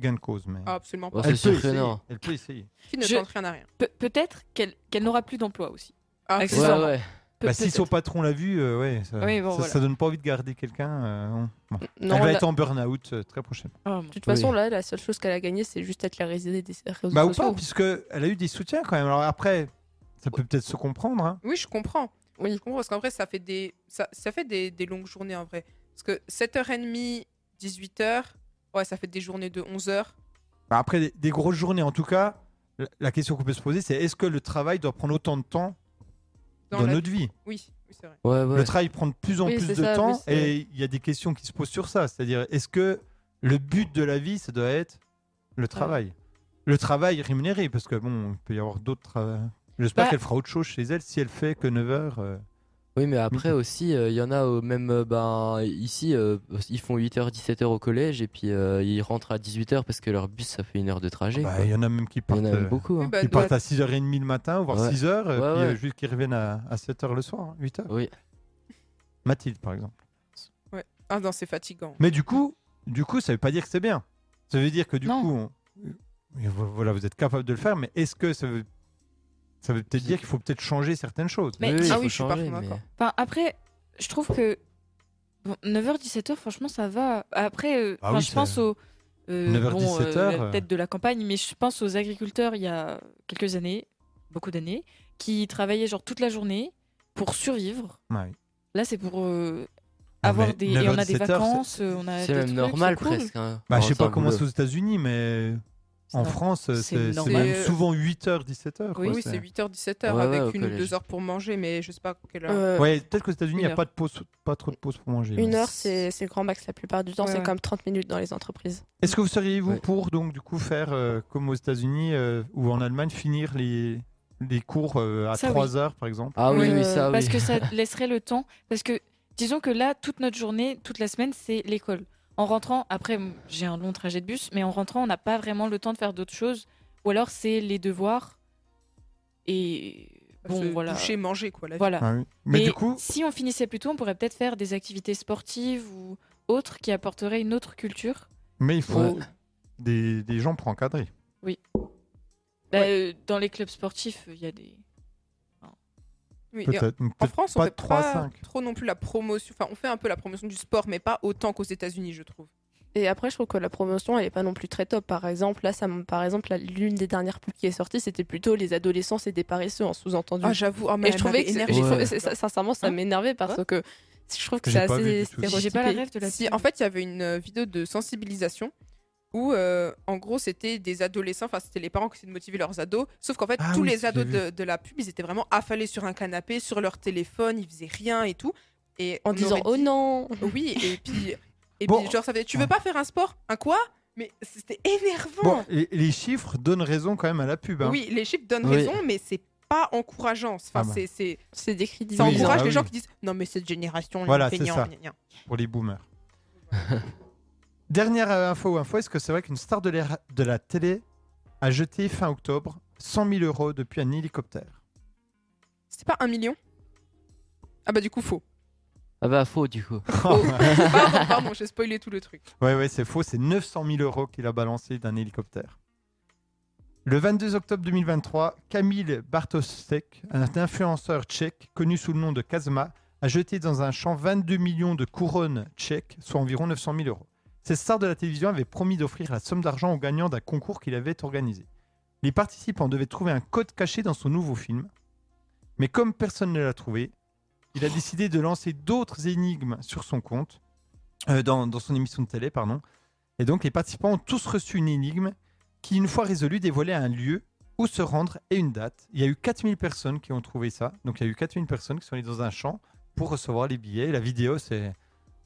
Speaker 1: gain de cause, mais
Speaker 4: Ah, absolument pas.
Speaker 2: Ouais,
Speaker 1: elle,
Speaker 2: c'est
Speaker 1: peut
Speaker 2: sûr que
Speaker 1: essayer.
Speaker 2: non.
Speaker 1: elle peut essayer.
Speaker 4: Qui ne
Speaker 3: Je-
Speaker 4: tente rien à rien.
Speaker 3: Pe- Peut-être qu'elle qu'elle n'aura plus d'emploi aussi.
Speaker 4: Ah,
Speaker 3: Ouais,
Speaker 2: Ouais,
Speaker 4: ça.
Speaker 2: ouais.
Speaker 3: Pe-
Speaker 1: Bah, si
Speaker 3: peut-être.
Speaker 1: son patron l'a vu, euh, ouais, ça,
Speaker 3: Oui, bon,
Speaker 1: ça-
Speaker 3: voilà.
Speaker 1: ça donne pas envie de garder quelqu'un. euh, non. Bon.
Speaker 5: Non,
Speaker 1: elle va
Speaker 5: la-
Speaker 1: être en burn-out euh, très prochainement.
Speaker 3: Oh, mon
Speaker 5: de toute façon,
Speaker 2: Oui.
Speaker 5: là, la seule chose qu'elle a gagnée, c'est juste être la résidée des réseaux
Speaker 1: Bah ou
Speaker 5: sociaux.
Speaker 1: pas, puisque elle a eu des soutiens quand même. Alors après, ça peut peut-être se comprendre. hein.
Speaker 4: Oui, je comprends.
Speaker 5: Oui.
Speaker 4: Je comprends parce qu'en vrai, ça fait des, ça, ça fait des, des longues journées en vrai. Parce que 7h30, 18h, ouais, ça fait des journées de 11h.
Speaker 1: Bah, après des, des grosses journées, en tout cas, la, la question qu'on peut se poser, c'est est-ce que le travail doit prendre autant de temps dans,
Speaker 4: Dans la...
Speaker 1: notre vie
Speaker 4: Oui, oui c'est vrai.
Speaker 2: Ouais, ouais.
Speaker 1: Le travail prend de plus en
Speaker 5: Oui,
Speaker 1: plus de
Speaker 5: c'est ça,
Speaker 1: temps
Speaker 5: oui, c'est-
Speaker 1: et il y a des questions qui se posent sur ça. C'est-à-dire, est-ce que le but de la vie, ça doit être le travail Le travail rémunéré, parce que bon, il peut y avoir d'autres. tra- J'espère
Speaker 3: Bah-
Speaker 1: qu'elle fera autre chose chez elle si elle fait que 9 heures. euh.
Speaker 2: Oui, mais après
Speaker 1: Mm.
Speaker 2: aussi, il y en a au même. euh, ben, ici, euh, ils font 8h, 17h au collège et puis euh, ils rentrent à 18h parce que leur bus, ça fait une heure de
Speaker 1: Bah,
Speaker 2: trajet.
Speaker 1: Il
Speaker 2: quoi.
Speaker 1: y en a même qui
Speaker 2: Il y
Speaker 1: partent,
Speaker 2: en a
Speaker 1: euh,
Speaker 2: beaucoup.
Speaker 4: Oui,
Speaker 2: hein.
Speaker 4: bah,
Speaker 1: qui
Speaker 4: doit-
Speaker 1: partent à 6h30 le matin, voire
Speaker 2: Ouais.
Speaker 1: 6h,
Speaker 2: Ouais,
Speaker 1: puis euh,
Speaker 2: ouais.
Speaker 1: juste qu'ils reviennent à, 7h le soir, 8h.
Speaker 2: Oui.
Speaker 1: Mathilde, par exemple.
Speaker 4: Ah non, c'est fatigant.
Speaker 1: Mais du coup, du coup, ça veut pas dire que c'est bien. Ça veut dire que du
Speaker 3: Non.
Speaker 1: coup, on- Et vo- voilà, vous êtes capable de le faire, mais est-ce que ça veut, ça veut peut-être dire qu'il faut peut-être changer certaines choses
Speaker 3: bah, Mais-
Speaker 2: oui, oui,
Speaker 4: Ah
Speaker 2: faut
Speaker 4: oui, je suis
Speaker 2: changer,
Speaker 4: parfaitement
Speaker 2: mais-
Speaker 4: d'accord.
Speaker 3: Enfin, après, je trouve que 9h-17h, franchement, ça va. Après, euh,
Speaker 1: Ah
Speaker 3: enfin,
Speaker 1: oui,
Speaker 3: je
Speaker 1: ça-
Speaker 3: pense aux. euh,
Speaker 1: 9h,
Speaker 3: bon, euh,
Speaker 1: 17h,
Speaker 3: la
Speaker 1: euh.
Speaker 3: tête de la campagne, mais je pense aux agriculteurs il y a quelques années, beaucoup d'années, qui travaillaient genre toute la journée pour survivre.
Speaker 1: Ouais.
Speaker 3: Là, c'est pour euh,
Speaker 1: Ah,
Speaker 3: avoir
Speaker 1: mais
Speaker 3: des. Et on a des
Speaker 1: 9h, 17h,
Speaker 3: vacances, euh, on a.
Speaker 2: C'est
Speaker 3: des
Speaker 2: même
Speaker 3: trucs,
Speaker 2: normal
Speaker 3: cool.
Speaker 2: presque. hein.
Speaker 1: Bah, je sais
Speaker 2: Enfin,
Speaker 1: pas comment
Speaker 2: c'est
Speaker 1: c'est
Speaker 2: un
Speaker 1: aux États-Unis, mais
Speaker 3: C'est
Speaker 1: en
Speaker 3: normal.
Speaker 1: France,
Speaker 3: c'est
Speaker 1: c'est c'est
Speaker 3: normal.
Speaker 1: même souvent 8h, 17h.
Speaker 3: Oui,
Speaker 4: Oui, c'est 8h, 17h
Speaker 2: Ouais, ouais,
Speaker 4: avec
Speaker 2: au
Speaker 4: une ou
Speaker 2: collège.
Speaker 4: deux heures pour manger, mais je sais pas quelle heure.
Speaker 5: Euh,
Speaker 1: Ouais, peut-être qu'aux États-Unis, il n'y
Speaker 5: Une
Speaker 1: a
Speaker 5: heure.
Speaker 1: pas, de pause, pas trop de pause pour manger.
Speaker 5: Une
Speaker 1: ouais.
Speaker 5: heure, c'est c'est le grand max la plupart du temps.
Speaker 4: Ouais,
Speaker 5: c'est
Speaker 4: ouais.
Speaker 5: comme 30 minutes dans les entreprises.
Speaker 1: Est-ce que vous seriez, vous,
Speaker 2: Ouais.
Speaker 1: pour donc, du coup, faire euh, comme aux États-Unis euh, ou en Allemagne, finir les, les cours euh, à
Speaker 3: Ça,
Speaker 1: 3 heures, par exemple
Speaker 2: Ah oui,
Speaker 5: Euh,
Speaker 2: oui, ça, oui.
Speaker 3: Parce que ça laisserait le temps. Parce que disons que là, toute notre journée, toute la semaine, c'est l'école. En rentrant, après, m- j'ai un long trajet de bus, mais en rentrant, on n'a pas vraiment le temps de faire d'autres choses. Ou alors, c'est les devoirs. Et bon,
Speaker 4: Se
Speaker 3: voilà.
Speaker 4: Doucher, manger, quoi. La vie.
Speaker 3: Voilà.
Speaker 1: Ah oui. Mais
Speaker 3: Et
Speaker 1: du coup,
Speaker 3: si on finissait plus tôt, on pourrait peut-être faire des activités sportives ou autres qui apporteraient une autre culture.
Speaker 1: mais il faut
Speaker 2: Ouais.
Speaker 1: des, des gens pour encadrer.
Speaker 3: Bah, euh, dans les clubs sportifs, il y a des.
Speaker 4: Oui, et en-
Speaker 1: Peut-être. mais
Speaker 4: en
Speaker 1: peut-être
Speaker 4: France, on
Speaker 1: pas
Speaker 4: fait pas
Speaker 1: 3-5.
Speaker 4: trop non plus la promotion. Enfin, on fait un peu la promotion du sport, mais pas autant qu'aux États-Unis, je trouve.
Speaker 5: Et après, je trouve que la promotion, elle est pas non plus très top. Par exemple, là, ça, me- par exemple, là, l'une des dernières pubs qui est sortie, c'était plutôt les adolescents et des paresseux, en sous-entendu.
Speaker 4: Ah, j'avoue. Ah, mais
Speaker 5: et je
Speaker 4: elle
Speaker 5: trouvais
Speaker 4: m'avait
Speaker 5: que c'est-
Speaker 4: énervée.
Speaker 5: j'ai
Speaker 2: Ouais.
Speaker 5: trouvé- c'est- ça- sincèrement, ça
Speaker 3: Hein
Speaker 5: m'énervait parce que je trouve que
Speaker 1: J'ai
Speaker 5: c'est
Speaker 1: pas vu
Speaker 5: assez
Speaker 1: du tout. J'ai
Speaker 5: stéréotypé.
Speaker 3: J'ai pas la rêve de la
Speaker 4: Si, en fait, il y avait une euh, vidéo de sensibilisation où, euh, en gros, c'était des adolescents, enfin, c'était les parents qui essayaient de motiver leurs ados. Sauf qu'en fait,
Speaker 1: Ah
Speaker 4: tous
Speaker 1: oui,
Speaker 4: les
Speaker 1: j'ai
Speaker 4: ados
Speaker 1: vu.
Speaker 4: de, de la pub, ils étaient vraiment affalés sur un canapé, sur leur téléphone, ils faisaient rien et tout. Et
Speaker 5: En
Speaker 4: on
Speaker 5: disant
Speaker 4: aurait
Speaker 5: oh
Speaker 4: dit-
Speaker 5: non
Speaker 4: Oui, et puis, et
Speaker 1: Bon.
Speaker 4: puis genre, ça faisait Tu veux pas faire un sport Un quoi Mais c'était énervant
Speaker 1: Bon, les, les chiffres donnent raison quand même à la pub. hein.
Speaker 4: Oui, les chiffres donnent
Speaker 2: Oui.
Speaker 4: raison, mais c'est pas encourageant. Enfin,
Speaker 1: Ah bah.
Speaker 4: c'est, c'est-
Speaker 5: C'est décrit
Speaker 4: ça
Speaker 1: Oui,
Speaker 4: encourage
Speaker 1: ah
Speaker 4: les
Speaker 1: oui.
Speaker 4: gens qui disent Non, mais cette génération, les
Speaker 1: Voilà, c'est
Speaker 4: feignants,
Speaker 1: ça.
Speaker 4: gna gna.
Speaker 1: pour les boomers. Dernière euh, info ou info, est-ce que c'est vrai qu'une star de, l'air- de la télé a jeté fin octobre 100 000 euros depuis un hélicoptère
Speaker 4: C'était pas un million Ah, bah, du coup, faux.
Speaker 2: Ah bah faux du coup.
Speaker 4: Oh. pardon, pardon, j'ai spoilé tout le truc.
Speaker 1: Ouais, ouais, c'est faux, c'est 900 000 euros qu'il a balancé d'un hélicoptère. Le 22 octobre 2023, Kamil Bartosek, un influenceur tchèque connu sous le nom de Kazma, a jeté dans un champ 22 millions de couronnes tchèques, soit environ 900 000 euros. Cette star de la télévision avait promis d'offrir la somme d'argent aux gagnants d'un concours qu'il avait organisé. Les participants devaient trouver un code caché dans son nouveau film, mais comme personne ne l'a trouvé, il a décidé de lancer d'autres énigmes sur son compte, euh, dans, dans son émission de télé, pardon. Et donc les participants ont tous reçu une énigme qui, une fois résolue, dévoilait un lieu où se rendre et une date. Il y a eu 4000 personnes qui ont trouvé ça. Donc il y a eu 4000 personnes qui sont allées dans un champ pour recevoir les billets. Et la vidéo, c'est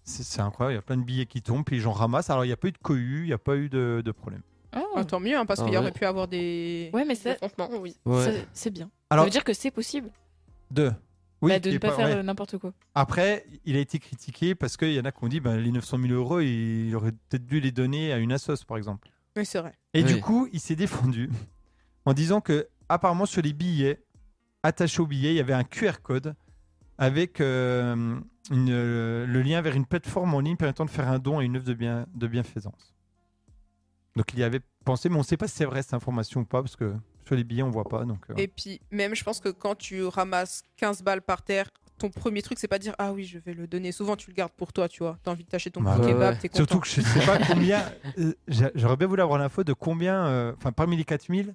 Speaker 1: c'est c'est incroyable. Il y a plein de billets qui tombent, puis les gens ramassent. Alors il n'y a pas eu de cohue, il n'y a pas eu de, de problème.
Speaker 4: Ah, tant mieux, hein, parce
Speaker 2: Ah
Speaker 4: qu'il y
Speaker 2: ouais.
Speaker 4: aurait pu avoir des.
Speaker 3: Oh. Ouais, mais ça,
Speaker 5: Franchement, oui.
Speaker 2: Ouais.
Speaker 3: ça- c'est bien.
Speaker 1: Alors-
Speaker 3: Ça veut dire que c'est possible
Speaker 1: Deux. Oui,
Speaker 3: Bah, de
Speaker 1: il
Speaker 3: ne
Speaker 1: est
Speaker 3: pas,
Speaker 1: pas-
Speaker 3: faire
Speaker 1: ouais.
Speaker 3: euh, n'importe quoi.
Speaker 1: Après, il a été critiqué parce qu'il y en a qui ont dit ben, les 900 000 euros, il aurait peut-être dû les donner à une assoce, par exemple.
Speaker 4: Oui, c'est vrai.
Speaker 1: Et du
Speaker 2: Oui.
Speaker 1: coup, il s'est défendu en disant que, apparemment, sur les billets, attachés aux billets, il y avait un QR code avec euh, une, euh, le lien vers une plateforme en ligne permettant de faire un don à une œuvre de, bien, de bienfaisance. Donc, il y avait pensé, mais on ne sait pas si c'est vrai cette information ou pas, parce que sur les billets, on ne voit pas. Donc, euh,
Speaker 4: Et puis, même, je pense que quand tu ramasses 15 balles par terre, ton premier truc, c'est pas de dire Ah oui, je vais le donner. Souvent, tu le gardes pour toi, tu vois. T'as envie de t'acheter ton
Speaker 1: Bah
Speaker 4: petit
Speaker 2: ouais,
Speaker 4: kebab,
Speaker 2: ouais.
Speaker 4: t'es content.
Speaker 1: Surtout que je ne sais pas combien. euh, j'a- J'aurais bien voulu avoir l'info de combien, euh, enfin, parmi les 4000,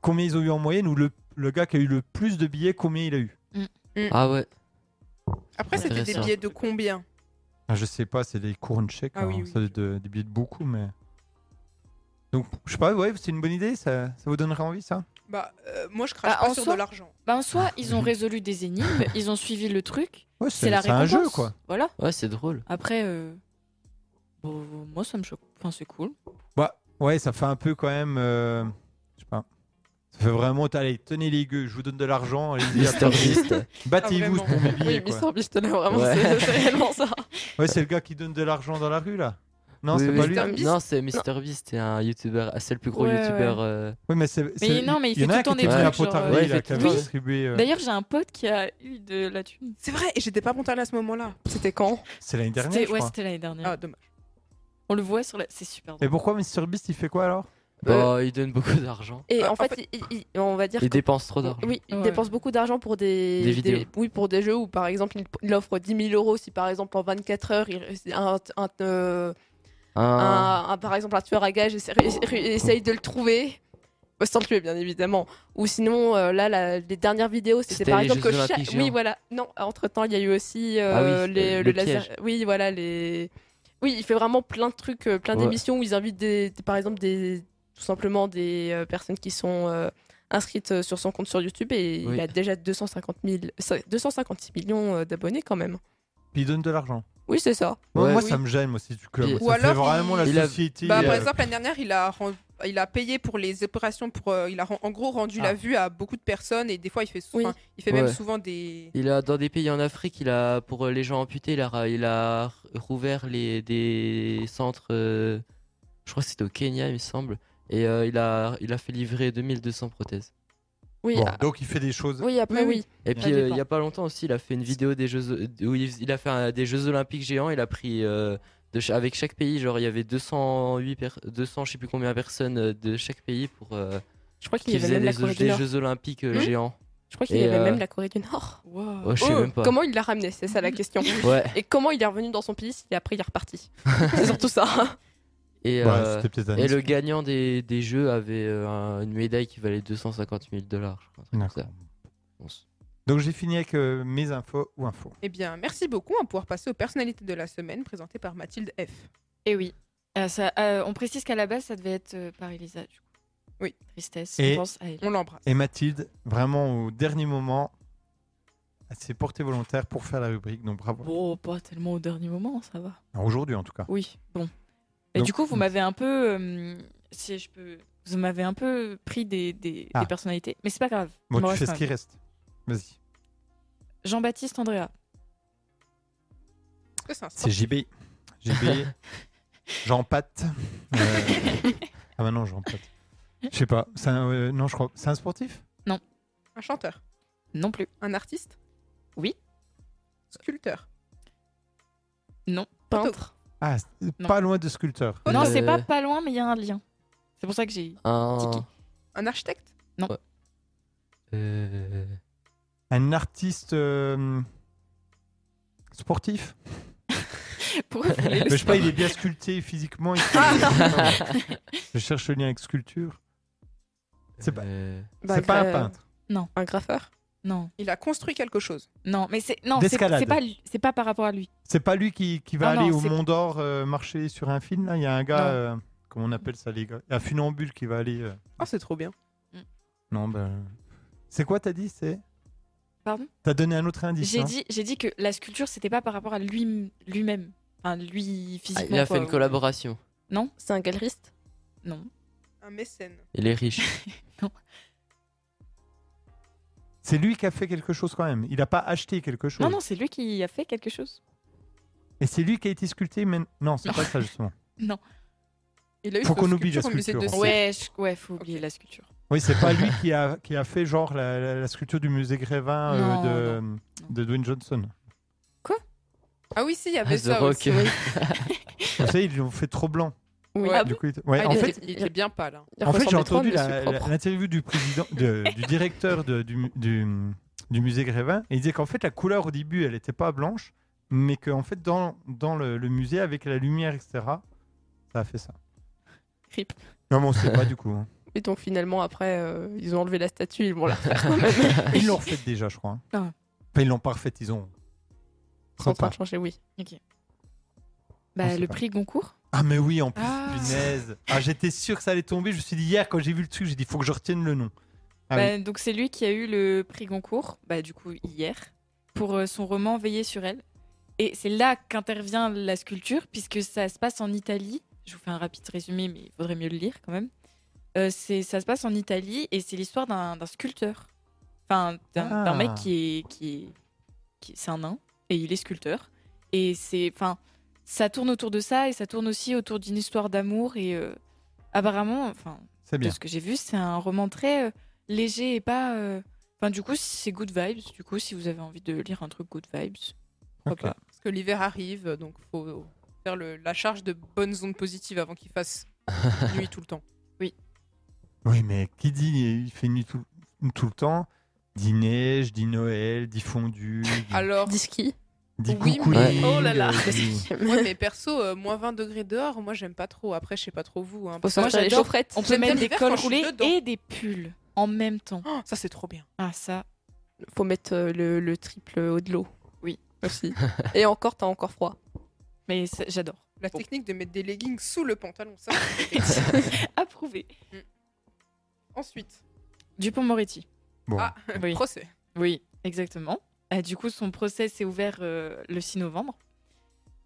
Speaker 1: combien ils ont eu en moyenne, ou le, le gars qui a eu le plus de billets, combien il a eu.
Speaker 2: Ah ouais.
Speaker 4: Après, c'était des
Speaker 2: Intéressant.
Speaker 4: billets de combien
Speaker 1: Ah, Je sais pas, c'est des couronnes chèques,
Speaker 4: Ah
Speaker 1: hein.
Speaker 4: oui, oui.
Speaker 1: ça doit être de- des billets de beaucoup, mais. Donc, je sais pas, ouais, c'est une bonne idée, ça, ça vous donnerait envie, ça
Speaker 4: Bah, euh, moi, je crache
Speaker 3: Bah,
Speaker 4: pas
Speaker 3: en
Speaker 4: sur
Speaker 3: soi-
Speaker 4: de l'argent.
Speaker 3: Bah, en soi, ils ont
Speaker 1: Mhm.
Speaker 3: résolu des énigmes, ils ont suivi le truc.
Speaker 1: Ouais,
Speaker 3: C'est la
Speaker 1: un
Speaker 3: récompense.
Speaker 1: jeu, quoi.
Speaker 3: Voilà.
Speaker 2: Ouais c'est drôle.
Speaker 3: Après, euh, bon, moi, ça me choque. Enfin, c'est cool.
Speaker 1: Bah, ouais, ça fait un peu quand même. euh, Je sais pas. Ça fait vraiment, t'as- allez, tenez les gueux, je vous donne de l'argent, allez-y,
Speaker 2: Mister
Speaker 1: attendez,
Speaker 2: Beast.
Speaker 1: battez-vous
Speaker 4: Ah,
Speaker 1: pour mes
Speaker 5: Oui,
Speaker 1: billets, quoi.
Speaker 5: Mister Beast, là, vraiment,
Speaker 2: Ouais.
Speaker 5: c'est c'est réellement ça.
Speaker 1: Ouais, c'est le gars qui donne de l'argent dans la rue, là. Non,
Speaker 2: Oui,
Speaker 1: c'est
Speaker 2: oui.
Speaker 1: pas lui.
Speaker 4: Mister Beast
Speaker 2: Non c'est Mister Beast, c'est un youtubeur, ah, c'est le plus gros
Speaker 3: Ouais, ouais.
Speaker 2: youtubeur. euh,
Speaker 1: Oui, mais c'est. c'est-
Speaker 3: non, mais il
Speaker 1: y en
Speaker 3: fait
Speaker 1: a
Speaker 3: tout
Speaker 1: qui était
Speaker 3: le temps
Speaker 2: des
Speaker 1: venu à
Speaker 3: trucs, genre, euh,
Speaker 1: Pontarlier,
Speaker 2: ouais, il
Speaker 1: là,
Speaker 2: fait
Speaker 1: qui
Speaker 2: tout
Speaker 1: avait
Speaker 2: le temps.
Speaker 1: distribué, euh,
Speaker 3: D'ailleurs, j'ai un pote qui a eu de la thune.
Speaker 4: C'est vrai, et j'étais pas montagne à ce moment-là.
Speaker 5: C'était quand
Speaker 1: C'est l'année dernière,
Speaker 3: C'était
Speaker 1: je
Speaker 3: ouais,
Speaker 1: crois.
Speaker 3: c'était l'année dernière.
Speaker 4: Ah, dommage.
Speaker 3: On le voit sur la. C'est super
Speaker 1: Mais
Speaker 3: drôle.
Speaker 1: pourquoi Mr Beast, il fait quoi alors
Speaker 2: Bah il donne beaucoup d'argent.
Speaker 5: Et
Speaker 4: Ah,
Speaker 5: en
Speaker 4: en
Speaker 5: fait, il- il- on va dire
Speaker 2: Il
Speaker 5: que-
Speaker 2: dépense trop d'argent.
Speaker 5: Oui, il
Speaker 3: Ouais.
Speaker 5: dépense beaucoup d'argent pour des,
Speaker 2: Des vidéos.
Speaker 5: oui, pour des jeux où, par exemple, il, il offre 10 000 euros si, par exemple, en 24 heures, il, un, un- euh,
Speaker 2: Un-
Speaker 5: un- un- par exemple, un tueur à gage essaie, essaye de le trouver. Euh, Sans le tuer, bien évidemment. Ou sinon, euh, là, la- les dernières vidéos, c'était
Speaker 2: C'était
Speaker 5: par
Speaker 2: les
Speaker 5: exemple
Speaker 2: Jeux
Speaker 5: que
Speaker 2: Olympiques
Speaker 5: chaque-
Speaker 2: géants.
Speaker 5: Oui, voilà. Non, entre-temps, il y a eu aussi
Speaker 2: Ah
Speaker 5: euh,
Speaker 2: oui,
Speaker 5: les,
Speaker 2: euh,
Speaker 5: le
Speaker 2: le
Speaker 5: laser.
Speaker 2: piège.
Speaker 5: Oui, voilà, les. Oui, il fait vraiment plein de trucs, euh, plein
Speaker 2: Ouais.
Speaker 5: d'émissions où ils invitent, des, des- par exemple, des, tout simplement des euh, personnes qui sont euh, inscrites euh, sur son compte sur YouTube et
Speaker 2: Oui.
Speaker 5: il a déjà 250 000, ça- 256 millions euh, d'abonnés quand même.
Speaker 1: Puis il donne de l'argent.
Speaker 5: Oui, c'est ça.
Speaker 1: Moi,
Speaker 2: Ouais.
Speaker 1: moi,
Speaker 4: Oui.
Speaker 1: ça me gêne aussi du
Speaker 2: Et-
Speaker 1: club.
Speaker 4: Ou
Speaker 1: ça fait
Speaker 4: alors,
Speaker 1: vraiment la
Speaker 2: il- il a-
Speaker 1: société.
Speaker 4: Bah, par
Speaker 1: euh,
Speaker 4: exemple, l'année dernière, il a, ren- il a payé pour les opérations, pour, euh, il a ren- en gros rendu
Speaker 1: Ah.
Speaker 4: la vue à beaucoup de personnes et des fois, il fait, sou-
Speaker 5: Oui.
Speaker 4: enfin, il fait
Speaker 2: Ouais.
Speaker 4: même souvent des.
Speaker 2: Il a dans des pays en Afrique, il a pour euh, les gens amputés, il a, ra- il a r- rouvert les des centres. euh, je crois que c'était au Kenya, il me semble. Et euh, il a il a fait livrer 2200 prothèses.
Speaker 5: Oui,
Speaker 1: bon,
Speaker 5: ah,
Speaker 1: donc il fait des choses.
Speaker 5: oui après,
Speaker 4: Oui,
Speaker 5: oui.
Speaker 2: Et puis
Speaker 3: Ça
Speaker 2: euh, il
Speaker 3: dépend.
Speaker 2: y a pas longtemps aussi, il a fait une vidéo des jeux où il, il a fait un- des jeux olympiques géants. Il a pris euh, de cha- avec chaque pays, genre il y avait 208 per- 200 je sais plus combien de personnes euh, de chaque pays pour euh,
Speaker 5: Je crois qu'il y
Speaker 2: qui
Speaker 5: avait
Speaker 2: faisait
Speaker 5: même la
Speaker 2: des,
Speaker 5: Corée du
Speaker 2: des
Speaker 5: Nord.
Speaker 2: Jeux Olympiques euh,
Speaker 5: Hmm
Speaker 2: géants.
Speaker 5: Je crois qu'il y
Speaker 2: Et,
Speaker 5: avait
Speaker 2: euh,
Speaker 5: même la Corée du Nord.
Speaker 2: Oh, je sais
Speaker 5: Oh,
Speaker 2: même pas.
Speaker 5: Comment il l'a ramené C'est ça la question.
Speaker 2: Ouais.
Speaker 5: Et comment il est revenu dans son pays Et après, il est reparti. C'est surtout ça.
Speaker 2: Et,
Speaker 1: Ouais,
Speaker 2: euh,
Speaker 1: Bah, c'était peut-être un
Speaker 2: et le
Speaker 1: escroc.
Speaker 2: gagnant des, des jeux avait euh, un- une médaille qui valait 250 000 dollars, je crois. un truc comme ça.
Speaker 1: D'accord.
Speaker 2: On s-
Speaker 1: Donc j'ai fini avec euh, mes infos ou infos.
Speaker 4: Eh bien, merci beaucoup. On va pouvoir passer aux personnalités de la semaine présentées par Mathilde F.
Speaker 3: Et oui. Euh, ça, euh, on précise qu'à la base, ça devait être euh, par Elisa, du coup.
Speaker 4: Oui.
Speaker 3: Tristesse,
Speaker 1: Et-
Speaker 3: on pense à elle.
Speaker 4: On l'embrasse.
Speaker 1: Et Mathilde, vraiment au dernier moment, elle s'est portée volontaire pour faire la rubrique, donc bravo.
Speaker 3: Bon, pas tellement au dernier moment, ça va.
Speaker 1: Alors, Aujourd'hui en tout cas.
Speaker 3: Oui, bon. Et
Speaker 1: Donc-
Speaker 3: du coup, vous m'avez un peu, euh, si je peux, vous m'avez un peu pris des, des,
Speaker 1: Ah.
Speaker 3: des personnalités, mais c'est pas grave.
Speaker 1: Bon,
Speaker 3: Il m'en
Speaker 1: tu
Speaker 3: reste
Speaker 1: fais
Speaker 3: quand
Speaker 1: ce qui reste. Vas-y.
Speaker 3: même. Jean-Baptiste Andrea,
Speaker 4: Est-ce que c'est un
Speaker 1: C'est
Speaker 4: sport
Speaker 1: JB. JB. Jean Pat. Euh, Ah bah non, Jean Pat. Je sais pas. C'est un, euh, non, je crois. C'est un sportif
Speaker 4: Un chanteur
Speaker 3: non plus.
Speaker 4: Un artiste
Speaker 3: Oui.
Speaker 4: Sculpteur
Speaker 5: Peintre.
Speaker 1: Ah, c'est-
Speaker 3: Non.
Speaker 1: pas loin de sculpteur.
Speaker 2: Euh,
Speaker 3: Non, c'est pas pas loin, mais il y a un lien. C'est pour ça que j'ai.
Speaker 2: Un.
Speaker 3: Tiki.
Speaker 4: Un architecte
Speaker 2: euh,
Speaker 1: Un artiste euh, sportif
Speaker 3: Pourquoi vous voulez le
Speaker 1: Mais Je sais Ah pas,
Speaker 3: sport
Speaker 1: il est bien sculpté physiquement. il- je cherche le lien avec sculpture. C'est pas,
Speaker 2: euh,
Speaker 5: Bah,
Speaker 1: c'est pas un
Speaker 5: gra-
Speaker 1: peintre.
Speaker 5: Un graffeur.
Speaker 3: Non,
Speaker 4: Il a construit quelque chose.
Speaker 3: non, mais c'est non, c'est c'est
Speaker 1: D'escalade.
Speaker 3: pas lui- c'est pas par rapport à lui.
Speaker 1: C'est pas lui qui, qui va
Speaker 3: Non,
Speaker 1: aller
Speaker 3: Ah non,
Speaker 1: au
Speaker 3: c'est-
Speaker 1: Mont d'Or euh, marcher sur un film. Là, il y a un gars,
Speaker 3: Non.
Speaker 1: euh, comment on appelle ça, les gars Un funambule qui va aller. euh,
Speaker 4: Oh, c'est trop bien.
Speaker 1: Non, ben. C'est quoi, t'as dit C'est.
Speaker 3: Pardon
Speaker 1: T'as donné un autre indice.
Speaker 3: J'ai
Speaker 1: hein
Speaker 3: dit j'ai dit que la sculpture c'était pas par rapport à lui lui-même, enfin lui
Speaker 2: ah,
Speaker 3: physiquement.
Speaker 2: il a
Speaker 3: quoi,
Speaker 5: hein.
Speaker 2: fait une
Speaker 3: ou-
Speaker 2: collaboration.
Speaker 5: C'est un galeriste.
Speaker 3: Non,
Speaker 4: Un mécène.
Speaker 2: Il est riche.
Speaker 1: C'est lui qui a fait quelque chose quand même. Il a pas acheté quelque chose.
Speaker 3: non, non, c'est lui qui a fait quelque chose.
Speaker 1: Et c'est lui qui a été sculpté, mais non, c'est pas ça justement.
Speaker 4: Il a eu
Speaker 1: Faut
Speaker 4: sa
Speaker 1: qu'on oublie la
Speaker 4: sculpture au musée de
Speaker 1: sculpture. hein.
Speaker 4: Cirque.
Speaker 3: Ouais, je- ouais, faut oublier
Speaker 4: Ok.
Speaker 3: la sculpture.
Speaker 1: Oui, c'est pas lui qui a, qui a fait genre la, la- la sculpture du musée Grévin euh,
Speaker 3: Non,
Speaker 1: de, de Dwayne Johnson.
Speaker 4: Ah oui, si, il y avait
Speaker 2: The
Speaker 4: ça
Speaker 2: Rock.
Speaker 4: aussi.
Speaker 1: Vous savez, ils l'ont fait trop blanc.
Speaker 5: Oui.
Speaker 4: Ah
Speaker 1: Du coup, il- ouais,
Speaker 4: Ah,
Speaker 1: en
Speaker 4: il,
Speaker 1: fait,
Speaker 4: était, il était bien pâle. hein.
Speaker 5: Il
Speaker 1: en fait j'ai
Speaker 5: ressemblait trop à
Speaker 1: entendu
Speaker 5: Monsieur
Speaker 1: la- la-
Speaker 5: Propre.
Speaker 1: l'interview du président, de- du directeur de- du, mu- du, du musée Grévin. Et il disait qu'en fait, la couleur au début, elle n'était pas blanche, mais qu'en fait, dans, dans le, le musée, avec la lumière, etc., ça a fait ça.
Speaker 3: Rip.
Speaker 1: Non, mais on sait pas du coup. hein.
Speaker 5: Et donc finalement, après, euh, ils ont enlevé la statue, ils vont la
Speaker 1: Ils l'ont refaite déjà, je crois. hein.
Speaker 3: Ah.
Speaker 1: Enfin, ils l'ont pas refaite, ils ont.
Speaker 5: ils sont en train de changer, oui.
Speaker 1: On
Speaker 3: Bah,
Speaker 1: sait
Speaker 3: le
Speaker 1: pas.
Speaker 3: prix Goncourt.
Speaker 1: Ah mais oui, en plus,
Speaker 3: Ah.
Speaker 1: punaise. Ah, j'étais sûr que ça allait tomber. Je me suis dit hier, quand j'ai vu le truc, j'ai dit, faut que je retienne le nom. Ah
Speaker 3: Bah, Donc c'est lui qui a eu le prix Goncourt, bah, du coup hier, pour euh, son roman Veiller sur elle. Et c'est là qu'intervient la sculpture, puisque ça se passe en Italie. Je vous fais un rapide résumé, mais il faudrait mieux le lire quand même. Euh, c'est ça se passe en Italie et c'est l'histoire d'un d'un sculpteur, enfin d'un
Speaker 1: Ah.
Speaker 3: d'un mec qui est qui est qui- c'est un nain et il est sculpteur et c'est enfin ça tourne autour de ça et ça tourne aussi autour d'une histoire d'amour et euh, apparemment enfin
Speaker 1: C'est
Speaker 3: de
Speaker 1: bien.
Speaker 3: ce que j'ai vu, c'est un roman très euh, léger et pas. euh, Enfin, du coup, c'est Good Vibes. Du coup, si vous avez envie de lire un truc Good Vibes, pourquoi
Speaker 1: Ok.
Speaker 3: pas.
Speaker 4: Parce que l'hiver arrive, donc faut faire le- la charge de bonnes ondes positives avant qu'il fasse nuit tout le temps.
Speaker 1: Oui, mais qui dit, il fait nuit tout, tout le temps, dit neige, dit Noël, dit fondu, dit,
Speaker 4: Alors,
Speaker 5: Diski.
Speaker 1: dit
Speaker 4: oui,
Speaker 1: coucou.
Speaker 2: mais-
Speaker 5: Oh là là.
Speaker 4: ouais, mais perso, euh, moins 20 degrés dehors, moi j'aime pas trop. Après, je sais pas trop vous. hein.
Speaker 5: Faut sortir les
Speaker 3: j'adore.
Speaker 5: chaufferettes.
Speaker 3: On peut
Speaker 4: J'aime bien
Speaker 3: mettre des
Speaker 4: l'hiver quand je
Speaker 3: cols
Speaker 4: suis
Speaker 3: roulés
Speaker 4: dedans.
Speaker 3: et des pulls en même temps.
Speaker 4: Oh, ça, c'est trop bien.
Speaker 3: Ah, ça.
Speaker 5: Faut mettre euh, le, le triple haut de l'eau.
Speaker 3: Oui.
Speaker 5: Aussi. Et encore, t'as encore froid.
Speaker 3: Mais ça- j'adore.
Speaker 4: La
Speaker 3: Bon.
Speaker 4: technique de mettre des leggings sous le pantalon, ça.
Speaker 3: Approuvé.
Speaker 4: Ensuite,
Speaker 3: Dupont Moretti.
Speaker 1: Bon,
Speaker 4: Ah.
Speaker 3: Oui.
Speaker 4: procès.
Speaker 3: Oui, exactement. Ah, du coup, son procès s'est ouvert euh, le 6 novembre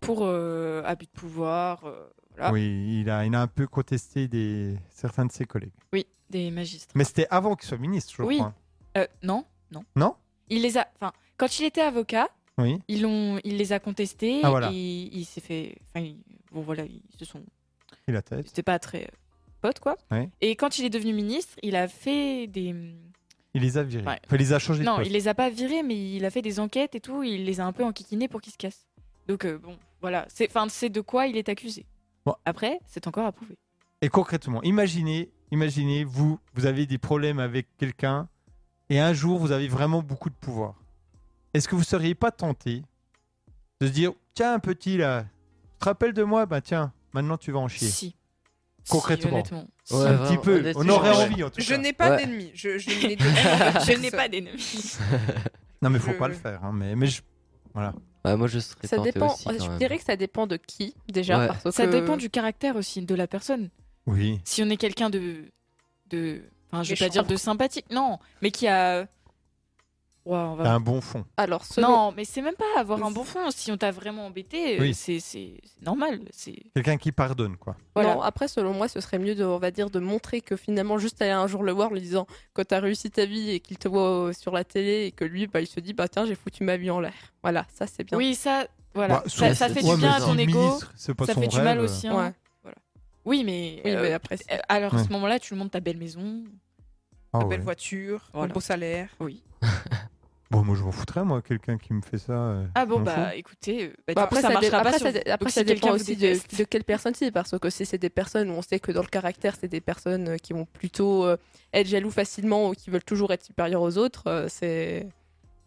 Speaker 3: pour euh, abus de pouvoir. euh, voilà.
Speaker 1: oui, il a, il a un peu contesté des, certains de ses collègues.
Speaker 3: Oui, des magistrats.
Speaker 1: Mais c'était avant qu'il soit ministre, je
Speaker 3: Oui.
Speaker 1: crois.
Speaker 3: Euh, non, non.
Speaker 1: Non
Speaker 3: Il les a. Enfin, quand il était avocat,
Speaker 1: Oui.
Speaker 3: Ils l'ont, il les a contestés
Speaker 1: Ah, voilà.
Speaker 3: et il s'est fait. Enfin, il- bon voilà, ils se sont.
Speaker 1: Il a tête.
Speaker 3: C'était pas très euh, potes quoi.
Speaker 1: Ouais.
Speaker 3: Et quand il est devenu ministre, il a fait des.
Speaker 1: Il les a virés.
Speaker 3: Ouais.
Speaker 1: Enfin, il les a changés
Speaker 3: Non,
Speaker 1: de
Speaker 3: il
Speaker 1: poste.
Speaker 3: les a pas virés, mais il a fait des enquêtes et tout. Il les a un peu enquiquinés pour qu'ils se cassent. Donc euh, bon, voilà. C'est, enfin, c'est de quoi il est accusé.
Speaker 1: Bon.
Speaker 3: Après, c'est encore à prouver.
Speaker 1: Et concrètement, imaginez, imaginez, vous, vous avez des problèmes avec quelqu'un et un jour, vous avez vraiment beaucoup de pouvoir. Est-ce que vous seriez pas tenté de se dire, tiens, petit, là, tu te rappelles de moi Bah tiens, maintenant tu vas en chier.
Speaker 3: Si.
Speaker 1: Concrètement.
Speaker 3: Si, honnêtement. Si.
Speaker 2: Ouais,
Speaker 1: un
Speaker 2: vraiment,
Speaker 1: petit peu,
Speaker 2: honnêtement,
Speaker 1: on aurait
Speaker 2: ouais.
Speaker 1: envie en tout
Speaker 4: Je
Speaker 1: cas.
Speaker 4: n'ai pas
Speaker 2: Ouais.
Speaker 4: d'ennemis. Je, je n'ai de-
Speaker 3: Je n'ai pas d'ennemis.
Speaker 1: Non, mais faut
Speaker 4: je-
Speaker 1: pas le faire. hein, mais, mais je-
Speaker 2: Bah, moi, je serais
Speaker 5: Ça
Speaker 2: tenté
Speaker 5: dépend.
Speaker 2: aussi. quand
Speaker 5: je
Speaker 2: même.
Speaker 5: dirais que ça dépend de qui déjà.
Speaker 2: Ouais.
Speaker 5: parce
Speaker 3: Ça
Speaker 5: que-
Speaker 3: dépend du caractère aussi de la personne.
Speaker 1: Oui.
Speaker 3: Si on est quelqu'un de. de... Enfin, je vais
Speaker 5: Méchant.
Speaker 3: pas dire de sympathique, non, mais qui a. Ouais, on va-
Speaker 1: T'as un bon fond.
Speaker 5: Alors selon.
Speaker 3: Non, mais c'est même pas avoir un bon fond. Si on t'a vraiment embêté, euh,
Speaker 1: Oui.
Speaker 3: c'est c'est- c'est normal. C'est
Speaker 1: Quelqu'un qui pardonne, quoi.
Speaker 3: voilà.
Speaker 5: Non, après, selon moi, ce serait mieux de, on va dire, de montrer que finalement, juste aller un jour le voir en lui disant quand t'as réussi ta vie et qu'il te voit euh, sur la télé et que lui, bah, il se dit, bah tiens, j'ai foutu ma vie en l'air. Voilà, ça c'est bien.
Speaker 3: Oui, ça, voilà.
Speaker 1: Bah,
Speaker 3: ça,
Speaker 1: sauf-
Speaker 3: ça fait
Speaker 1: ouais,
Speaker 3: du bien
Speaker 1: mais
Speaker 3: à ton
Speaker 1: si le
Speaker 3: ego.
Speaker 1: ministre, c'est pas
Speaker 3: Ça
Speaker 1: son
Speaker 3: fait du mal
Speaker 1: rêve,
Speaker 3: aussi. hein.
Speaker 5: Ouais.
Speaker 3: Oui, mais,
Speaker 5: Oui,
Speaker 3: euh,
Speaker 5: mais après, c'est-
Speaker 3: euh, alors à
Speaker 1: Ouais.
Speaker 3: ce moment-là, tu le montes ta belle maison.
Speaker 1: ah
Speaker 4: Une
Speaker 1: ouais.
Speaker 4: belle voiture, un
Speaker 3: Voilà.
Speaker 4: beau salaire.
Speaker 3: Oui.
Speaker 1: Bon, moi, je m'en foutrais, moi, quelqu'un qui me fait ça. euh,
Speaker 3: Ah bon,
Speaker 1: je m'en fous.
Speaker 3: bah écoutez, euh, bah, du
Speaker 5: Bah,
Speaker 3: coup,
Speaker 5: après,
Speaker 3: ça
Speaker 5: ça, dé-
Speaker 3: marchera
Speaker 5: après,
Speaker 3: pas
Speaker 5: ça
Speaker 3: sur
Speaker 5: dé-
Speaker 3: vous.
Speaker 5: après,
Speaker 3: Donc,
Speaker 5: ça
Speaker 3: si
Speaker 5: dépend
Speaker 3: quelqu'un vous
Speaker 5: aussi de,
Speaker 3: déteste-
Speaker 5: de quelle personne c'est, parce que si c'est des personnes où on sait que dans le caractère, c'est des personnes euh, qui vont plutôt euh, être jaloux facilement ou qui veulent toujours être supérieurs aux autres, euh, c'est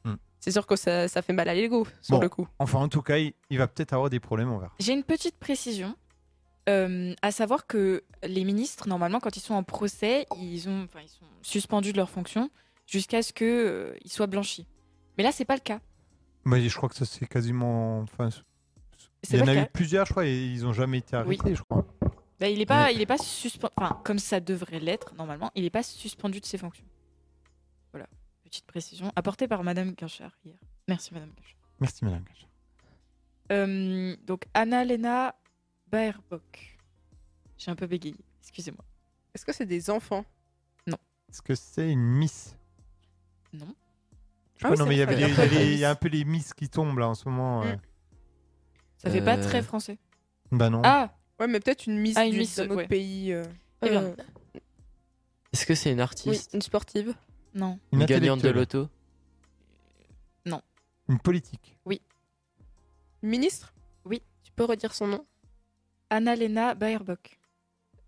Speaker 1: Hmm.
Speaker 5: c'est sûr que ça, ça fait mal à l'ego sur
Speaker 1: Bon.
Speaker 5: le coup.
Speaker 1: Enfin, en tout cas, il, il va peut-être avoir des problèmes, on verra.
Speaker 3: J'ai une petite précision, euh, à savoir que les ministres, normalement, quand ils sont en procès, ils, ont, enfin, ils sont suspendus de leurs fonctions jusqu'à ce qu'ils soient blanchis. Mais là, c'est pas le cas.
Speaker 1: Mais je crois que ça, c'est quasiment. Enfin, c-
Speaker 3: C'est
Speaker 1: il y
Speaker 3: pas
Speaker 1: en a
Speaker 3: le
Speaker 1: eu
Speaker 3: cas.
Speaker 1: plusieurs, je crois, et ils n'ont jamais été
Speaker 3: Oui.
Speaker 1: arrêtés, je crois.
Speaker 3: Bah, il est pas, il est pas suspendu, enfin, comme ça devrait l'être, normalement, il est pas suspendu de ses fonctions. Voilà, petite précision apportée par Madame Guinchard hier. Merci, Madame Guinchard.
Speaker 1: Merci, madame. Gage.
Speaker 3: Euh, donc Anna-Lena Baerbock. J'ai un peu bégayé, excusez-moi.
Speaker 4: Est-ce que c'est des enfants
Speaker 1: Est-ce que c'est une
Speaker 3: Ah
Speaker 1: miss
Speaker 3: Non.
Speaker 1: Je sais pas,
Speaker 4: Ah oui,
Speaker 1: non, mais il y,
Speaker 4: c'est
Speaker 1: avait des-
Speaker 4: vrai,
Speaker 1: il y
Speaker 4: c'est
Speaker 1: a
Speaker 4: vrai.
Speaker 1: des- il y a un peu les miss qui tombent, là, en ce moment.
Speaker 4: Mm.
Speaker 1: euh.
Speaker 3: Ça fait pas
Speaker 2: Euh,
Speaker 3: très français.
Speaker 1: Bah non.
Speaker 3: Ah,
Speaker 4: Ouais, mais peut-être une mise
Speaker 3: Ah, une
Speaker 4: du-
Speaker 3: miss,
Speaker 4: d'un autre
Speaker 3: ouais.
Speaker 4: pays. euh.
Speaker 3: Eh bien.
Speaker 5: Euh,
Speaker 2: Est-ce que c'est une
Speaker 5: oui,
Speaker 2: artiste
Speaker 5: une sportive.
Speaker 3: non.
Speaker 1: Une
Speaker 2: Une gagnante de
Speaker 1: intellectuelle.
Speaker 2: l'auto
Speaker 1: Une politique.
Speaker 4: Ministre
Speaker 5: Tu peux redire son nom
Speaker 3: Anna-Lena Baerbock.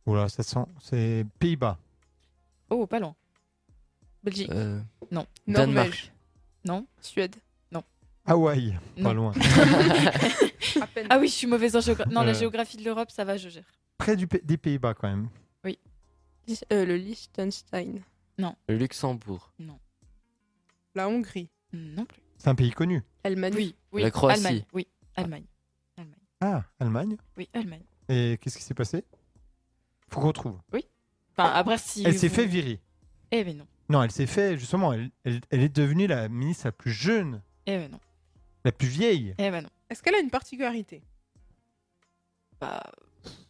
Speaker 1: Oula, ça sent. C'est Pays-Bas.
Speaker 3: Oh, pas loin. Belgique.
Speaker 2: Euh,
Speaker 3: Non.
Speaker 2: Danemark.
Speaker 5: Suède.
Speaker 1: Hawaï. Pas
Speaker 3: Non.
Speaker 1: loin.
Speaker 4: À peine.
Speaker 3: Ah oui, je suis mauvaise en géographie. Non, la
Speaker 1: Euh.
Speaker 3: géographie de l'Europe, ça va, je gère.
Speaker 1: Près du, pa- des Pays-Bas, quand même.
Speaker 5: Lis- euh, le Liechtenstein.
Speaker 2: Le Luxembourg.
Speaker 4: La Hongrie.
Speaker 3: Non plus.
Speaker 1: C'est un pays connu.
Speaker 5: Allemagne.
Speaker 3: Oui, oui.
Speaker 2: La Croatie.
Speaker 3: Allemagne. Oui, Allemagne.
Speaker 1: Ah, Allemagne.
Speaker 3: Oui, Allemagne.
Speaker 1: Et qu'est-ce qui s'est passé Faut qu'on retrouve.
Speaker 3: Enfin, après, si.
Speaker 1: Elle s'est
Speaker 3: vous-
Speaker 1: fait virer.
Speaker 3: Eh ben non.
Speaker 1: Non, elle s'est fait, justement, elle, elle- elle est devenue la ministre la plus jeune,
Speaker 3: Eh ben non.
Speaker 1: la plus vieille,
Speaker 3: Eh ben non.
Speaker 4: Est-ce qu'elle a une particularité
Speaker 3: Bah,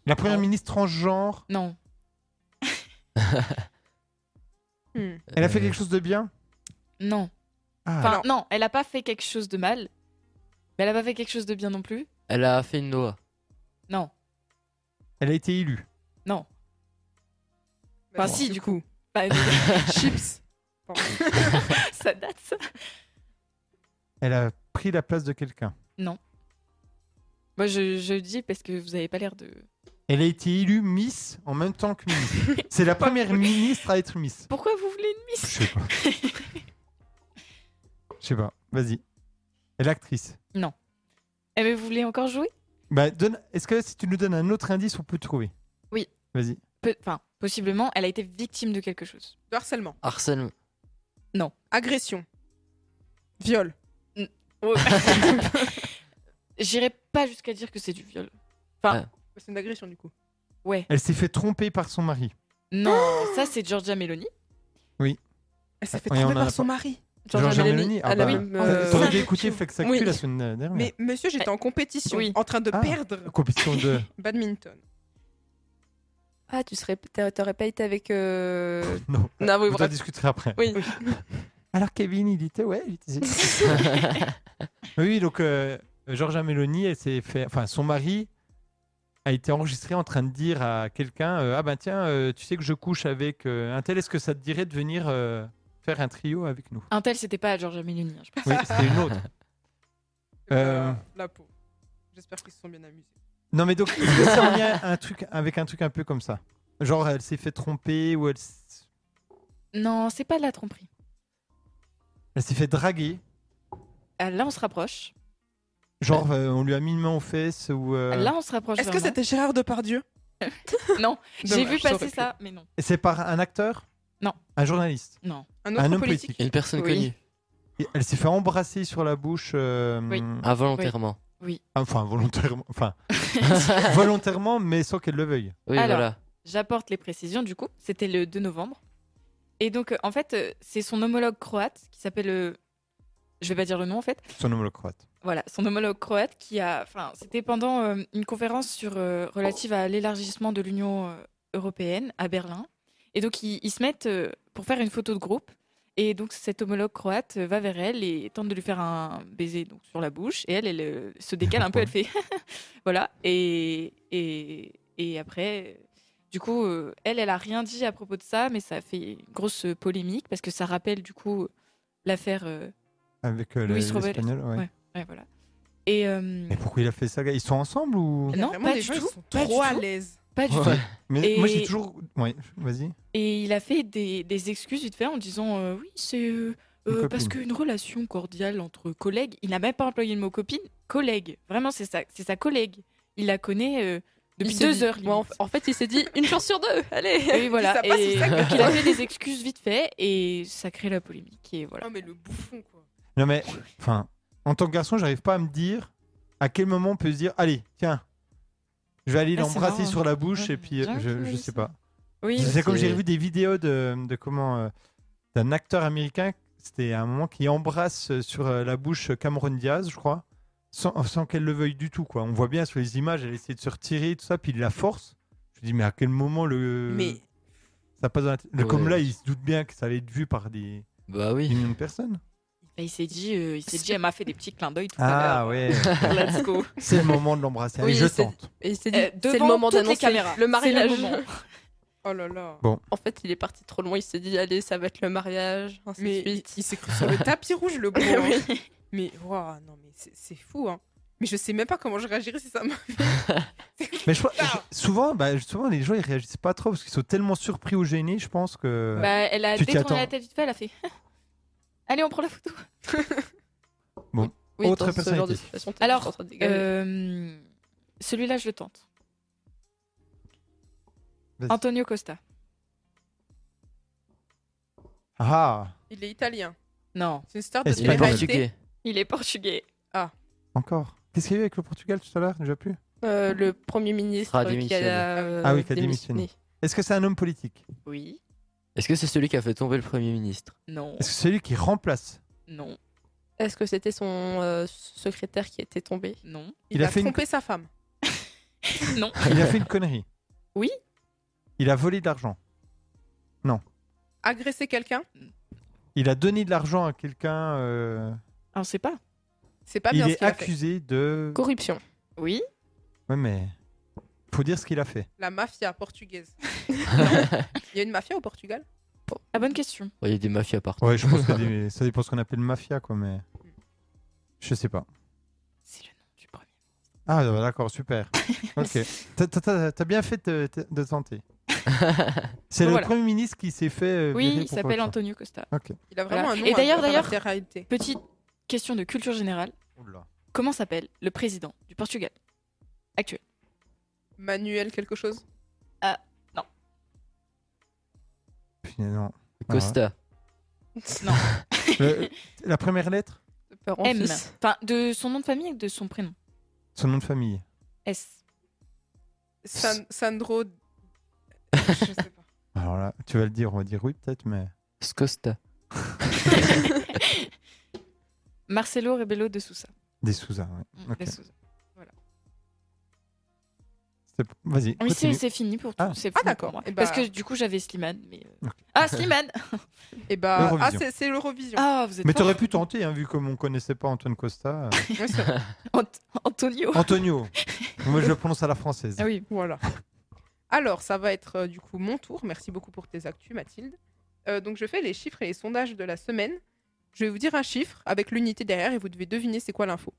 Speaker 1: la première
Speaker 3: Oh.
Speaker 1: ministre transgenre.
Speaker 3: non.
Speaker 4: Hmm.
Speaker 1: Elle a fait
Speaker 2: Euh,
Speaker 1: quelque chose de bien
Speaker 3: Non.
Speaker 1: Ah,
Speaker 3: Enfin, non, elle a pas fait quelque chose de mal. Mais elle a pas fait quelque chose de bien non plus.
Speaker 2: Euh, Elle a fait une loi.
Speaker 3: Non.
Speaker 1: elle a été élue.
Speaker 3: Non.
Speaker 4: Bah,
Speaker 3: Enfin, si, du coup. Bah,
Speaker 4: Chips. Pardon.
Speaker 3: ça date, ça.
Speaker 1: Elle a pris la place de quelqu'un.
Speaker 3: Moi, je, je le dis parce que vous avez pas l'air de.
Speaker 1: Elle a été élue Miss en même temps que Miss. C'est la première ministre à être Miss.
Speaker 3: Pourquoi vous voulez une
Speaker 1: Je
Speaker 3: miss
Speaker 1: sais pas. Je sais pas. Vas-y. Elle est actrice.
Speaker 3: Eh ben, vous voulez encore jouer
Speaker 1: Bah, donne... Est-ce que si tu nous donnes un autre indice, on peut trouver
Speaker 3: Oui.
Speaker 1: Vas-y.
Speaker 3: Peu- Enfin, possiblement, elle a été victime de quelque chose.
Speaker 4: De harcèlement.
Speaker 2: Arsène.
Speaker 4: Agression. Viol.
Speaker 3: J'irai pas jusqu'à dire que c'est du viol. Enfin,
Speaker 4: Bah, C'est une agression, du coup.
Speaker 3: ouais.
Speaker 1: Elle s'est fait tromper par son mari.
Speaker 3: Non, ça, c'est Georgia Meloni.
Speaker 4: Elle s'est fait
Speaker 1: Ouais, Ah, on
Speaker 4: tromper
Speaker 1: en a
Speaker 4: par son
Speaker 1: pas-
Speaker 4: mari.
Speaker 1: Georgia
Speaker 5: Meloni,
Speaker 1: Meloni, ah
Speaker 5: elle a
Speaker 1: bah,
Speaker 5: même,
Speaker 4: ah,
Speaker 5: euh,
Speaker 1: T'aurais
Speaker 4: ça,
Speaker 1: dû
Speaker 4: je-
Speaker 1: écouter Flex Actu
Speaker 5: oui.
Speaker 1: la semaine dernière.
Speaker 4: Mais monsieur, j'étais en compétition,
Speaker 3: Eh, Oui.
Speaker 4: en train de
Speaker 1: Ah.
Speaker 4: perdre.
Speaker 1: Compétition de.
Speaker 4: Badminton.
Speaker 5: Ah, tu serais, t'a- t'aurais pas été avec. euh,
Speaker 1: Non.
Speaker 5: Non, oui,
Speaker 1: On en
Speaker 5: bref.
Speaker 1: discuterai après.
Speaker 5: Oui.
Speaker 1: Alors Kevin, il était ouais, il était. oui, donc euh, Georgia Meloni, elle s'est fait, enfin son mari a été enregistré en train de dire à quelqu'un, euh, ah ben tiens, euh, tu sais que je couche avec euh, un tel, est-ce que ça te dirait de venir euh, faire un trio avec nous
Speaker 3: Un tel, c'était pas Georgia Meloni. hein, je pense.
Speaker 1: Oui, c'était une autre. Euh.
Speaker 4: Euh... La peau. J'espère qu'ils se sont bien amusés.
Speaker 1: Non mais donc, est-ce que ça en lien à un truc avec un truc un peu comme ça Genre, elle s'est fait tromper ou elle, s-
Speaker 3: Non, c'est pas de la tromperie.
Speaker 1: elle s'est fait draguer.
Speaker 3: Ah, Là, on se rapproche.
Speaker 1: Genre, euh, on lui a mis une main aux fesses ou. euh,
Speaker 3: Là, on se rapproche.
Speaker 4: Est-ce que
Speaker 3: vraiment.
Speaker 4: c'était Gérard Depardieu
Speaker 3: Non, j'ai
Speaker 4: Dommage,
Speaker 3: vu
Speaker 4: j'aurais
Speaker 3: passer
Speaker 4: pu.
Speaker 3: ça, mais non.
Speaker 1: Et c'est par un acteur
Speaker 3: Non.
Speaker 1: Un journaliste.
Speaker 3: Non.
Speaker 4: Un
Speaker 1: Un
Speaker 4: autre
Speaker 1: homme
Speaker 4: politique.
Speaker 1: politique.
Speaker 2: Une personne
Speaker 4: Oui.
Speaker 2: connue,
Speaker 1: Et elle s'est fait embrasser sur la bouche. euh,
Speaker 3: Oui.
Speaker 2: involontairement.
Speaker 1: Enfin, volontairement. Enfin, volontairement, mais sans qu'elle le veuille.
Speaker 2: Oui,
Speaker 3: Alors,
Speaker 2: voilà.
Speaker 3: J'apporte les précisions du coup. C'était le 2 novembre. Et donc, euh, en fait, euh, c'est son homologue croate qui s'appelle. euh, Je vais pas dire le nom en fait.
Speaker 1: Son homologue croate.
Speaker 3: Voilà, son homologue croate qui a. Enfin, c'était pendant euh, une conférence sur, euh, relative à l'élargissement de l'Union euh, européenne à Berlin. Et donc, ils, ils se mettent euh, pour faire une photo de groupe. Et donc, cet homologue croate euh, va vers elle et tente de lui faire un baiser donc, sur la bouche. Et elle, elle euh, se décale un peu, elle fait. voilà. Et, et, et après, euh, du coup, euh, elle, elle a rien dit à propos de ça, mais ça a fait une grosse euh, polémique parce que ça rappelle, du coup, l'affaire. euh,
Speaker 1: Avec euh,
Speaker 3: Luis
Speaker 1: les-
Speaker 3: Robert.
Speaker 1: l'espagnol. ouais.
Speaker 3: Ouais. ouais, voilà. Et. euh,
Speaker 1: Mais pourquoi il a fait ça gars Ils sont ensemble ou
Speaker 4: Il y a
Speaker 3: Non,
Speaker 4: vraiment
Speaker 3: pas
Speaker 4: des
Speaker 3: du
Speaker 4: gens, ils
Speaker 3: tout,
Speaker 4: sont
Speaker 3: pas du
Speaker 4: trop à
Speaker 3: tout.
Speaker 4: l'aise.
Speaker 3: Pas du
Speaker 2: Ouais.
Speaker 3: tout.
Speaker 1: Mais moi j'ai
Speaker 3: Et-
Speaker 1: toujours. Ouais, vas-y.
Speaker 3: Et il a fait des, des excuses vite fait en disant euh, oui, c'est euh,
Speaker 1: Une
Speaker 3: euh,
Speaker 1: copine.
Speaker 3: parce qu'une relation cordiale entre collègues, il n'a même pas employé le mot copine, collègue. Vraiment, c'est sa, c'est sa collègue. Il la connaît euh, depuis
Speaker 5: Il s'est
Speaker 3: deux
Speaker 5: dit-
Speaker 3: heures.
Speaker 5: Ouais, en,
Speaker 3: limite.
Speaker 5: en fait, il s'est dit une chance sur deux. Allez.
Speaker 3: Et voilà.
Speaker 4: ça passe
Speaker 3: et
Speaker 4: ou ça casse.
Speaker 3: donc il a fait des excuses vite fait et ça crée la polémique. Et voilà.
Speaker 4: Non, Oh, mais le bouffon, quoi.
Speaker 1: Non mais, enfin, en tant que garçon, j'arrive pas à me dire à quel moment on peut se dire, allez, tiens, je vais aller
Speaker 3: Ah, c'est
Speaker 1: l'embrasser
Speaker 3: marrant.
Speaker 1: sur la bouche
Speaker 3: Ouais,
Speaker 1: et puis
Speaker 3: bien
Speaker 1: euh, je,
Speaker 3: qu'il
Speaker 1: je
Speaker 3: ait dit
Speaker 1: sais
Speaker 3: ça.
Speaker 1: pas.
Speaker 3: Oui,
Speaker 1: C'est comme
Speaker 2: c'est-
Speaker 1: j'ai vu des vidéos de, de comment euh, d'un acteur américain, c'était à un moment qui embrasse euh, sur euh, la bouche Cameron Diaz, je crois, sans, sans qu'elle le veuille du tout quoi. On voit bien sur les images, elle essaie de se retirer tout ça, puis il la force. Je me dis mais à quel moment le
Speaker 4: Mais
Speaker 1: ça passe dans la tête Le- Comme
Speaker 2: Ouais.
Speaker 1: là, il se doute bien que ça allait être vu par des,
Speaker 2: Bah
Speaker 1: des
Speaker 2: oui.
Speaker 1: millions de personnes.
Speaker 3: Bah, il s'est dit, euh, il s'est dit, elle m'a fait des petits clins d'œil tout
Speaker 1: Ah
Speaker 3: à
Speaker 1: ouais,
Speaker 3: l'heure. Let's go.
Speaker 1: c'est le moment de l'embrasser. Allez,
Speaker 5: Oui,
Speaker 1: je
Speaker 5: c'est-
Speaker 1: tente.
Speaker 5: Et il s'est dit
Speaker 3: Euh,
Speaker 5: c'est le
Speaker 3: devant
Speaker 5: moment
Speaker 3: toutes les
Speaker 5: d'annoncer
Speaker 3: caméras.
Speaker 5: le mariage.
Speaker 3: C'est le moment.
Speaker 4: oh là là.
Speaker 5: en fait, il est parti trop loin. Il s'est dit allez, ça va être le mariage. Ainsi
Speaker 4: Mais
Speaker 5: de
Speaker 4: il,
Speaker 5: suite.
Speaker 4: il s'est cru sur le tapis rouge, le gros. hein. Mais waouh, non, mais c'est- c'est fou, hein. Mais je sais même pas comment je réagirais si ça m'a.
Speaker 1: Mais je crois-
Speaker 4: Ah.
Speaker 1: je- souvent, bah, souvent, les gens ils réagissent pas trop parce qu'ils sont tellement surpris ou gênés, je pense que.
Speaker 3: Bah, elle a
Speaker 1: Tu t'y
Speaker 3: détourné la
Speaker 1: attends.
Speaker 3: tête vite fait, elle a fait. Allez, on prend la
Speaker 5: Bah
Speaker 3: photo.
Speaker 5: Oui,
Speaker 1: Autre
Speaker 5: dans ce genre de
Speaker 1: personnalité.
Speaker 5: situation, t'es
Speaker 3: Alors,
Speaker 5: juste en train de dégager.
Speaker 3: euh, celui-là, je le tente.
Speaker 1: Vas-y.
Speaker 3: Antonio Costa.
Speaker 1: Ah,
Speaker 4: Il est italien.
Speaker 3: Non,
Speaker 4: C'est une star de
Speaker 1: Est-ce
Speaker 2: Il est
Speaker 1: Espagnol.
Speaker 2: portugais.
Speaker 3: il est portugais.
Speaker 1: encore. Qu'est-ce qu'il y a eu avec le Portugal tout à l'heure Déjà plus.
Speaker 5: Euh, le premier ministre
Speaker 2: Ah,
Speaker 5: qui
Speaker 2: démissionne.
Speaker 5: a, euh,
Speaker 1: Ah oui, qui a démissionné. Est-ce que c'est un homme politique
Speaker 3: Oui.
Speaker 2: Est-ce que c'est celui qui a fait tomber le Premier ministre
Speaker 3: Non.
Speaker 1: Est-ce que c'est lui qui remplace
Speaker 3: Non.
Speaker 5: Est-ce que c'était son euh, secrétaire qui était tombé
Speaker 3: Non.
Speaker 4: Il,
Speaker 1: il a
Speaker 4: a,
Speaker 1: fait une-
Speaker 4: trompé sa femme.
Speaker 3: Non.
Speaker 1: Il a fait une connerie.
Speaker 3: Oui.
Speaker 1: Il a volé de l'argent.
Speaker 4: Agressé quelqu'un
Speaker 1: Il a donné de l'argent à quelqu'un. euh,
Speaker 3: On sait pas.
Speaker 4: C'est pas
Speaker 1: Il
Speaker 4: bien ce
Speaker 1: est
Speaker 4: qu'il a fait.
Speaker 1: accusé de.
Speaker 5: Corruption.
Speaker 3: Oui.
Speaker 1: Ouais, mais faut dire ce qu'il a fait.
Speaker 4: La mafia portugaise. Il y a une mafia au Portugal
Speaker 3: La Ah, bonne question.
Speaker 2: Ouais, Il y a des mafias partout.
Speaker 1: Ouais, je pense que des- ça dépend ce qu'on appelle mafia, quoi, mais. Je sais pas.
Speaker 3: C'est le nom du premier.
Speaker 1: Ah, bah, d'accord, super. Ok. T'as- t'as- T'as t'as bien fait de, de- de tenter. C'est le
Speaker 3: Voilà.
Speaker 1: Premier ministre qui s'est fait. euh,
Speaker 3: Oui,
Speaker 1: virer
Speaker 3: il
Speaker 1: pour
Speaker 3: s'appelle
Speaker 1: corruption.
Speaker 3: Antonio Costa.
Speaker 4: Il a vraiment
Speaker 3: Voilà.
Speaker 4: un nom
Speaker 3: Et d'ailleurs,
Speaker 4: à travers
Speaker 3: d'ailleurs-
Speaker 4: la réalité.
Speaker 3: Petite question de culture générale.
Speaker 1: Oula.
Speaker 3: Comment s'appelle le président du Portugal actuel
Speaker 4: Manuel quelque chose
Speaker 1: Putain, non.
Speaker 2: Costa.
Speaker 1: Le- la première lettre,
Speaker 5: De père en
Speaker 3: M.
Speaker 5: fils.
Speaker 3: Enfin, de son nom de famille et de son prénom.
Speaker 1: son nom de famille.
Speaker 3: S.
Speaker 4: San- Sandro. je sais pas.
Speaker 1: Alors là, tu vas le dire, on va dire oui peut-être, mais.
Speaker 2: Costa.
Speaker 3: Marcelo Rebelo de Sousa.
Speaker 1: Des Souza, ouais.
Speaker 3: Mm,
Speaker 1: Ok.
Speaker 3: de Sousa.
Speaker 1: C'est- Vas-y.
Speaker 3: Oui, c'est
Speaker 1: continue.
Speaker 3: c'est fini pour tout.
Speaker 1: Ah.
Speaker 3: c'est
Speaker 4: Ah,
Speaker 3: fini
Speaker 4: d'accord.
Speaker 3: pour moi.
Speaker 4: Eh bah-
Speaker 3: Parce que du coup, j'avais Slimane. Mais... euh,
Speaker 1: Ok.
Speaker 3: Ah, Slimane
Speaker 4: Et bah, ah,
Speaker 1: L'Eurovision.
Speaker 4: c'est- c'est l'Eurovision.
Speaker 3: Ah, vous êtes
Speaker 1: Mais
Speaker 3: fort.
Speaker 1: t'aurais pu tenter, hein, vu comme on connaissait pas Antoine Costa. euh.
Speaker 4: Ouais, c'est vrai.
Speaker 3: Ant- Antonio.
Speaker 1: Antonio. Moi, je le prononce à la française.
Speaker 3: Ah oui.
Speaker 4: Voilà. Alors, ça va être euh, du coup mon tour. Merci beaucoup pour tes actus, Mathilde. Euh, donc, je fais les chiffres et les sondages de la semaine. Je vais vous dire un chiffre avec l'unité derrière et vous devez deviner c'est quoi l'info.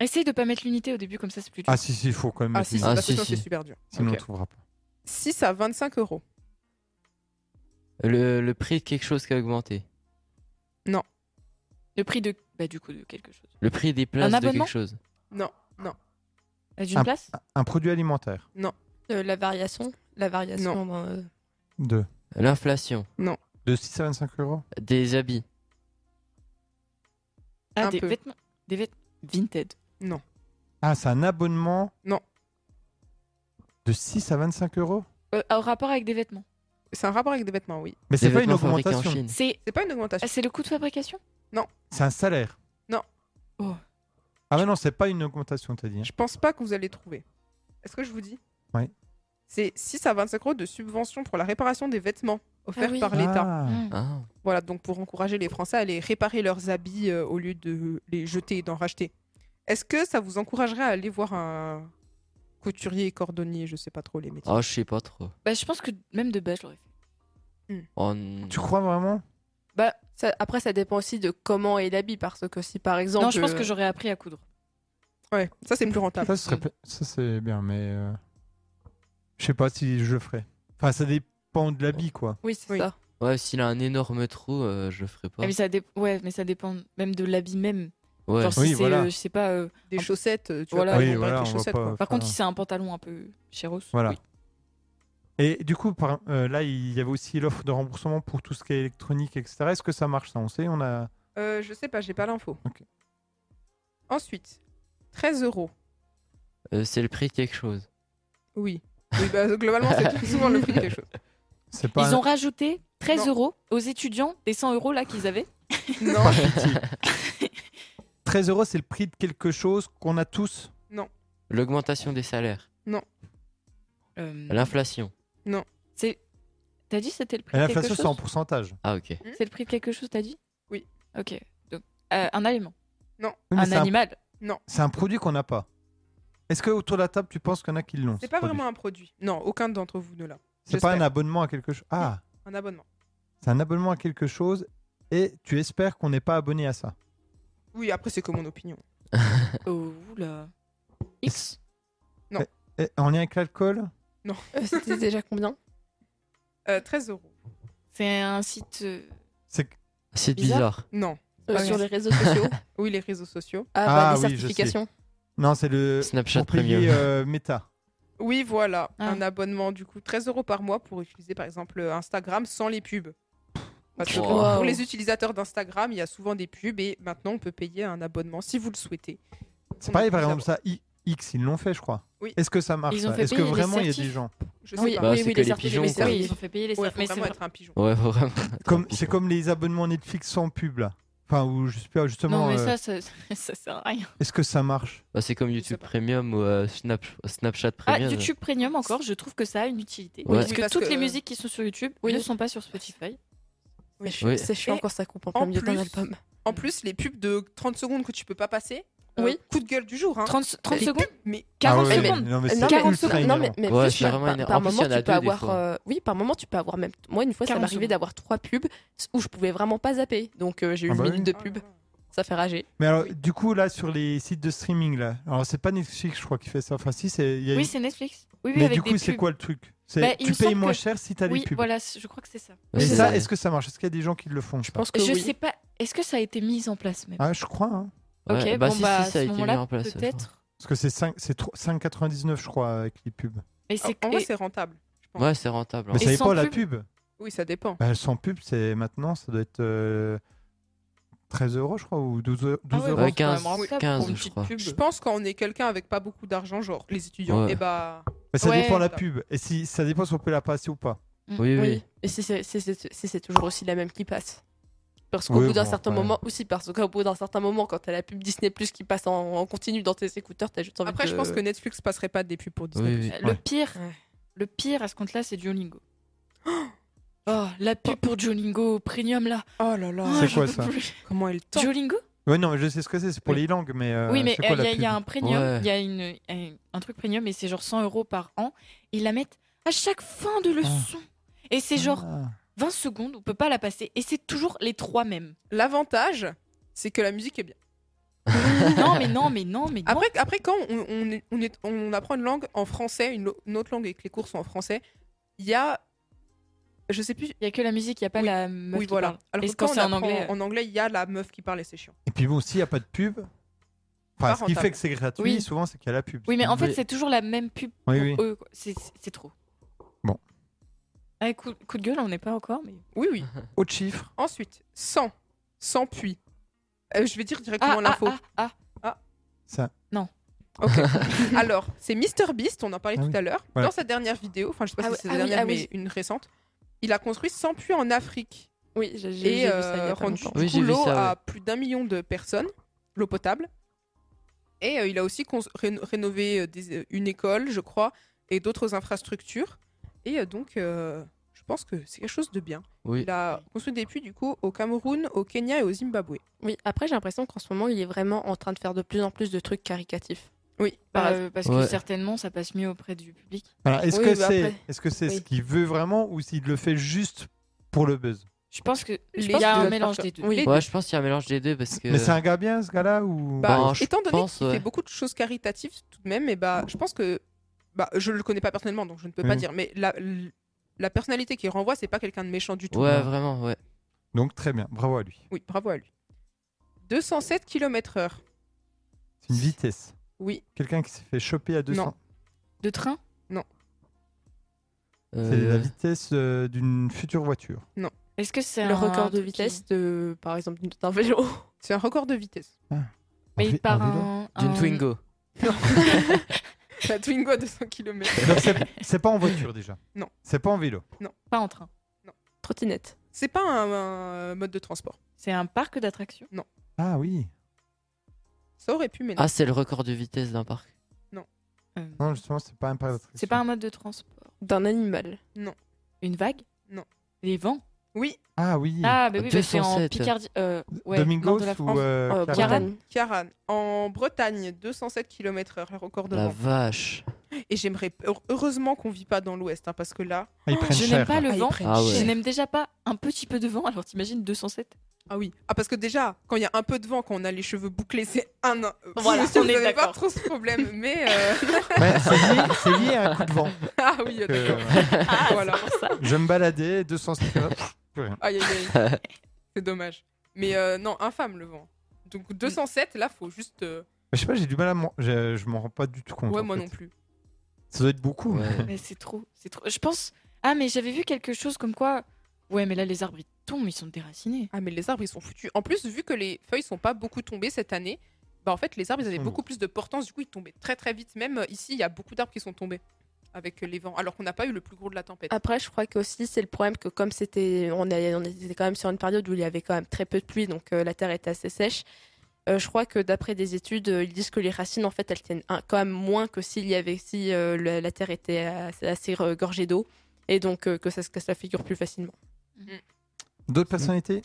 Speaker 3: Essaye de pas mettre l'unité au début, comme ça c'est plus dur.
Speaker 1: Ah si, si, il faut quand même.
Speaker 4: Ah
Speaker 1: mettre
Speaker 4: si, si,
Speaker 1: une-
Speaker 2: Ah,
Speaker 4: parce
Speaker 2: si,
Speaker 4: que sinon
Speaker 2: si.
Speaker 4: c'est super dur.
Speaker 1: Sinon,
Speaker 4: Ok.
Speaker 1: on trouvera pas.
Speaker 4: 6 à 25 euros.
Speaker 2: Le, le prix de quelque chose qui a augmenté.
Speaker 3: Le prix de. Bah, du coup, de quelque chose.
Speaker 2: Le prix des places de
Speaker 3: abonnement
Speaker 2: quelque chose.
Speaker 3: Euh, D'une
Speaker 1: Ah.
Speaker 3: place
Speaker 1: Un produit alimentaire.
Speaker 5: Euh, la variation La variation. ben, euh,
Speaker 1: De,
Speaker 2: L'inflation.
Speaker 1: de 6 à 25 euros
Speaker 2: Des habits.
Speaker 3: Ah,
Speaker 4: Un
Speaker 3: des
Speaker 4: peu.
Speaker 3: vêtements. Des vêtements. Vinted.
Speaker 1: Ah, c'est un abonnement
Speaker 4: Non.
Speaker 1: De 6 à 25 euros
Speaker 3: Euh, en rapport avec des vêtements.
Speaker 4: C'est un rapport avec des vêtements, oui.
Speaker 1: Mais c'est
Speaker 2: Des
Speaker 1: pas une
Speaker 2: vêtements fabriqués
Speaker 1: augmentation.
Speaker 2: en Chine.
Speaker 3: C'est
Speaker 4: C'est pas une augmentation.
Speaker 3: ah, c'est le coût de fabrication
Speaker 1: C'est un salaire.
Speaker 4: Non.
Speaker 3: Oh.
Speaker 1: Ah, mais non, c'est pas une augmentation, t'as dit. hein.
Speaker 4: Je pense pas que vous allez trouver. Est-ce que je vous dis
Speaker 1: Ouais.
Speaker 4: C'est 6 à 25 euros de subvention pour la réparation des vêtements offerts
Speaker 3: oui.
Speaker 4: par l'État.
Speaker 1: Ah.
Speaker 3: Hmm.
Speaker 2: Ah.
Speaker 4: Voilà, donc pour encourager les Français à aller réparer leurs habits euh, au lieu de les jeter et d'en racheter. Est-ce que ça vous encouragerait à aller voir un couturier et cordonnier Je sais pas trop les métiers.
Speaker 2: Ah, je sais pas trop.
Speaker 3: Bah, je pense que même de base, je l'aurais fait.
Speaker 2: Oh, n-
Speaker 1: Tu crois vraiment
Speaker 5: bah, ça- après, ça dépend aussi de comment est l'habit. Parce que si par exemple.
Speaker 3: Non, je pense
Speaker 5: euh,
Speaker 3: que j'aurais appris à coudre.
Speaker 1: Ah.
Speaker 4: Ouais, ça c'est plus rentable.
Speaker 1: Ça, ce serait... ça c'est bien, mais euh, je sais pas si je le ferais. Enfin, ça dépend de l'habit, quoi.
Speaker 5: Oui, c'est
Speaker 4: Oui.
Speaker 5: ça.
Speaker 2: Ouais, s'il a un énorme trou, euh, je le ferai pas.
Speaker 3: Ah, mais ça dé- Ouais, mais ça dépend même de l'habit même.
Speaker 2: Ouais.
Speaker 3: Genre, si
Speaker 1: Oui,
Speaker 3: c'est,
Speaker 1: voilà.
Speaker 3: euh, je sais pas. euh,
Speaker 4: Des chaussettes, euh, tu
Speaker 3: Voilà.
Speaker 4: vois,
Speaker 3: Oui,
Speaker 4: avec
Speaker 1: voilà,
Speaker 4: des
Speaker 1: on va
Speaker 4: chaussettes.
Speaker 1: pas-
Speaker 4: quoi.
Speaker 3: Par contre,
Speaker 1: Enfin,
Speaker 3: si c'est un pantalon un peu chéros.
Speaker 1: Voilà.
Speaker 3: oui.
Speaker 1: Et du coup, par- euh, là, il y avait aussi l'offre de remboursement pour tout ce qui est électronique, etc. Est-ce que ça marche, ça On sait, on a.
Speaker 4: Euh, je sais pas, j'ai pas l'info.
Speaker 1: Ok.
Speaker 4: Ensuite, 13 euros.
Speaker 2: Euh, c'est le prix de quelque chose.
Speaker 4: Oui. Oui, bah, globalement, c'est souvent le prix de quelque chose.
Speaker 1: C'est pas.
Speaker 3: Ils ont rajouté 13
Speaker 4: Non.
Speaker 3: euros aux étudiants des 100 euros là qu'ils avaient.
Speaker 4: Non,
Speaker 1: 13 euros, c'est le prix de quelque chose qu'on a tous.
Speaker 2: L'augmentation des salaires.
Speaker 3: Euh,
Speaker 2: L'inflation.
Speaker 3: c'est... T'as dit c'était le prix
Speaker 1: Et
Speaker 3: de quelque
Speaker 1: l'inflation,
Speaker 3: chose
Speaker 1: c'est en pourcentage.
Speaker 2: Ah, ok.
Speaker 3: C'est le prix de quelque chose, t'as dit
Speaker 4: Oui.
Speaker 3: Ok. Donc, euh, un aliment.
Speaker 1: Oui, mais
Speaker 3: un
Speaker 1: c'est, un,
Speaker 3: animal.
Speaker 1: c'est un produit qu'on n'a pas. Est-ce que autour de la table, tu penses qu'il y en a qui l'ont
Speaker 4: c'est
Speaker 1: ce
Speaker 4: pas
Speaker 1: produit
Speaker 4: vraiment un produit. Non, aucun d'entre vous ne l'a.
Speaker 1: C'est pas un
Speaker 4: j'espère.
Speaker 1: abonnement à quelque chose. Ah,
Speaker 4: Un abonnement.
Speaker 1: c'est un abonnement à quelque chose et tu espères qu'on n'est pas abonné à ça.
Speaker 4: Oui, après, c'est que mon opinion.
Speaker 3: Oh, oula. X.
Speaker 1: Et en lien avec l'alcool
Speaker 5: Euh, C'était déjà combien
Speaker 4: Euh, 13 euros.
Speaker 3: C'est un site. euh,
Speaker 1: c'est...
Speaker 2: C'est
Speaker 3: Bizarre.
Speaker 2: bizarre.
Speaker 4: Non.
Speaker 5: Euh,
Speaker 4: Ah oui.
Speaker 5: Sur les réseaux sociaux
Speaker 4: Oui, les réseaux sociaux.
Speaker 5: Ah, bah,
Speaker 1: Ah,
Speaker 5: les
Speaker 1: oui, je sais.
Speaker 5: certifications.
Speaker 1: Non, c'est le.
Speaker 2: Snapchat
Speaker 1: Euh, pour payer,
Speaker 2: Premium.
Speaker 1: euh, Meta.
Speaker 4: Oui, voilà.
Speaker 3: Ah.
Speaker 4: Un abonnement, du coup, 13 euros par mois pour utiliser, par exemple, euh, Instagram sans les pubs. Parce que
Speaker 2: Wow.
Speaker 4: pour- pour les utilisateurs d'Instagram, il y a souvent des pubs et maintenant, on peut payer un abonnement si vous le souhaitez.
Speaker 1: C'est
Speaker 4: On
Speaker 1: pareil,
Speaker 4: a
Speaker 1: par
Speaker 4: plus
Speaker 1: exemple, ça, I- X, ils l'ont fait, je crois.
Speaker 4: Oui.
Speaker 1: Est-ce que ça marche
Speaker 3: Ils ont
Speaker 1: ça
Speaker 3: fait
Speaker 1: Est-ce que
Speaker 3: payer les
Speaker 1: vraiment il y a des
Speaker 3: certifs.
Speaker 1: gens
Speaker 4: Je sais
Speaker 5: Oui,
Speaker 4: pas.
Speaker 2: Bah,
Speaker 5: oui,
Speaker 2: c'est
Speaker 5: oui,
Speaker 2: que
Speaker 5: les
Speaker 2: les
Speaker 5: certificats.
Speaker 2: pigeons,
Speaker 5: mais
Speaker 3: mais
Speaker 2: quoi.
Speaker 5: ça,
Speaker 3: ça,
Speaker 5: oui,
Speaker 3: oui,
Speaker 5: ils
Speaker 3: ils
Speaker 5: ont-
Speaker 3: ont fait payer les
Speaker 4: Ouais,
Speaker 3: certifs.
Speaker 4: faut
Speaker 3: Mais c'est
Speaker 4: vraiment
Speaker 3: vrai.
Speaker 4: être un pigeon.
Speaker 2: Ouais, vraiment.
Speaker 1: Comme c'est comme les abonnements Netflix sans pub là. Enfin, ou je sais pas justement.
Speaker 3: Non, mais
Speaker 1: euh,
Speaker 3: ça, ça, ça sert à rien.
Speaker 1: Est-ce que ça marche Ah
Speaker 2: Bah, c'est comme
Speaker 4: sais
Speaker 2: YouTube
Speaker 4: pas.
Speaker 2: Premium ou euh, Snap- Snapchat
Speaker 3: Ah,
Speaker 2: Premium.
Speaker 3: YouTube Premium encore, je trouve que ça a une utilité.
Speaker 2: Ouais.
Speaker 3: Parce
Speaker 4: Oui,
Speaker 3: que
Speaker 4: parce
Speaker 3: toutes
Speaker 4: que-
Speaker 3: les musiques qui sont sur YouTube
Speaker 5: Oui.
Speaker 3: ne sont pas sur Spotify.
Speaker 5: Mais je-
Speaker 2: Oui.
Speaker 5: C'est chiant
Speaker 4: Et
Speaker 5: quand ça coupe en
Speaker 4: en
Speaker 5: plein milieu d'un
Speaker 4: plus-
Speaker 5: album.
Speaker 4: En plus, les pubs de 30 secondes que tu peux pas passer, euh,
Speaker 5: Oui.
Speaker 4: coup de gueule du jour. Hein.
Speaker 3: 30, 30
Speaker 4: Les
Speaker 3: secondes
Speaker 4: pubs, mais
Speaker 3: 40
Speaker 1: Ah ouais,
Speaker 3: secondes
Speaker 1: mais- Non, mais
Speaker 5: Euh,
Speaker 1: c'est
Speaker 5: non,
Speaker 1: ultra
Speaker 3: 40 secondes.
Speaker 5: Non,
Speaker 1: énervant.
Speaker 5: mais, mais
Speaker 2: Ouais,
Speaker 5: plus,
Speaker 2: c'est
Speaker 5: par-
Speaker 2: vraiment
Speaker 5: par,
Speaker 2: énervant.
Speaker 5: par
Speaker 2: En plus,
Speaker 5: moment,
Speaker 2: il y en a
Speaker 5: tu peux
Speaker 2: deux, des
Speaker 5: avoir.
Speaker 2: fois.
Speaker 5: euh, oui, par moment, tu peux avoir même. Moi, une fois, ça
Speaker 3: 40
Speaker 5: m'est arrivé
Speaker 3: secondes.
Speaker 5: d'avoir trois pubs où je pouvais vraiment pas zapper. Donc, euh, j'ai eu
Speaker 1: Ah
Speaker 5: une
Speaker 1: bah oui.
Speaker 5: minute de pub. Ça fait rager.
Speaker 1: Mais alors, du coup, là, sur les sites de streaming là, alors c'est pas Netflix, je crois, qui fait ça. Enfin, si, c'est. il y a-
Speaker 3: Oui, c'est Netflix. Oui, oui,
Speaker 1: mais
Speaker 3: avec
Speaker 1: du
Speaker 3: des
Speaker 1: coup, c'est
Speaker 3: pubs.
Speaker 1: quoi le truc C'est
Speaker 3: Bah, il
Speaker 1: tu
Speaker 3: me
Speaker 1: payes
Speaker 3: semble
Speaker 1: moins
Speaker 3: que-
Speaker 1: cher si t'as
Speaker 3: Oui,
Speaker 1: les pubs.
Speaker 3: voilà, c- je crois que c'est ça.
Speaker 2: Ouais,
Speaker 1: Et
Speaker 2: c'est
Speaker 1: ça,
Speaker 2: vrai.
Speaker 1: est-ce que ça marche Est-ce qu'il y a des gens qui le font
Speaker 5: Je pense que.
Speaker 3: Je
Speaker 5: oui.
Speaker 3: sais pas, est-ce que ça a été mis en place même
Speaker 1: Ah, je crois. hein.
Speaker 2: Ouais,
Speaker 3: Ok,
Speaker 2: bah,
Speaker 3: bon,
Speaker 2: si,
Speaker 3: bah,
Speaker 2: si, ça a
Speaker 3: à ce
Speaker 2: été mis en
Speaker 3: moment-là,
Speaker 2: place, je crois.
Speaker 3: peut-être.
Speaker 1: Parce que c'est 5, c'est tro- 5,99 je crois avec les pubs.
Speaker 3: Mais
Speaker 4: Ah, En
Speaker 3: c'est
Speaker 4: en vrai,
Speaker 3: et-
Speaker 4: c'est rentable.
Speaker 2: Ouais, c'est rentable. hein.
Speaker 1: Mais
Speaker 3: Et
Speaker 1: ça n'est
Speaker 3: sans
Speaker 1: pas la
Speaker 3: pub
Speaker 1: pub.
Speaker 4: Oui, ça dépend.
Speaker 1: Bah, sans pub, c'est maintenant, ça doit être euh, 13 euros, je crois, ou 12, eu- 12
Speaker 3: Ah ouais,
Speaker 1: euros.
Speaker 3: bah,
Speaker 2: Ouais,
Speaker 3: c'est quand
Speaker 2: 15,
Speaker 3: même rentable
Speaker 2: 15,
Speaker 3: pour une
Speaker 2: je
Speaker 3: petite
Speaker 2: crois.
Speaker 3: pub.
Speaker 4: Je pense quand on est quelqu'un avec pas beaucoup d'argent, genre les étudiants,
Speaker 2: Ouais.
Speaker 4: et bah.
Speaker 1: Mais ça
Speaker 3: Ouais.
Speaker 1: dépend la pub. Et si ça dépend si on peut la passer ou pas.
Speaker 2: Oui, oui.
Speaker 5: Oui. Et si c'est- si c'est si c'est toujours aussi la même qui passe. Parce qu'au
Speaker 1: Oui,
Speaker 5: bout d'un
Speaker 1: bon,
Speaker 5: certain
Speaker 1: ouais.
Speaker 5: moment, aussi, parce qu'au bout d'un certain moment, quand t'as la pub Disney Plus qui passe en, en continu dans tes écouteurs, t'as juste envie
Speaker 4: Après,
Speaker 5: de-
Speaker 4: je pense que Netflix passerait pas des pubs pour
Speaker 2: Oui,
Speaker 4: Disney.
Speaker 2: oui.
Speaker 3: Le
Speaker 1: Ouais.
Speaker 3: pire,
Speaker 5: Ouais.
Speaker 3: le pire à ce compte-là, c'est Duolingo. Oh, la pub pour Duolingo Premium là.
Speaker 4: Oh là là,
Speaker 3: Oh,
Speaker 1: C'est
Speaker 3: j'en
Speaker 1: quoi,
Speaker 3: peux
Speaker 1: ça
Speaker 3: plus.
Speaker 4: comment elle tente.
Speaker 3: Duolingo
Speaker 1: Ouais, non, mais je sais ce que c'est, c'est pour les langues, mais. euh,
Speaker 3: Oui, mais
Speaker 1: c'est
Speaker 3: il
Speaker 1: quoi la
Speaker 3: y, a- y a
Speaker 1: pub
Speaker 3: un premium, il
Speaker 2: Ouais.
Speaker 3: y a une, un- un truc premium et c'est genre 100 euros par an. Ils la mettent à chaque fin de leçon. Et c'est genre
Speaker 1: Ah.
Speaker 3: 20 secondes, on peut pas la passer. Et c'est toujours les trois mêmes.
Speaker 4: L'avantage, c'est que la musique est bien.
Speaker 3: non, mais non, mais non, mais non.
Speaker 4: Après, après quand on, on est- on est- on apprend une langue en français, une, lo- une autre langue et que les cours sont en français, il y a. Je sais plus.
Speaker 3: il y a que la musique, il y a pas
Speaker 4: Oui,
Speaker 3: la meuf
Speaker 4: oui,
Speaker 3: qui
Speaker 4: voilà.
Speaker 3: parle.
Speaker 4: Alors
Speaker 3: Et
Speaker 4: que
Speaker 3: quand
Speaker 4: quand
Speaker 3: c'est
Speaker 4: on
Speaker 3: en
Speaker 4: apprend
Speaker 3: anglais, euh,
Speaker 4: En anglais, il y a la meuf qui parle et c'est chiant.
Speaker 1: Et puis bon, s'il n'y a pas de pub, enfin,
Speaker 4: Pas
Speaker 1: ce qui fait
Speaker 4: rentable.
Speaker 1: que c'est gratuit,
Speaker 3: Oui.
Speaker 1: souvent, c'est qu'il y a la pub.
Speaker 3: Oui, mais en fait,
Speaker 2: Mais-
Speaker 3: c'est toujours la même pub
Speaker 1: Oui,
Speaker 3: pour
Speaker 1: oui.
Speaker 3: eux. quoi. C'est- C'est c'est trop.
Speaker 1: Bon.
Speaker 3: Ah, coup, coup de gueule, on n'est pas encore, mais.
Speaker 4: Oui, oui.
Speaker 3: Uh-huh.
Speaker 1: Autre chiffre,
Speaker 4: Ensuite, 100. 100 puis. Euh, je vais dire directement
Speaker 3: Ah, ah,
Speaker 4: l'info.
Speaker 3: ah, ah.
Speaker 1: ça.
Speaker 4: Ok. Alors, c'est Mister Beast, on en parlait
Speaker 1: Ah
Speaker 4: tout
Speaker 1: oui.
Speaker 4: à l'heure.
Speaker 1: Voilà.
Speaker 4: Dans sa dernière vidéo, enfin, je sais pas
Speaker 5: Ah
Speaker 4: si
Speaker 5: oui,
Speaker 4: c'est
Speaker 5: ah
Speaker 4: la
Speaker 5: oui,
Speaker 4: dernière,
Speaker 5: ah oui.
Speaker 4: mais une récente, il a construit 100 puits en Afrique
Speaker 5: Oui, j'ai j'ai- j'ai
Speaker 4: et
Speaker 5: vu ça il y a
Speaker 4: euh,
Speaker 5: pas
Speaker 4: rendu
Speaker 5: longtemps.
Speaker 4: du
Speaker 2: Oui,
Speaker 4: coup,
Speaker 2: j'ai vu
Speaker 4: l'eau
Speaker 2: ça,
Speaker 4: à plus d'un million de personnes, l'eau potable. Et euh, il a aussi cons- réno- rénové euh, des- euh, une école, je crois, et d'autres infrastructures. Et euh, donc, euh, je pense que c'est quelque chose de bien.
Speaker 2: Oui.
Speaker 4: Il a construit des puits, du coup, au Cameroun, au Kenya et au Zimbabwe.
Speaker 5: Oui, après, j'ai l'impression qu'en ce moment, il est vraiment en train de faire de plus en plus de trucs caricatifs.
Speaker 4: Oui,
Speaker 3: Bah,
Speaker 5: Pareil.
Speaker 3: euh, parce
Speaker 2: Ouais.
Speaker 3: que certainement, ça passe mieux auprès du public.
Speaker 1: Voilà, est-ce
Speaker 5: Oui,
Speaker 1: que
Speaker 5: bah
Speaker 1: c'est
Speaker 5: après.
Speaker 1: est -ce, c'est ce
Speaker 5: Oui.
Speaker 1: qu'il veut vraiment ou s'il le fait juste pour le buzz
Speaker 3: Je pense que
Speaker 4: Les
Speaker 3: il y a
Speaker 4: deux,
Speaker 3: un mélange
Speaker 4: parfois.
Speaker 3: des deux.
Speaker 5: Oui.
Speaker 2: Ouais, je pense qu'il y a un mélange des deux parce que.
Speaker 1: Mais c'est un gars bien, ce gars-là ou...
Speaker 4: Bah,
Speaker 2: Ben, je
Speaker 4: étant donné
Speaker 2: pense,
Speaker 4: qu'il
Speaker 2: ouais.
Speaker 4: fait beaucoup de choses caritatives tout de même, et bah, je pense que bah, je le connais pas personnellement, donc je ne peux pas
Speaker 1: Mhm.
Speaker 4: dire. Mais la, la personnalité qu'il renvoie, c'est pas quelqu'un de méchant du tout.
Speaker 2: Ouais, vraiment, ouais.
Speaker 1: Donc, très bien, bravo à lui.
Speaker 4: Oui, bravo à lui. 207 km/h.
Speaker 1: C'est une vitesse.
Speaker 4: Oui,
Speaker 1: Quelqu'un qui s'est fait choper à 200.
Speaker 4: Non.
Speaker 3: De train
Speaker 1: C'est la
Speaker 2: Euh,
Speaker 1: vitesse euh, d'une future voiture.
Speaker 3: Est-ce que c'est
Speaker 5: Le
Speaker 3: un
Speaker 5: record de
Speaker 3: truc qui-
Speaker 5: vitesse, de, par exemple, d'un vélo.
Speaker 4: c'est un record de vitesse.
Speaker 3: Mais
Speaker 1: En
Speaker 3: il
Speaker 1: vé-
Speaker 3: part
Speaker 1: en vélo.
Speaker 3: un.
Speaker 2: D'une
Speaker 3: un-
Speaker 2: Twingo.
Speaker 4: La Twingo à 200 km.
Speaker 1: Donc, c'est- c'est pas en voiture déjà.
Speaker 4: Non.
Speaker 1: C'est pas en vélo.
Speaker 3: Pas en train.
Speaker 5: Trottinette.
Speaker 4: C'est pas un, un euh, mode de transport.
Speaker 3: C'est un parc d'attractions.
Speaker 1: Ah oui.
Speaker 4: Ça aurait pu, mais non.
Speaker 2: Ah, c'est le record de vitesse d'un parc.
Speaker 3: Euh,
Speaker 1: Non, justement, Ah, c'est pas un parc d'attraction.
Speaker 3: C'est pas un mode de transport.
Speaker 5: D'un animal.
Speaker 3: Une vague
Speaker 4: Non.
Speaker 3: Les vents
Speaker 4: Oui,
Speaker 1: Ah oui.
Speaker 3: Ah, bah oui, bah, c'est en
Speaker 2: 207.
Speaker 3: Picardie. euh, ouais, nord
Speaker 1: Domingos
Speaker 3: de la
Speaker 1: ou
Speaker 3: France.
Speaker 1: euh,
Speaker 5: Euh,
Speaker 1: Carole
Speaker 3: Carole.
Speaker 4: Karan. En Bretagne, 207 km/h, le record de
Speaker 2: La
Speaker 4: vent.
Speaker 2: vache.
Speaker 4: Et j'aimerais. Heureusement qu'on vit pas dans l'Ouest, hein, parce que là.
Speaker 1: Ah, ils prennent
Speaker 3: Je n'aime
Speaker 1: cher,
Speaker 3: pas
Speaker 1: là.
Speaker 3: le
Speaker 4: Ah, ils
Speaker 3: vent.
Speaker 4: prennent
Speaker 2: Ah ouais.
Speaker 3: Je
Speaker 4: cher.
Speaker 3: n'aime déjà pas un petit peu de vent, alors t'imagines 207
Speaker 4: Ah oui. Ah parce que déjà, quand il y a un peu de vent, quand on a les cheveux bouclés, c'est un. an.
Speaker 5: Voilà,
Speaker 4: Vous
Speaker 5: on est
Speaker 4: avez pas
Speaker 5: d'accord.
Speaker 4: trop ce problème, mais. euh,
Speaker 1: Ouais, c'est lié, c'est lié à un coup de vent.
Speaker 4: ah oui,
Speaker 1: Donc,
Speaker 4: d'accord.
Speaker 1: euh,
Speaker 3: Ah,
Speaker 4: Voilà.
Speaker 3: c'est pour ça.
Speaker 1: je me baladais, 200 pff, plus rien.
Speaker 4: Aïe, aïe, aïe. C'est dommage. Mais euh, non, infâme le vent. Donc 207, là, faut juste. euh,
Speaker 1: Je sais pas, j'ai du mal à m'en... Je, je m'en rends pas du tout compte.
Speaker 4: Ouais,
Speaker 1: en
Speaker 4: moi
Speaker 1: fait.
Speaker 4: non plus.
Speaker 1: Ça doit être beaucoup.
Speaker 2: Ouais.
Speaker 3: Mais c'est trop, c'est trop. Je pense. Ah, mais j'avais vu quelque chose comme quoi. Ouais, mais là, les arbres, ils tombent, ils sont déracinés.
Speaker 4: Ah, mais les arbres, ils sont foutus. En plus, vu que les feuilles sont pas beaucoup tombées cette année, bah en fait, les arbres, ils avaient
Speaker 1: Mmh.
Speaker 4: beaucoup plus de portance. Du coup, ils tombaient très très vite. Même euh, ici, il y a beaucoup d'arbres qui sont tombés avec euh, les vents, alors qu'on n'a pas eu le plus gros de la tempête.
Speaker 5: Après, je crois que aussi c'est le problème que comme c'était, on, est- on était quand même sur une période où il y avait quand même très peu de pluie, donc euh, la terre était assez sèche. euh, je crois que d'après des études, euh, ils disent que les racines en fait elles tiennent un- quand même moins que s'il y avait si euh, le- la terre était assez, assez regorgée d'eau et donc euh, que ça se casse la figure plus facilement.
Speaker 1: D'autres personnalités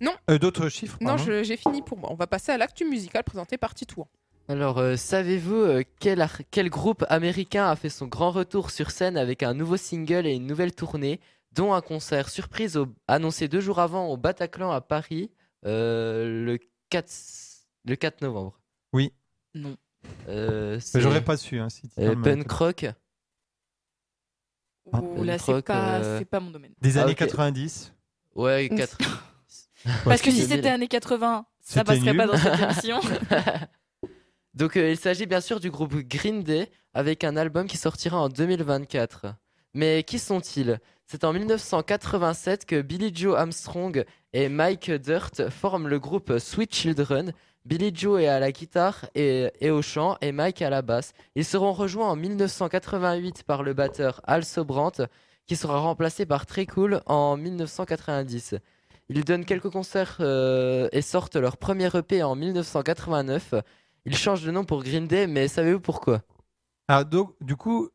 Speaker 4: Non.
Speaker 1: Euh, d'autres chiffres
Speaker 4: non,
Speaker 1: pardon.
Speaker 4: je- j'ai fini pour moi. On va passer à l'actu musical présenté par hein. Titouan.
Speaker 2: Alors, euh, savez-vous euh, quel, ar- quel groupe américain a fait son grand retour sur scène avec un nouveau single et une nouvelle tournée, dont un concert surprise au- annoncé deux jours avant au Bataclan à Paris euh, le, 4... le 4 novembre
Speaker 3: Non.
Speaker 2: Euh, c'est,
Speaker 1: Mais J'aurais pas su. Hein, si tu
Speaker 2: euh,
Speaker 1: me-
Speaker 2: Punk Rock.
Speaker 1: Ah,
Speaker 3: Ouh, là,
Speaker 2: le
Speaker 3: c'est
Speaker 2: croc,
Speaker 3: pas,
Speaker 2: euh,
Speaker 3: c'est pas mon domaine.
Speaker 1: Des
Speaker 2: Ah,
Speaker 1: années
Speaker 2: ok.
Speaker 1: 90.
Speaker 2: Ouais, 4.
Speaker 3: Parce
Speaker 2: c'est
Speaker 3: que si
Speaker 2: nul.
Speaker 3: c'était années 80,
Speaker 1: C'était
Speaker 3: ça passerait pas
Speaker 1: nul.
Speaker 3: dans cette émission.
Speaker 2: Donc euh, il s'agit bien sûr du groupe Green Day avec un album qui sortira en 2024. Mais qui sont-ils C'est en 1987 que Billy Joe Armstrong et Mike Dirt forment le groupe Sweet Children. Billy Joe est à la guitare et, et au chant et Mike à la basse. Ils seront rejoints en 1988 par le batteur Al Sobrant qui sera remplacé par Très Cool en 1990. Ils donnent quelques concerts euh, et sortent leur premier EP en 1989. Il change de nom pour Green Day, mais savez-vous pourquoi
Speaker 1: Alors, donc, du coup,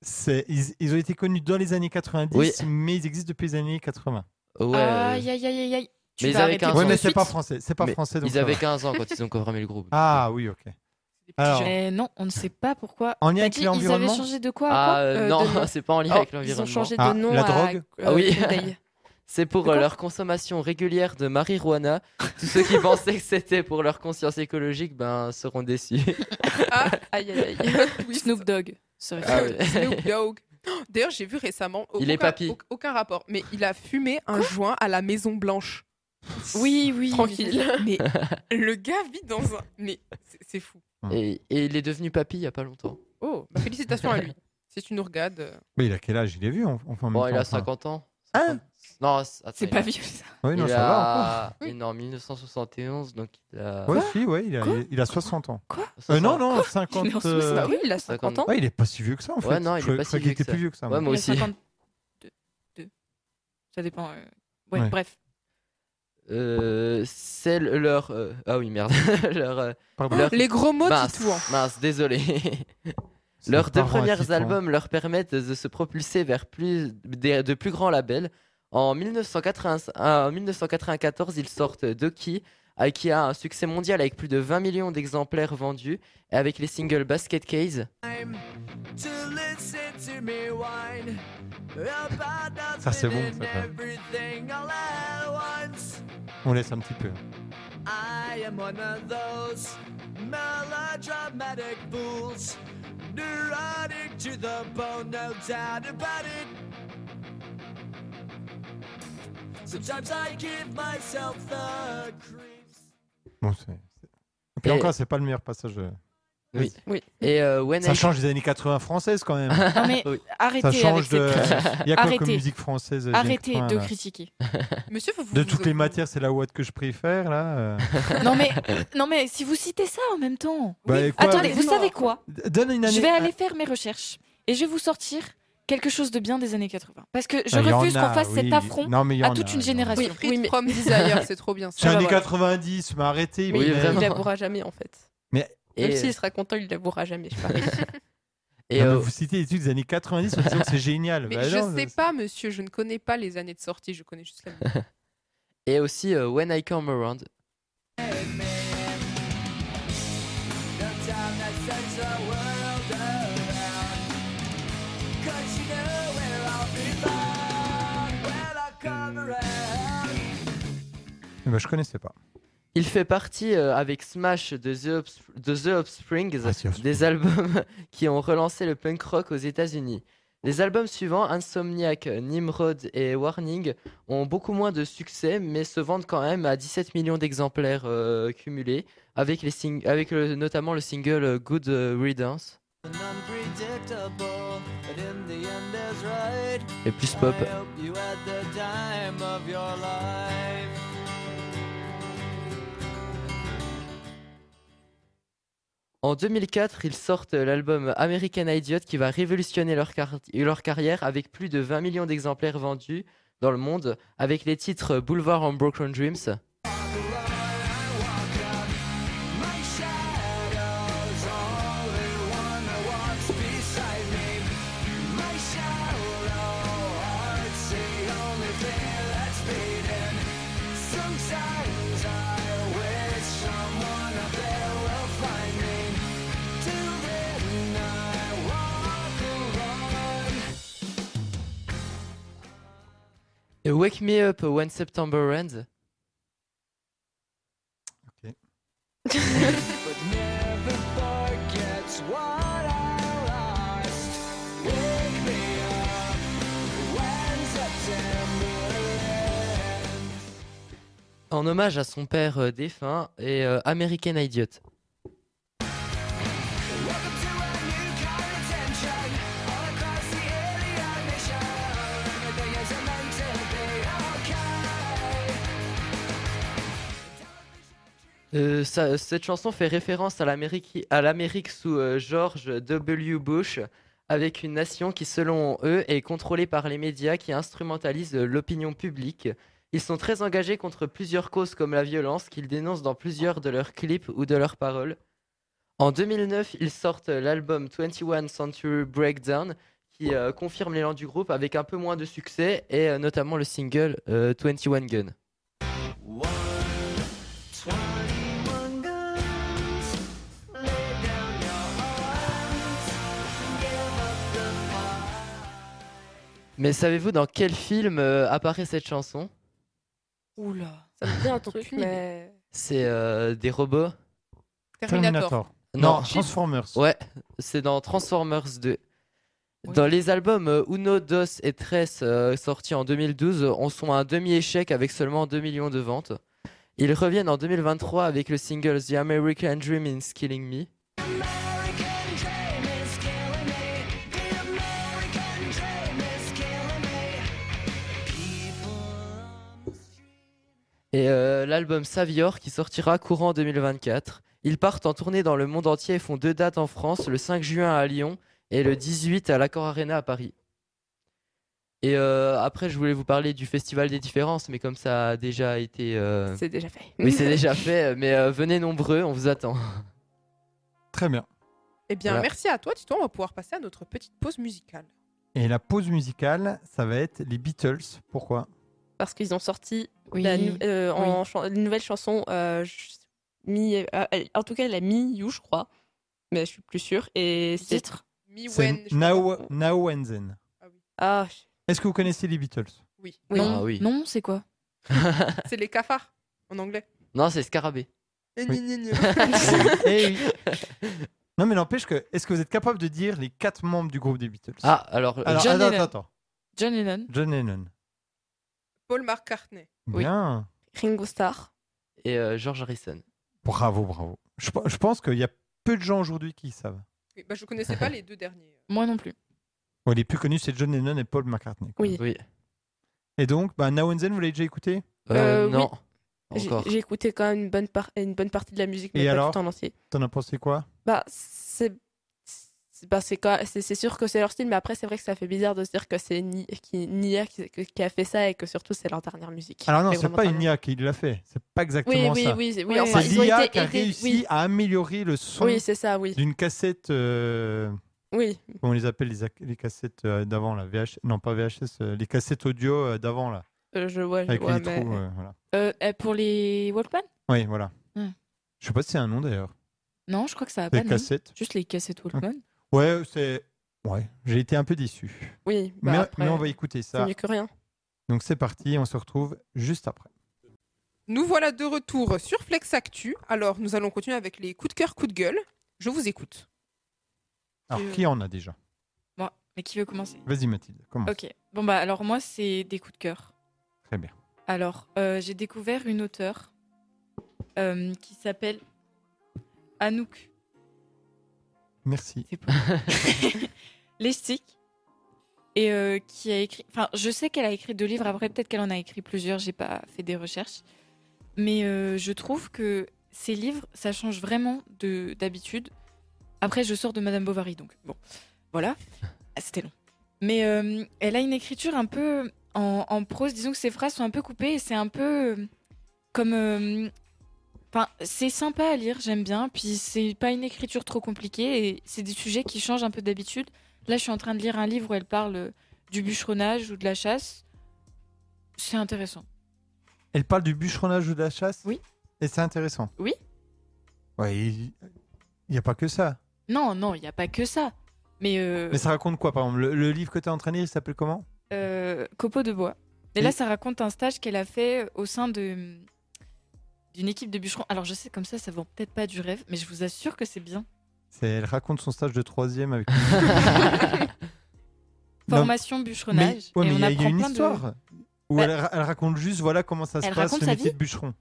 Speaker 1: c'est... Ils, ils ont été connus dans les années 90,
Speaker 2: Oui.
Speaker 1: mais ils existent depuis les années 80.
Speaker 2: Ouais. euh,
Speaker 3: Aïe, aïe, aïe, aïe, aïe. Tu
Speaker 2: Mais Ah, ils
Speaker 3: vas
Speaker 2: avaient
Speaker 3: arrêter
Speaker 2: quinze
Speaker 3: tout
Speaker 2: ans.
Speaker 1: Ouais,
Speaker 3: de
Speaker 1: mais c'est
Speaker 3: suite
Speaker 1: pas français. C'est pas
Speaker 2: Mais
Speaker 1: français. Donc
Speaker 2: ils
Speaker 1: ça
Speaker 2: avaient
Speaker 1: va.
Speaker 2: 15 ans quand ils ont formé le groupe.
Speaker 1: Ah oui, ok. Alors,
Speaker 3: Mais non, on ne sait pas pourquoi.
Speaker 1: en lien
Speaker 3: T'as
Speaker 1: avec
Speaker 3: dit, Bah, ils avaient
Speaker 1: l'environnement
Speaker 3: changé de quoi à
Speaker 2: Ah,
Speaker 3: quoi
Speaker 2: euh,
Speaker 5: Euh,
Speaker 2: non,
Speaker 5: de nom.
Speaker 2: c'est pas en lien
Speaker 5: Oh,
Speaker 2: avec
Speaker 5: ils ont
Speaker 2: l'environnement.
Speaker 5: changé de
Speaker 1: Ah,
Speaker 5: nom
Speaker 1: la
Speaker 5: à
Speaker 1: drogue
Speaker 5: euh,
Speaker 2: Ah oui.
Speaker 5: Green Day.
Speaker 2: C'est pour euh, leur consommation régulière de marijuana. Tous ceux qui pensaient que c'était pour leur conscience écologique, ben, seront déçus.
Speaker 5: Aïe, aïe, aïe.
Speaker 3: Snoop Dogg. serait-
Speaker 2: Ah ouais.
Speaker 4: Snoop Dogg. Oh, D'ailleurs, j'ai vu récemment. au-
Speaker 2: Il
Speaker 4: aucun,
Speaker 2: est papy.
Speaker 4: au- Aucun rapport. Mais il a fumé un joint à la Maison Blanche.
Speaker 3: Oui, oui.
Speaker 5: Tranquille.
Speaker 4: Mais le gars vit dans un. Mais c'est- c'est fou.
Speaker 2: Et, et il est devenu papy il y a pas longtemps.
Speaker 4: Oh, bah, félicitations à lui. Si tu nous regardes. euh,
Speaker 1: Mais il a quel âge Il est vieux en- enfin, en même
Speaker 2: Bon, il
Speaker 1: temps,
Speaker 2: a
Speaker 1: enfin.
Speaker 2: 50 ans.
Speaker 1: Hein
Speaker 2: Non, attends,
Speaker 3: C'est
Speaker 2: il
Speaker 3: pas
Speaker 2: a-
Speaker 3: vieux ça.
Speaker 1: Oui, non,
Speaker 2: il
Speaker 1: ça va.
Speaker 2: a...
Speaker 4: Oui.
Speaker 2: il est né en 1971, donc il a.
Speaker 1: encore. Ouais, si, ouais, il a, il- il a 60 ans.
Speaker 2: Ça
Speaker 1: Euh, non,
Speaker 2: sent-
Speaker 1: non,
Speaker 3: Il est en
Speaker 1: 50.
Speaker 3: Suisse,
Speaker 1: euh,
Speaker 3: bah
Speaker 5: oui, il a 50 ans.
Speaker 1: Ouais, il est pas si vieux que ça en fait.
Speaker 2: non, il
Speaker 1: Je
Speaker 2: est
Speaker 1: crois-
Speaker 2: pas
Speaker 1: je
Speaker 2: si
Speaker 1: crois qu'il
Speaker 2: vieux
Speaker 1: était
Speaker 2: que
Speaker 1: plus vieux que ça.
Speaker 2: Ouais,
Speaker 1: moi.
Speaker 2: moi aussi.
Speaker 3: 52. deux. Ça dépend. euh, ouais,
Speaker 1: Ouais.
Speaker 3: bref.
Speaker 2: Euh, c'est le- leur. euh, Ah oui, merde. leur, euh,
Speaker 1: Pardon.
Speaker 2: leur-
Speaker 4: Les gros mots
Speaker 2: mince,
Speaker 4: disent tout. hein.
Speaker 2: mince, désolé.
Speaker 1: C'est
Speaker 2: Leurs deux
Speaker 1: parents
Speaker 2: premiers
Speaker 1: assistants.
Speaker 2: albums leur permettent de se propulser vers plus, des- de plus grands labels. En, 1980 en 1994, ils sortent Doki, euh, qui a un succès mondial avec plus de 20 millions d'exemplaires vendus, et avec les singles Basket Case.
Speaker 1: Ça, c'est bon, ça, quand même. On laisse un petit peu. Bon, c'est- c'est- Et puis
Speaker 2: Et-
Speaker 1: encore, c'est pas le meilleur passage. euh.
Speaker 2: Oui.
Speaker 5: Oui.
Speaker 2: Et euh, When
Speaker 1: Ça
Speaker 2: I-
Speaker 1: change des années 80 françaises quand même.
Speaker 3: Non Ah, mais
Speaker 2: Oui.
Speaker 1: Ça
Speaker 3: arrêtez avec
Speaker 1: change
Speaker 3: cette
Speaker 1: de.
Speaker 3: critique.
Speaker 1: Il y a quoi comme
Speaker 3: Arrêtez.
Speaker 1: musique française euh,
Speaker 3: Arrêtez
Speaker 1: Jacques
Speaker 3: de
Speaker 1: Prin, là
Speaker 3: critiquer.
Speaker 4: Monsieur, vous,
Speaker 1: De
Speaker 4: vous-
Speaker 1: toutes les matières, c'est la Watt que je préfère là. euh.
Speaker 3: non mais non mais si vous citez ça en même temps.
Speaker 1: Bah,
Speaker 4: Oui,
Speaker 1: et quoi,
Speaker 3: Attendez,
Speaker 1: euh,
Speaker 3: vous savez quoi
Speaker 1: d- Donne une année. Ah.
Speaker 3: Je vais aller faire mes recherches et je vais vous sortir quelque chose de bien des années 80 parce que je
Speaker 1: Ah, il y en
Speaker 3: refuse
Speaker 1: a,
Speaker 3: qu'on fasse
Speaker 1: oui.
Speaker 3: cet affront
Speaker 1: Non, mais il y
Speaker 3: à
Speaker 1: en
Speaker 3: toute
Speaker 1: a,
Speaker 3: une
Speaker 1: il y en a.
Speaker 3: génération. Ah, bah,
Speaker 4: Oui,
Speaker 5: Oui,
Speaker 4: Free
Speaker 5: mais-
Speaker 4: From Desire, c'est trop bien.
Speaker 1: C'est
Speaker 4: ça.
Speaker 1: années
Speaker 5: voilà.
Speaker 1: 90, mais arrêtez.
Speaker 5: Mais
Speaker 2: Oui,
Speaker 1: mais-
Speaker 5: il
Speaker 2: vraiment.
Speaker 5: l'avouera jamais, en fait.
Speaker 2: et,
Speaker 5: Même s'il sera content, il l'avouera jamais. Je parie.
Speaker 2: et,
Speaker 1: Non, mais
Speaker 2: euh,
Speaker 1: vous citez les études des années 90 en disant que c'est génial.
Speaker 4: Mais
Speaker 1: Bah
Speaker 4: je
Speaker 1: non,
Speaker 4: sais
Speaker 1: c'est-
Speaker 4: pas, monsieur, je ne connais pas les années de sortie, je connais juste la musique.
Speaker 2: et aussi euh, When I Come Around.
Speaker 1: Eh ben, je connaissais pas.
Speaker 2: Il fait partie euh, avec Smash de The, Obs- de The Offsprings,
Speaker 1: Ah, The Offspring.
Speaker 2: des albums qui ont relancé le punk rock aux États-Unis. Les albums suivants, Insomniac, Nimrod et Warning, ont beaucoup moins de succès, mais se vendent quand même à 17 millions d'exemplaires euh, cumulés, avec, les sing- avec le- notamment le single euh, Good euh, Riddance. Et plus pop. En 2004, ils sortent l'album American Idiot qui va révolutionner leur, car- leur carrière avec plus de 20 millions d'exemplaires vendus dans le monde avec les titres Boulevard on Broken Dreams. Et Wake Me Up When September Ends.
Speaker 1: Ok.
Speaker 2: En hommage à son père euh, défunt et euh, American Idiot. Euh, ça- cette chanson fait référence à l'Amérique à l'Amérique sous euh, George W. Bush, avec une nation qui, selon eux, est contrôlée par les médias qui instrumentalisent euh, l'opinion publique. Ils sont très engagés contre plusieurs causes comme la violence qu'ils dénoncent dans plusieurs de leurs clips ou de leurs paroles. En 2009, ils sortent euh, l'album 21 Century Breakdown qui euh, confirme l'élan du groupe avec un peu moins de succès et euh, notamment le single euh, 21 Gun. Mais savez-vous dans quel film euh, apparaît cette chanson
Speaker 3: Oula.
Speaker 5: Ça me dit un truc,
Speaker 4: Aucune idée.
Speaker 5: mais.
Speaker 2: C'est euh, des robots
Speaker 4: Terminator.
Speaker 1: Non, Transformers.
Speaker 2: Ouais, c'est dans Transformers 2.
Speaker 3: Oui.
Speaker 2: Dans les albums euh, Uno, Dos et Tres euh, sortis en 2012, euh, on sont à un demi-échec avec seulement 2 millions de ventes. Ils reviennent en 2023 avec le single The American Dream is Killing Me. Et euh, l'album Savior qui sortira courant 2024. Ils partent en tournée dans le monde entier et font deux dates en France, le 5 juin à Lyon et le 18 à l'Accor Arena à Paris. Et euh, après, je voulais vous parler du Festival des différences, mais comme ça a déjà été... euh,
Speaker 5: C'est déjà fait.
Speaker 2: Oui, c'est déjà fait, mais euh, venez nombreux, on vous attend.
Speaker 1: Très bien.
Speaker 4: Eh bien,
Speaker 2: Voilà.
Speaker 4: merci à toi, Tito. On va pouvoir passer à notre petite pause musicale.
Speaker 1: Et la pause musicale, ça va être les Beatles. Pourquoi
Speaker 5: Parce qu'ils ont sorti
Speaker 3: Oui.
Speaker 5: la nou- euh, en chan- une nouvelle chanson, euh, je- mi, euh, elle- en tout cas la mi-you, je crois. Mais je suis plus sûre. Et c'est.
Speaker 3: Titre.
Speaker 4: Mi Wen,
Speaker 1: C'est
Speaker 4: je crois.
Speaker 1: Now, Now and Then.
Speaker 5: Ah, je-
Speaker 1: Est-ce que vous connaissez les Beatles
Speaker 4: Oui,
Speaker 5: Oui.
Speaker 3: Non,
Speaker 2: Ah oui.
Speaker 3: non c'est quoi
Speaker 4: c'est les cafards en anglais.
Speaker 2: Non, c'est Scarabée.
Speaker 4: Eh,
Speaker 1: Oui.
Speaker 4: gna, gna, gna.
Speaker 1: Eh oui. Non, mais n'empêche que, est-ce que vous êtes capable de dire les quatre membres du groupe des Beatles
Speaker 2: Ah, alors... euh,
Speaker 1: Alors,
Speaker 3: John
Speaker 1: attends,
Speaker 3: Lennon.
Speaker 1: attends, attends.
Speaker 3: John Lennon.
Speaker 1: John Lennon.
Speaker 4: Paul McCartney.
Speaker 5: Oui.
Speaker 1: Bien.
Speaker 5: Ringo Starr.
Speaker 2: et euh, George Harrison.
Speaker 1: Bravo, bravo. Je, pe- je pense qu'il y a peu de gens aujourd'hui qui savent.
Speaker 4: Oui, bah, je connaissais pas les deux derniers.
Speaker 3: Moi non plus.
Speaker 1: Bon, les plus connus, c'est John Lennon et Paul McCartney. quoi.
Speaker 5: Oui.
Speaker 2: Oui.
Speaker 1: Et donc, bah, Now and Then, vous l'avez déjà écouté
Speaker 2: Euh,
Speaker 5: Euh, oui.
Speaker 2: non.
Speaker 5: J'ai
Speaker 2: Encore.
Speaker 5: j'ai écouté quand même une bonne, par- une bonne partie de la musique, mais
Speaker 1: Et
Speaker 5: pas
Speaker 1: alors
Speaker 5: tout en entier.
Speaker 1: T'en as pensé quoi
Speaker 5: Bah, c'est. c'est- Bah, c'est quoi- c'est c'est sûr que c'est leur style, mais après, c'est vrai que ça fait bizarre de se dire que c'est Ni- qui- Nia qui, qui a fait ça et que surtout c'est leur dernière musique.
Speaker 1: Alors non,
Speaker 5: Mais
Speaker 1: c'est
Speaker 5: vraiment
Speaker 1: pas
Speaker 5: dernière.
Speaker 1: une IA qui l'a fait. C'est pas
Speaker 5: Oui,
Speaker 1: exactement
Speaker 5: oui,
Speaker 1: ça.
Speaker 5: oui, c'est- oui,
Speaker 3: Ouais.
Speaker 5: enfin,
Speaker 1: C'est
Speaker 5: ils ont
Speaker 1: l'IA
Speaker 5: été
Speaker 1: qui a
Speaker 5: aidés-
Speaker 1: réussi
Speaker 5: Oui,
Speaker 1: à améliorer le son
Speaker 5: oui, c'est ça, oui.
Speaker 1: d'une cassette. euh,
Speaker 5: Oui,
Speaker 1: comment on les appelle les, ac- les cassettes euh, d'avant là VH... Non, pas VHS, euh, les cassettes audio euh, d'avant là,
Speaker 5: euh, je vois, je
Speaker 1: avec
Speaker 5: vois,
Speaker 1: les
Speaker 5: mais-
Speaker 1: trous. euh, voilà.
Speaker 3: Euh, euh, pour les Walkman
Speaker 1: Oui, voilà.
Speaker 3: Hmm.
Speaker 1: Je sais pas si c'est un nom d'ailleurs.
Speaker 3: Non, je crois que ça a pas
Speaker 1: Les
Speaker 3: de nom.
Speaker 1: cassettes. Ah.
Speaker 3: Juste les cassettes Walkman.
Speaker 1: Ouais, c'est. Ouais, j'ai été un peu déçu.
Speaker 5: Oui, bah
Speaker 1: mais,
Speaker 5: après,
Speaker 1: mais on va écouter
Speaker 5: c'est
Speaker 1: ça.
Speaker 5: mieux que rien.
Speaker 1: Donc c'est parti, on se retrouve juste après.
Speaker 4: Nous voilà de retour sur Flex Actu. Alors, nous allons continuer avec les coups de cœur, coups de gueule. Je vous écoute.
Speaker 1: Alors,
Speaker 3: Euh,
Speaker 1: qui en a déjà
Speaker 3: Bon, mais qui veut commencer
Speaker 1: Vas-y Mathilde, commence.
Speaker 3: Ok. Bon, bah alors moi, c'est des coups de cœur.
Speaker 1: Très bien.
Speaker 3: Alors, euh, j'ai découvert une auteure euh, qui s'appelle Anouk
Speaker 1: Merci.
Speaker 3: C'est pas- Lestic. Et euh, qui a écrit. Enfin, je sais qu'elle a écrit deux livres. Après, peut-être qu'elle en a écrit plusieurs. J'ai pas fait des recherches. Mais euh, je trouve que ces livres, ça change vraiment de d'habitude. Après, je sors de Madame Bovary, donc bon, voilà. Ah, C'était long. Mais euh, elle a une écriture un peu en, en prose. Disons que ses phrases sont un peu coupées. et C'est un peu euh, comme. euh, Enfin, c'est sympa à lire, j'aime bien. Puis c'est pas une écriture trop compliquée et c'est des sujets qui changent un peu d'habitude. Là, je suis en train de lire un livre où elle parle euh, du bûcheronnage ou de la chasse. C'est intéressant.
Speaker 1: Elle parle du bûcheronnage ou de la chasse
Speaker 3: Oui.
Speaker 1: Et c'est intéressant.
Speaker 3: Oui.
Speaker 1: Ouais, il n'y a pas que ça.
Speaker 3: Non, non, il n'y a pas que ça. Mais, euh,
Speaker 1: Mais ça raconte quoi par exemple Le, le livre que tu as entraîné, il s'appelle comment
Speaker 3: euh, copeaux de bois. Et,
Speaker 1: Et-
Speaker 3: là, ça raconte un stage qu'elle a fait euh, au sein de d'une équipe de bûcherons. Alors, je sais comme ça, ça vend peut-être pas du rêve, mais je vous assure que c'est bien.
Speaker 1: C'est- Elle raconte son stage de troisième avec... Non,
Speaker 3: Formation
Speaker 1: mais-
Speaker 3: bûcheronnage.
Speaker 1: ouais,
Speaker 3: et
Speaker 1: mais
Speaker 3: on
Speaker 1: il y a- il y,
Speaker 3: apprend
Speaker 1: a une
Speaker 3: plein de-
Speaker 1: histoire où
Speaker 3: Bah-
Speaker 1: elle, ra- elle raconte juste voilà comment ça se
Speaker 3: Elle
Speaker 1: passe
Speaker 3: raconte
Speaker 1: le
Speaker 3: sa
Speaker 1: métier
Speaker 3: vie
Speaker 1: de bûcheron.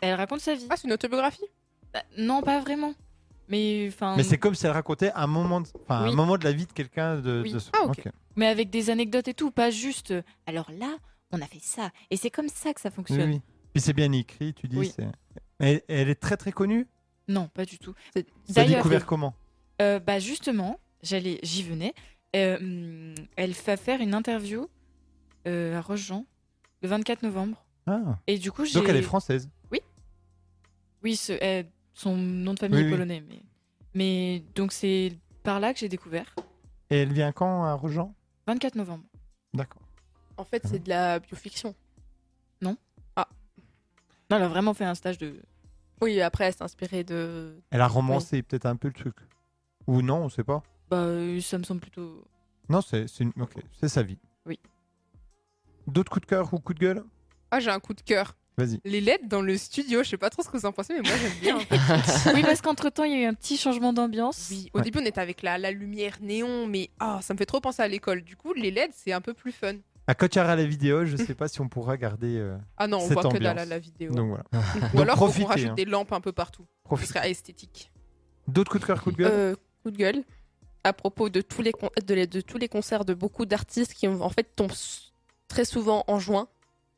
Speaker 3: Elle raconte sa vie.
Speaker 4: Ah, c'est une autobiographie
Speaker 3: Bah, non, pas vraiment. Mais enfin.
Speaker 1: Mais c'est comme si elle racontait un moment de, enfin, un
Speaker 3: Oui.
Speaker 1: moment de la vie de quelqu'un de,
Speaker 3: Oui.
Speaker 1: de son-
Speaker 4: Ah, ok.
Speaker 3: mais avec des anecdotes et tout, pas juste. euh, Alors là, on a fait ça, et c'est comme ça que ça
Speaker 1: Oui,
Speaker 3: fonctionne.
Speaker 1: oui. Puis c'est bien écrit, tu dis.
Speaker 3: Oui.
Speaker 1: c'est- Elle, elle est très très connue.
Speaker 3: Non, pas du tout.
Speaker 5: C'est-
Speaker 1: Tu as
Speaker 3: D'ailleurs,
Speaker 1: découvert comment
Speaker 3: euh, bah justement, j'allais, j'y venais. euh, hum, elle fait faire une interview euh, à Rochejean le 24 novembre,
Speaker 1: Ah.
Speaker 3: et du coup j'ai.
Speaker 1: Donc elle est française.
Speaker 3: Oui, ce- euh, son nom de famille
Speaker 1: Oui,
Speaker 3: est
Speaker 1: oui.
Speaker 3: polonais, mais mais donc c'est par là que j'ai découvert.
Speaker 1: Et elle vient quand à Rojan
Speaker 3: 24 novembre.
Speaker 1: D'accord.
Speaker 5: En fait, c'est de la biofiction.
Speaker 3: Non, elle a vraiment fait un stage de.
Speaker 5: Oui, après, c'est inspiré de.
Speaker 1: Elle a romancé peut-être un peu le truc. Ou non, on sait pas.
Speaker 3: Bah, euh, ça me semble plutôt.
Speaker 1: Non, c'est c'est une- ok, c'est sa vie.
Speaker 3: Oui.
Speaker 1: D'autres coups de cœur ou coups de gueule
Speaker 4: Ah, j'ai un coup de cœur.
Speaker 1: Vas-y.
Speaker 4: Les LED dans le studio, je sais pas trop ce que vous en pensez, mais moi j'aime bien.
Speaker 3: oui, parce qu'entre-temps, il y a eu un petit changement d'ambiance.
Speaker 4: Oui, au
Speaker 1: Ouais.
Speaker 4: début on était avec la, la lumière néon, mais ah, ça me fait trop penser à l'école. Du coup, les LED, c'est un peu plus fun.
Speaker 1: À Coachara la vidéo, je sais pas si on pourra garder. euh,
Speaker 4: Ah non, on
Speaker 1: Cette
Speaker 4: voit que dalle
Speaker 1: ambiance.
Speaker 4: à la vidéo.
Speaker 1: Donc voilà.
Speaker 4: Ou
Speaker 1: Donc
Speaker 4: alors faut
Speaker 1: profitez,
Speaker 4: qu'on rajoute
Speaker 1: hein.
Speaker 4: des lampes un peu partout. Ce
Speaker 1: Profite.
Speaker 4: serait esthétique.
Speaker 1: D'autres coups de cœur, coups de gueule
Speaker 5: Euh, coup de gueule à propos de tous les, con- de, les- de tous les concerts de beaucoup d'artistes qui en fait tombent s- très souvent en juin.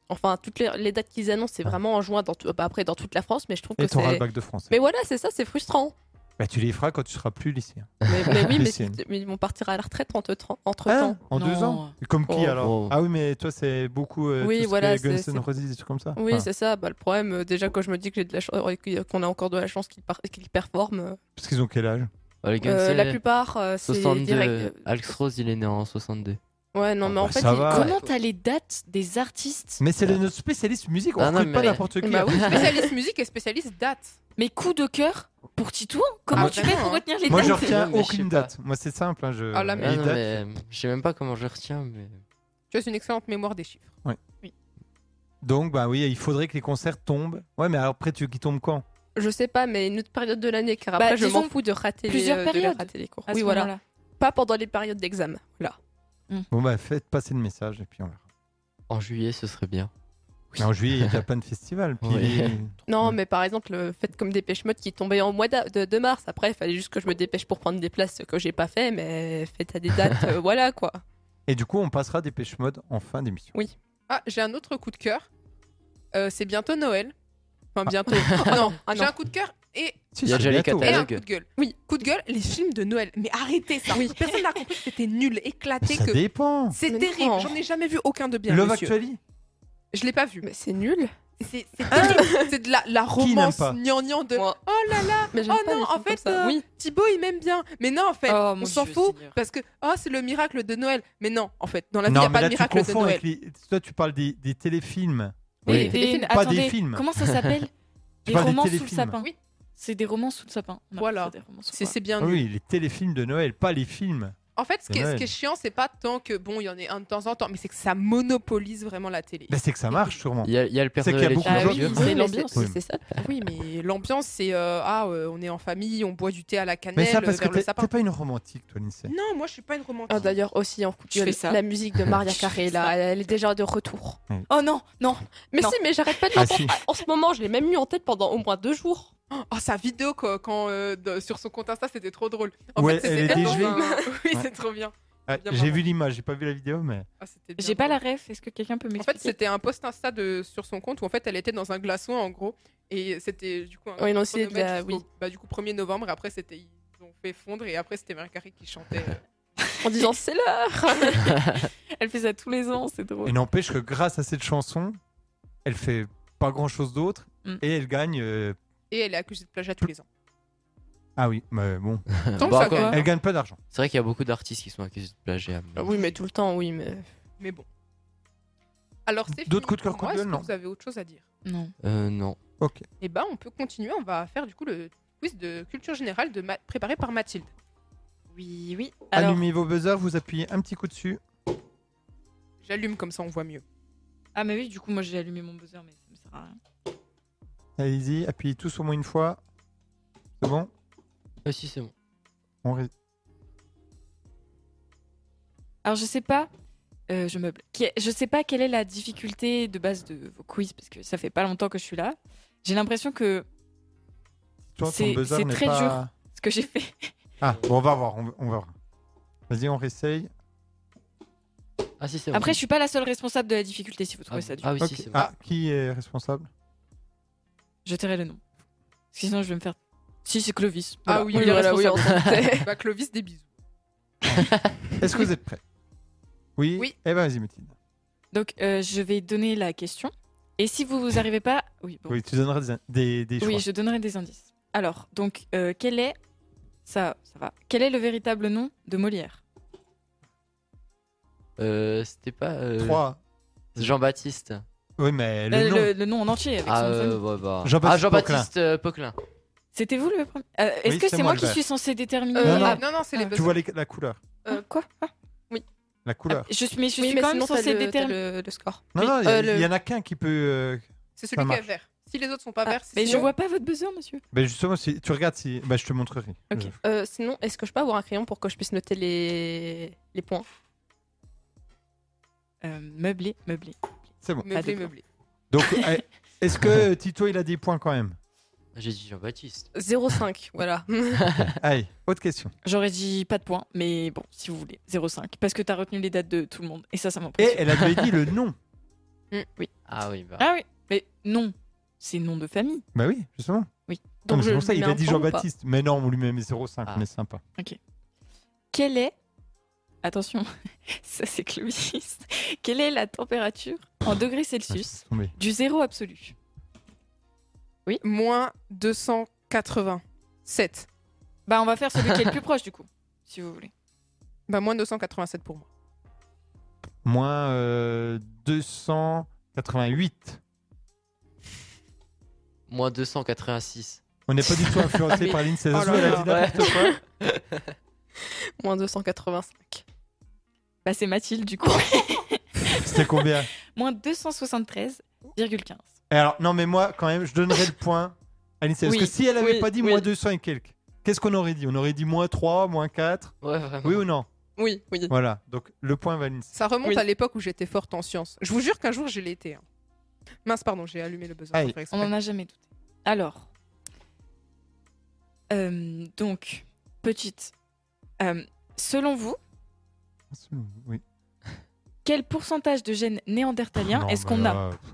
Speaker 5: Enfin, toutes les, les dates qu'ils annoncent, c'est
Speaker 1: Ouais.
Speaker 5: vraiment en juin, dans tout- bah, après dans toute la France, mais je trouve
Speaker 1: Ah. Et
Speaker 5: que
Speaker 1: t'auras le
Speaker 5: c'est.
Speaker 1: bac de français.
Speaker 5: Mais voilà, c'est ça, c'est frustrant.
Speaker 1: Bah, tu les feras quand tu seras plus lycéen.
Speaker 5: Mais, mais oui, mais,
Speaker 1: Lycéenne.
Speaker 5: mais ils vont partir à la retraite entre, temps- entre
Speaker 1: Hein
Speaker 5: temps.
Speaker 1: en
Speaker 3: Non.
Speaker 1: deux ans Comme qui
Speaker 5: Oh.
Speaker 1: alors
Speaker 2: Oh.
Speaker 1: Ah oui, mais toi, c'est beaucoup. euh,
Speaker 5: Oui,
Speaker 1: tout ce
Speaker 5: voilà,
Speaker 1: que Guns
Speaker 5: c'est-
Speaker 1: N' Roses, des trucs comme ça.
Speaker 5: Oui,
Speaker 1: Enfin,
Speaker 5: c'est ça. Bah, le problème, euh, déjà, quand je me dis que j'ai de la chance- euh, qu'il- qu'on a encore de la chance qu'ils par- qu'ils performent,
Speaker 1: Parce qu'ils ont quel âge
Speaker 2: Oh, les
Speaker 5: euh,
Speaker 2: gars, c'est
Speaker 5: la plupart, euh, c'est
Speaker 2: 62.
Speaker 5: direct.
Speaker 2: Alex Rose, il est né en 62.
Speaker 5: Ouais, non,
Speaker 1: Ah
Speaker 5: mais
Speaker 1: bah,
Speaker 5: en fait,
Speaker 1: ça
Speaker 5: ils-
Speaker 1: va.
Speaker 5: comment-
Speaker 3: Comment t'as les dates des artistes
Speaker 1: Mais c'est le- notre spécialiste musique, on
Speaker 2: Ah non,
Speaker 1: recrute pas
Speaker 2: mais-
Speaker 1: n'importe qui. hein.
Speaker 5: Bah oui.
Speaker 4: Spécialiste musique et spécialiste date.
Speaker 3: Mais coup de cœur pour Titouan Comment
Speaker 4: Ah,
Speaker 3: tu
Speaker 4: vraiment,
Speaker 3: fais pour
Speaker 4: hein.
Speaker 3: retenir les
Speaker 1: Moi, je
Speaker 3: dates
Speaker 1: retiens
Speaker 2: Non, mais je
Speaker 1: aucune
Speaker 2: sais pas.
Speaker 1: date. Moi, c'est simple. hein, je...
Speaker 4: Ah, la
Speaker 2: Ah
Speaker 1: les
Speaker 2: non,
Speaker 1: dates,
Speaker 2: mais, euh, je sais même pas comment je les retiens, mais.
Speaker 4: Tu as une excellente mémoire des chiffres.
Speaker 1: Donc, bah oui, il faudrait que les concerts tombent. Ouais, mais alors, après, tu qui tombent quand
Speaker 5: je sais pas, mais une autre période de l'année, car
Speaker 3: Bah,
Speaker 5: après, je
Speaker 3: disons
Speaker 5: m'en fous de rater,
Speaker 3: plusieurs
Speaker 5: les, euh, de les
Speaker 3: périodes.
Speaker 5: rater les cours.
Speaker 3: à ce
Speaker 5: Oui, voilà.
Speaker 3: moment-là
Speaker 5: Pas pendant les périodes d'examen. Voilà.
Speaker 1: Bon, bah, faites passer le message et puis on verra.
Speaker 2: En juillet, ce serait bien.
Speaker 1: Mais en juillet, il y a déjà plein de festivals. Puis
Speaker 2: Ouais.
Speaker 1: les-
Speaker 5: Non,
Speaker 1: Ouais.
Speaker 5: mais par exemple, le fait comme Dépêche Mode qui tombait en mois d'a- de, de mars. Après, il fallait juste que je me dépêche pour prendre des places, ce que j'ai pas fait, mais faites à des dates, euh, voilà quoi.
Speaker 1: Et du coup, on passera des pêches mode en fin d'émission.
Speaker 4: Ah, j'ai un autre coup de cœur. Euh, c'est bientôt Noël. Enfin,
Speaker 1: Ah.
Speaker 4: bientôt. non,
Speaker 5: Ah
Speaker 4: j'ai
Speaker 5: non.
Speaker 4: un coup de cœur et,
Speaker 1: Si,
Speaker 2: Il y a
Speaker 1: c'est
Speaker 2: déjà les
Speaker 1: bientôt.
Speaker 2: catalogues.
Speaker 4: et un
Speaker 2: Dialogue.
Speaker 4: coup de gueule. Oui, coup de gueule, les films de Noël. Mais arrêtez ça.
Speaker 5: Oui.
Speaker 4: Personne n'a compris que c'était nul, éclaté.
Speaker 1: Ça
Speaker 4: que...
Speaker 1: dépend.
Speaker 4: C'est
Speaker 5: Mais
Speaker 4: terrible.
Speaker 5: non.
Speaker 4: J'en ai jamais vu aucun de bien.
Speaker 1: Love
Speaker 4: monsieur.
Speaker 1: Actually
Speaker 4: Je l'ai pas vu.
Speaker 5: Mais c'est nul.
Speaker 4: C'est c'est terrible. C'est de la, la
Speaker 1: n'aime
Speaker 4: romance
Speaker 1: pas
Speaker 4: gnangnan de
Speaker 5: Moi.
Speaker 4: oh là là,
Speaker 5: Mais j'aime
Speaker 4: Oh
Speaker 5: pas
Speaker 4: non,
Speaker 5: les
Speaker 4: en
Speaker 5: films
Speaker 4: fait,
Speaker 5: comme ça.
Speaker 4: euh,
Speaker 5: oui.
Speaker 4: Thibaut il m'aime bien. Mais non, en fait,
Speaker 3: Oh, mon
Speaker 4: on s'en
Speaker 3: Dieu,
Speaker 4: fout
Speaker 3: Seigneur.
Speaker 4: parce que oh, c'est le miracle de Noël. Mais non, en fait, dans la vie, il n'y
Speaker 1: Non,
Speaker 4: a pas
Speaker 1: mais là,
Speaker 4: de
Speaker 1: tu
Speaker 4: miracle de
Speaker 1: confonds
Speaker 4: Noël.
Speaker 1: avec les... Toi, tu parles des, des téléfilms.
Speaker 2: Oui.
Speaker 3: Des- des-
Speaker 1: Pas des
Speaker 3: attendez,
Speaker 1: films.
Speaker 3: Comment ça s'appelle
Speaker 1: Tu
Speaker 3: Des
Speaker 1: parles des
Speaker 3: romans sous le
Speaker 1: téléfilms.
Speaker 3: sapin.
Speaker 4: Oui.
Speaker 3: C'est des romans sous le sapin. On appelle
Speaker 4: Voilà.
Speaker 3: ça des romans sous le
Speaker 4: C'est
Speaker 3: sapin.
Speaker 4: c'est bien nul.
Speaker 1: Ah Oui, les téléfilms de Noël, pas les films.
Speaker 4: En fait, ce qui, est,
Speaker 1: Noël.
Speaker 4: ce qui est chiant, c'est pas tant que bon, il y en ait un de temps en temps, mais c'est que ça monopolise vraiment la télé.
Speaker 1: Bah, c'est que ça marche, sûrement.
Speaker 2: Il y a, il y a le père
Speaker 1: C'est qu'il y a
Speaker 2: Noël et
Speaker 1: beaucoup
Speaker 2: tout
Speaker 1: de
Speaker 2: le
Speaker 1: gens qui-
Speaker 2: monde.
Speaker 5: Bah oui,
Speaker 1: c'est
Speaker 5: mais
Speaker 1: l'ambiance.
Speaker 5: c'est- c'est ça.
Speaker 4: Oui, mais l'ambiance, c'est euh, ah, euh, on est en famille, on boit du thé à la cannelle
Speaker 1: Mais ça, parce que
Speaker 4: vers le
Speaker 1: t'es
Speaker 4: sapin.
Speaker 1: t'es pas une romantique, toi, Lindsay.
Speaker 4: Non, moi, je suis pas une romantique.
Speaker 5: Ah, D'ailleurs, aussi en coup de
Speaker 3: Je
Speaker 5: gueule,
Speaker 3: fais ça.
Speaker 5: la musique de Maria
Speaker 3: Je
Speaker 5: Carré,
Speaker 3: fais
Speaker 5: là,
Speaker 3: ça.
Speaker 5: elle est déjà de retour.
Speaker 3: Oh non, non.
Speaker 5: Mais
Speaker 3: Non.
Speaker 5: si, mais j'arrête pas de
Speaker 1: Ah,
Speaker 5: l'entendre.
Speaker 1: si.
Speaker 5: En ce moment, je l'ai même mis en tête pendant au moins deux jours.
Speaker 4: Oh, sa vidéo quoi, quand euh, de- sur son compte Insta, c'était trop drôle. En
Speaker 1: Ouais,
Speaker 4: fait,
Speaker 1: elle
Speaker 4: c'était
Speaker 1: est
Speaker 4: dans
Speaker 1: dégelée.
Speaker 4: un- Oui,
Speaker 1: Ouais.
Speaker 4: c'est trop bien.
Speaker 1: Ouais,
Speaker 4: bien
Speaker 1: Ah, j'ai
Speaker 4: marrant.
Speaker 1: vu l'image, j'ai pas vu la vidéo, mais.
Speaker 4: Ah, c'était bien
Speaker 3: J'ai pas
Speaker 4: drôle.
Speaker 3: la ref. Est-ce que quelqu'un peut
Speaker 4: En fait,
Speaker 3: m'expliquer
Speaker 4: c'était un post Insta de, sur son compte où en fait elle était dans un glaçon en gros. Et c'était du coup un
Speaker 5: Oui, non, c'est de
Speaker 4: chronomètre
Speaker 5: la-
Speaker 4: jusqu'au-
Speaker 5: oui.
Speaker 4: bah, du coup 1er novembre. Après, c'était ils ont fait fondre et après c'était Maria Carré qui chantait. euh,
Speaker 5: En disant, c'est l'heure.
Speaker 3: Elle fait ça tous les ans, c'est drôle.
Speaker 1: Et n'empêche que grâce à cette chanson, elle fait pas grand chose d'autre
Speaker 3: Mm.
Speaker 1: et elle gagne. euh,
Speaker 4: et elle est accusée de plagiat tous les ans.
Speaker 1: Ah oui, mais bon.
Speaker 4: Tant
Speaker 3: Ah
Speaker 2: Bah,
Speaker 4: que ça
Speaker 2: encore.
Speaker 4: gagne.
Speaker 1: Elle gagne pas d'argent.
Speaker 2: C'est vrai qu'il y a beaucoup d'artistes qui sont accusés de plagiat.
Speaker 1: Ah
Speaker 2: mais-
Speaker 5: oui, mais tout le temps, oui, mais.
Speaker 4: Mais bon. Alors, c'est
Speaker 1: D'autres
Speaker 4: fini
Speaker 1: coups de cœur,
Speaker 4: pour
Speaker 1: coups de
Speaker 4: moi. Est-ce
Speaker 1: gueule,
Speaker 4: que
Speaker 1: non
Speaker 4: Vous avez autre chose à dire
Speaker 3: Non.
Speaker 2: Euh, non.
Speaker 1: Ok.
Speaker 4: Eh ben, on peut continuer. On va faire du coup le quiz de culture générale de Ma- préparé par Mathilde.
Speaker 3: Oui, oui. Alors,
Speaker 1: Allumez vos buzzers, vous appuyez un petit coup dessus.
Speaker 4: J'allume comme ça, on voit mieux.
Speaker 3: ah mais oui, du coup, moi j'ai allumé mon buzzer, mais ça me sert à rien.
Speaker 1: Allez-y, appuyez tous au moins une fois. C'est bon
Speaker 2: Ah si, c'est bon.
Speaker 1: On ré-
Speaker 3: Alors, je sais pas. euh, je meuble. Qui- Je sais pas quelle est la difficulté de base de vos quiz parce que ça fait pas longtemps que je suis là. J'ai l'impression que
Speaker 1: Toi, ton
Speaker 3: C'est-
Speaker 1: buzzer
Speaker 3: c'est
Speaker 1: n'est
Speaker 3: très
Speaker 1: pas-
Speaker 3: dur. ce que j'ai fait.
Speaker 1: Ah, bon, on va voir, on, on va voir. Vas-y, on réessaye.
Speaker 2: Ah si, c'est bon.
Speaker 3: Après, je suis pas la seule responsable de la difficulté si vous
Speaker 2: ah,
Speaker 3: trouvez ça dur.
Speaker 2: ah oui,
Speaker 1: Ok.
Speaker 2: si, c'est bon.
Speaker 1: Ah, qui est responsable
Speaker 3: Je tairai le nom. Sinon, je vais me faire. Si, c'est Clovis.
Speaker 4: Ah
Speaker 3: Voilà.
Speaker 4: oui,
Speaker 5: Oui,
Speaker 4: il est
Speaker 5: voilà, oui,
Speaker 4: responsable. bah, Clovis, des bisous.
Speaker 1: Est-ce que vous êtes prêts Oui
Speaker 4: Oui.
Speaker 1: Eh ben, vas-y, Mathilde.
Speaker 3: Donc, euh, je vais donner la question. Et si vous vous arrivez pas. Oui, bon.
Speaker 1: Oui, tu donneras des, des, des choix.
Speaker 3: Oui, je donnerai des indices. Alors, donc, euh, quel est. Ça, ça va. Quel est le véritable nom de Molière
Speaker 2: Euh, C'était pas... euh,
Speaker 1: Trois.
Speaker 2: Jean-Baptiste.
Speaker 1: Oui, mais le
Speaker 3: Euh,
Speaker 1: nom.
Speaker 3: le, le nom en entier. avec
Speaker 2: Ah,
Speaker 3: son nom de
Speaker 2: euh,
Speaker 3: famille.
Speaker 2: ouais, bah.
Speaker 1: Jean-Baptiste
Speaker 2: ah, Jean-Baptiste euh, Poquelin.
Speaker 3: C'était vous le premier Euh, Est-ce
Speaker 1: Oui,
Speaker 3: que
Speaker 1: c'est
Speaker 3: c'est
Speaker 1: moi
Speaker 3: moi
Speaker 1: le
Speaker 3: qui
Speaker 1: vert.
Speaker 3: suis censé déterminer
Speaker 5: Euh,
Speaker 1: non.
Speaker 4: Non, non, c'est les
Speaker 5: Ah.
Speaker 1: Tu
Speaker 4: buzzers.
Speaker 1: vois les- la couleur.
Speaker 5: Euh,
Speaker 3: Quoi Ah,
Speaker 1: La couleur.
Speaker 3: Je suis, mais je
Speaker 5: Oui,
Speaker 3: suis
Speaker 5: mais
Speaker 3: quand même
Speaker 5: sinon, t'as
Speaker 3: censée
Speaker 5: le, euh, t'as
Speaker 3: déterminer.
Speaker 5: le, le score.
Speaker 1: non,
Speaker 5: Oui,
Speaker 1: non, il y,
Speaker 5: euh,
Speaker 1: a-
Speaker 5: le-
Speaker 1: il y en a qu'un qui peut. euh,
Speaker 4: C'est celui qui est
Speaker 1: marche.
Speaker 4: vert. Si les autres sont pas
Speaker 5: Ah,
Speaker 4: verts, c'est
Speaker 3: Mais je
Speaker 4: sinon-
Speaker 3: vois pas votre buzzer, monsieur.
Speaker 1: Ben justement, si tu regardes, si... ben, je te montrerai.
Speaker 3: Ok.
Speaker 1: Je-
Speaker 5: Euh, sinon, est-ce que je peux avoir un crayon pour que je puisse noter les, les points
Speaker 3: Euh, meublé, meublé.
Speaker 1: C'est bon.
Speaker 3: Pas Ah, de
Speaker 4: Meublé, meublé.
Speaker 3: plan.
Speaker 1: Donc, euh, est-ce que Tito, il a des points quand même
Speaker 2: Ah, J'ai dit Jean-Baptiste.
Speaker 5: 0,5, voilà.
Speaker 1: Allez, autre question.
Speaker 3: J'aurais dit pas de points, mais bon, si vous voulez, 0,5. Parce que t'as retenu les dates de tout le monde. Et ça, ça
Speaker 1: Et
Speaker 3: m'impressionne.
Speaker 1: elle avait dit le nom.
Speaker 2: Ah oui, bah.
Speaker 3: Ah oui, mais non, c'est nom de famille.
Speaker 1: Bah oui, justement.
Speaker 5: Donc,
Speaker 1: Non, mais c'est
Speaker 5: je
Speaker 1: pour ça, il
Speaker 5: mets
Speaker 1: a
Speaker 5: un
Speaker 1: dit
Speaker 5: point ou pas
Speaker 1: Jean-Baptiste. Mais non, on lui met 0,5,
Speaker 2: Ah.
Speaker 1: on est sympa.
Speaker 3: Quelle est, attention, ça c'est clobiste, quelle est la température en degrés Celsius
Speaker 1: Tombé.
Speaker 3: du zéro absolu
Speaker 4: Moins 287.
Speaker 3: Bah on va faire celui qui est le plus proche du coup, si vous voulez.
Speaker 4: Bah, moins 287 pour moi.
Speaker 1: Moins euh, 288.
Speaker 2: Moins 286.
Speaker 1: On n'est pas du tout influencé
Speaker 5: Mais-
Speaker 1: par l'INSEE.
Speaker 4: Oh là
Speaker 1: elle a
Speaker 4: là.
Speaker 1: dit n'importe quoi.
Speaker 5: Moins 285.
Speaker 3: Bah c'est Mathilde du coup.
Speaker 1: C'était combien
Speaker 3: Moins 273,15.
Speaker 1: Et alors, non, mais moi, quand même, je donnerais le point à l'INSEE.
Speaker 3: Oui,
Speaker 1: Parce que si elle avait
Speaker 3: oui,
Speaker 1: pas dit
Speaker 3: oui.
Speaker 1: moins 200 et quelques, qu'est-ce qu'on aurait dit On aurait dit moins 3, moins 4.
Speaker 2: Ouais, vraiment.
Speaker 5: Ah.
Speaker 1: Oui ou non
Speaker 5: Oui, oui.
Speaker 1: Voilà. Donc, le point va à l'INSEE.
Speaker 4: Ça remonte
Speaker 5: Oui.
Speaker 4: à l'époque où j'étais forte en sciences. Je vous jure qu'un jour, je l'ai été. hein. Mince, pardon, j'ai allumé le buzzer.
Speaker 1: Aïe.
Speaker 4: sans faire
Speaker 3: On
Speaker 4: exprès.
Speaker 3: n'en a jamais douté. Alors, euh, donc, petite, euh, selon vous,
Speaker 1: Oui.
Speaker 3: quel pourcentage de gènes néandertaliens
Speaker 1: Non,
Speaker 3: est-ce
Speaker 1: mais
Speaker 3: qu'on a
Speaker 1: là, pff.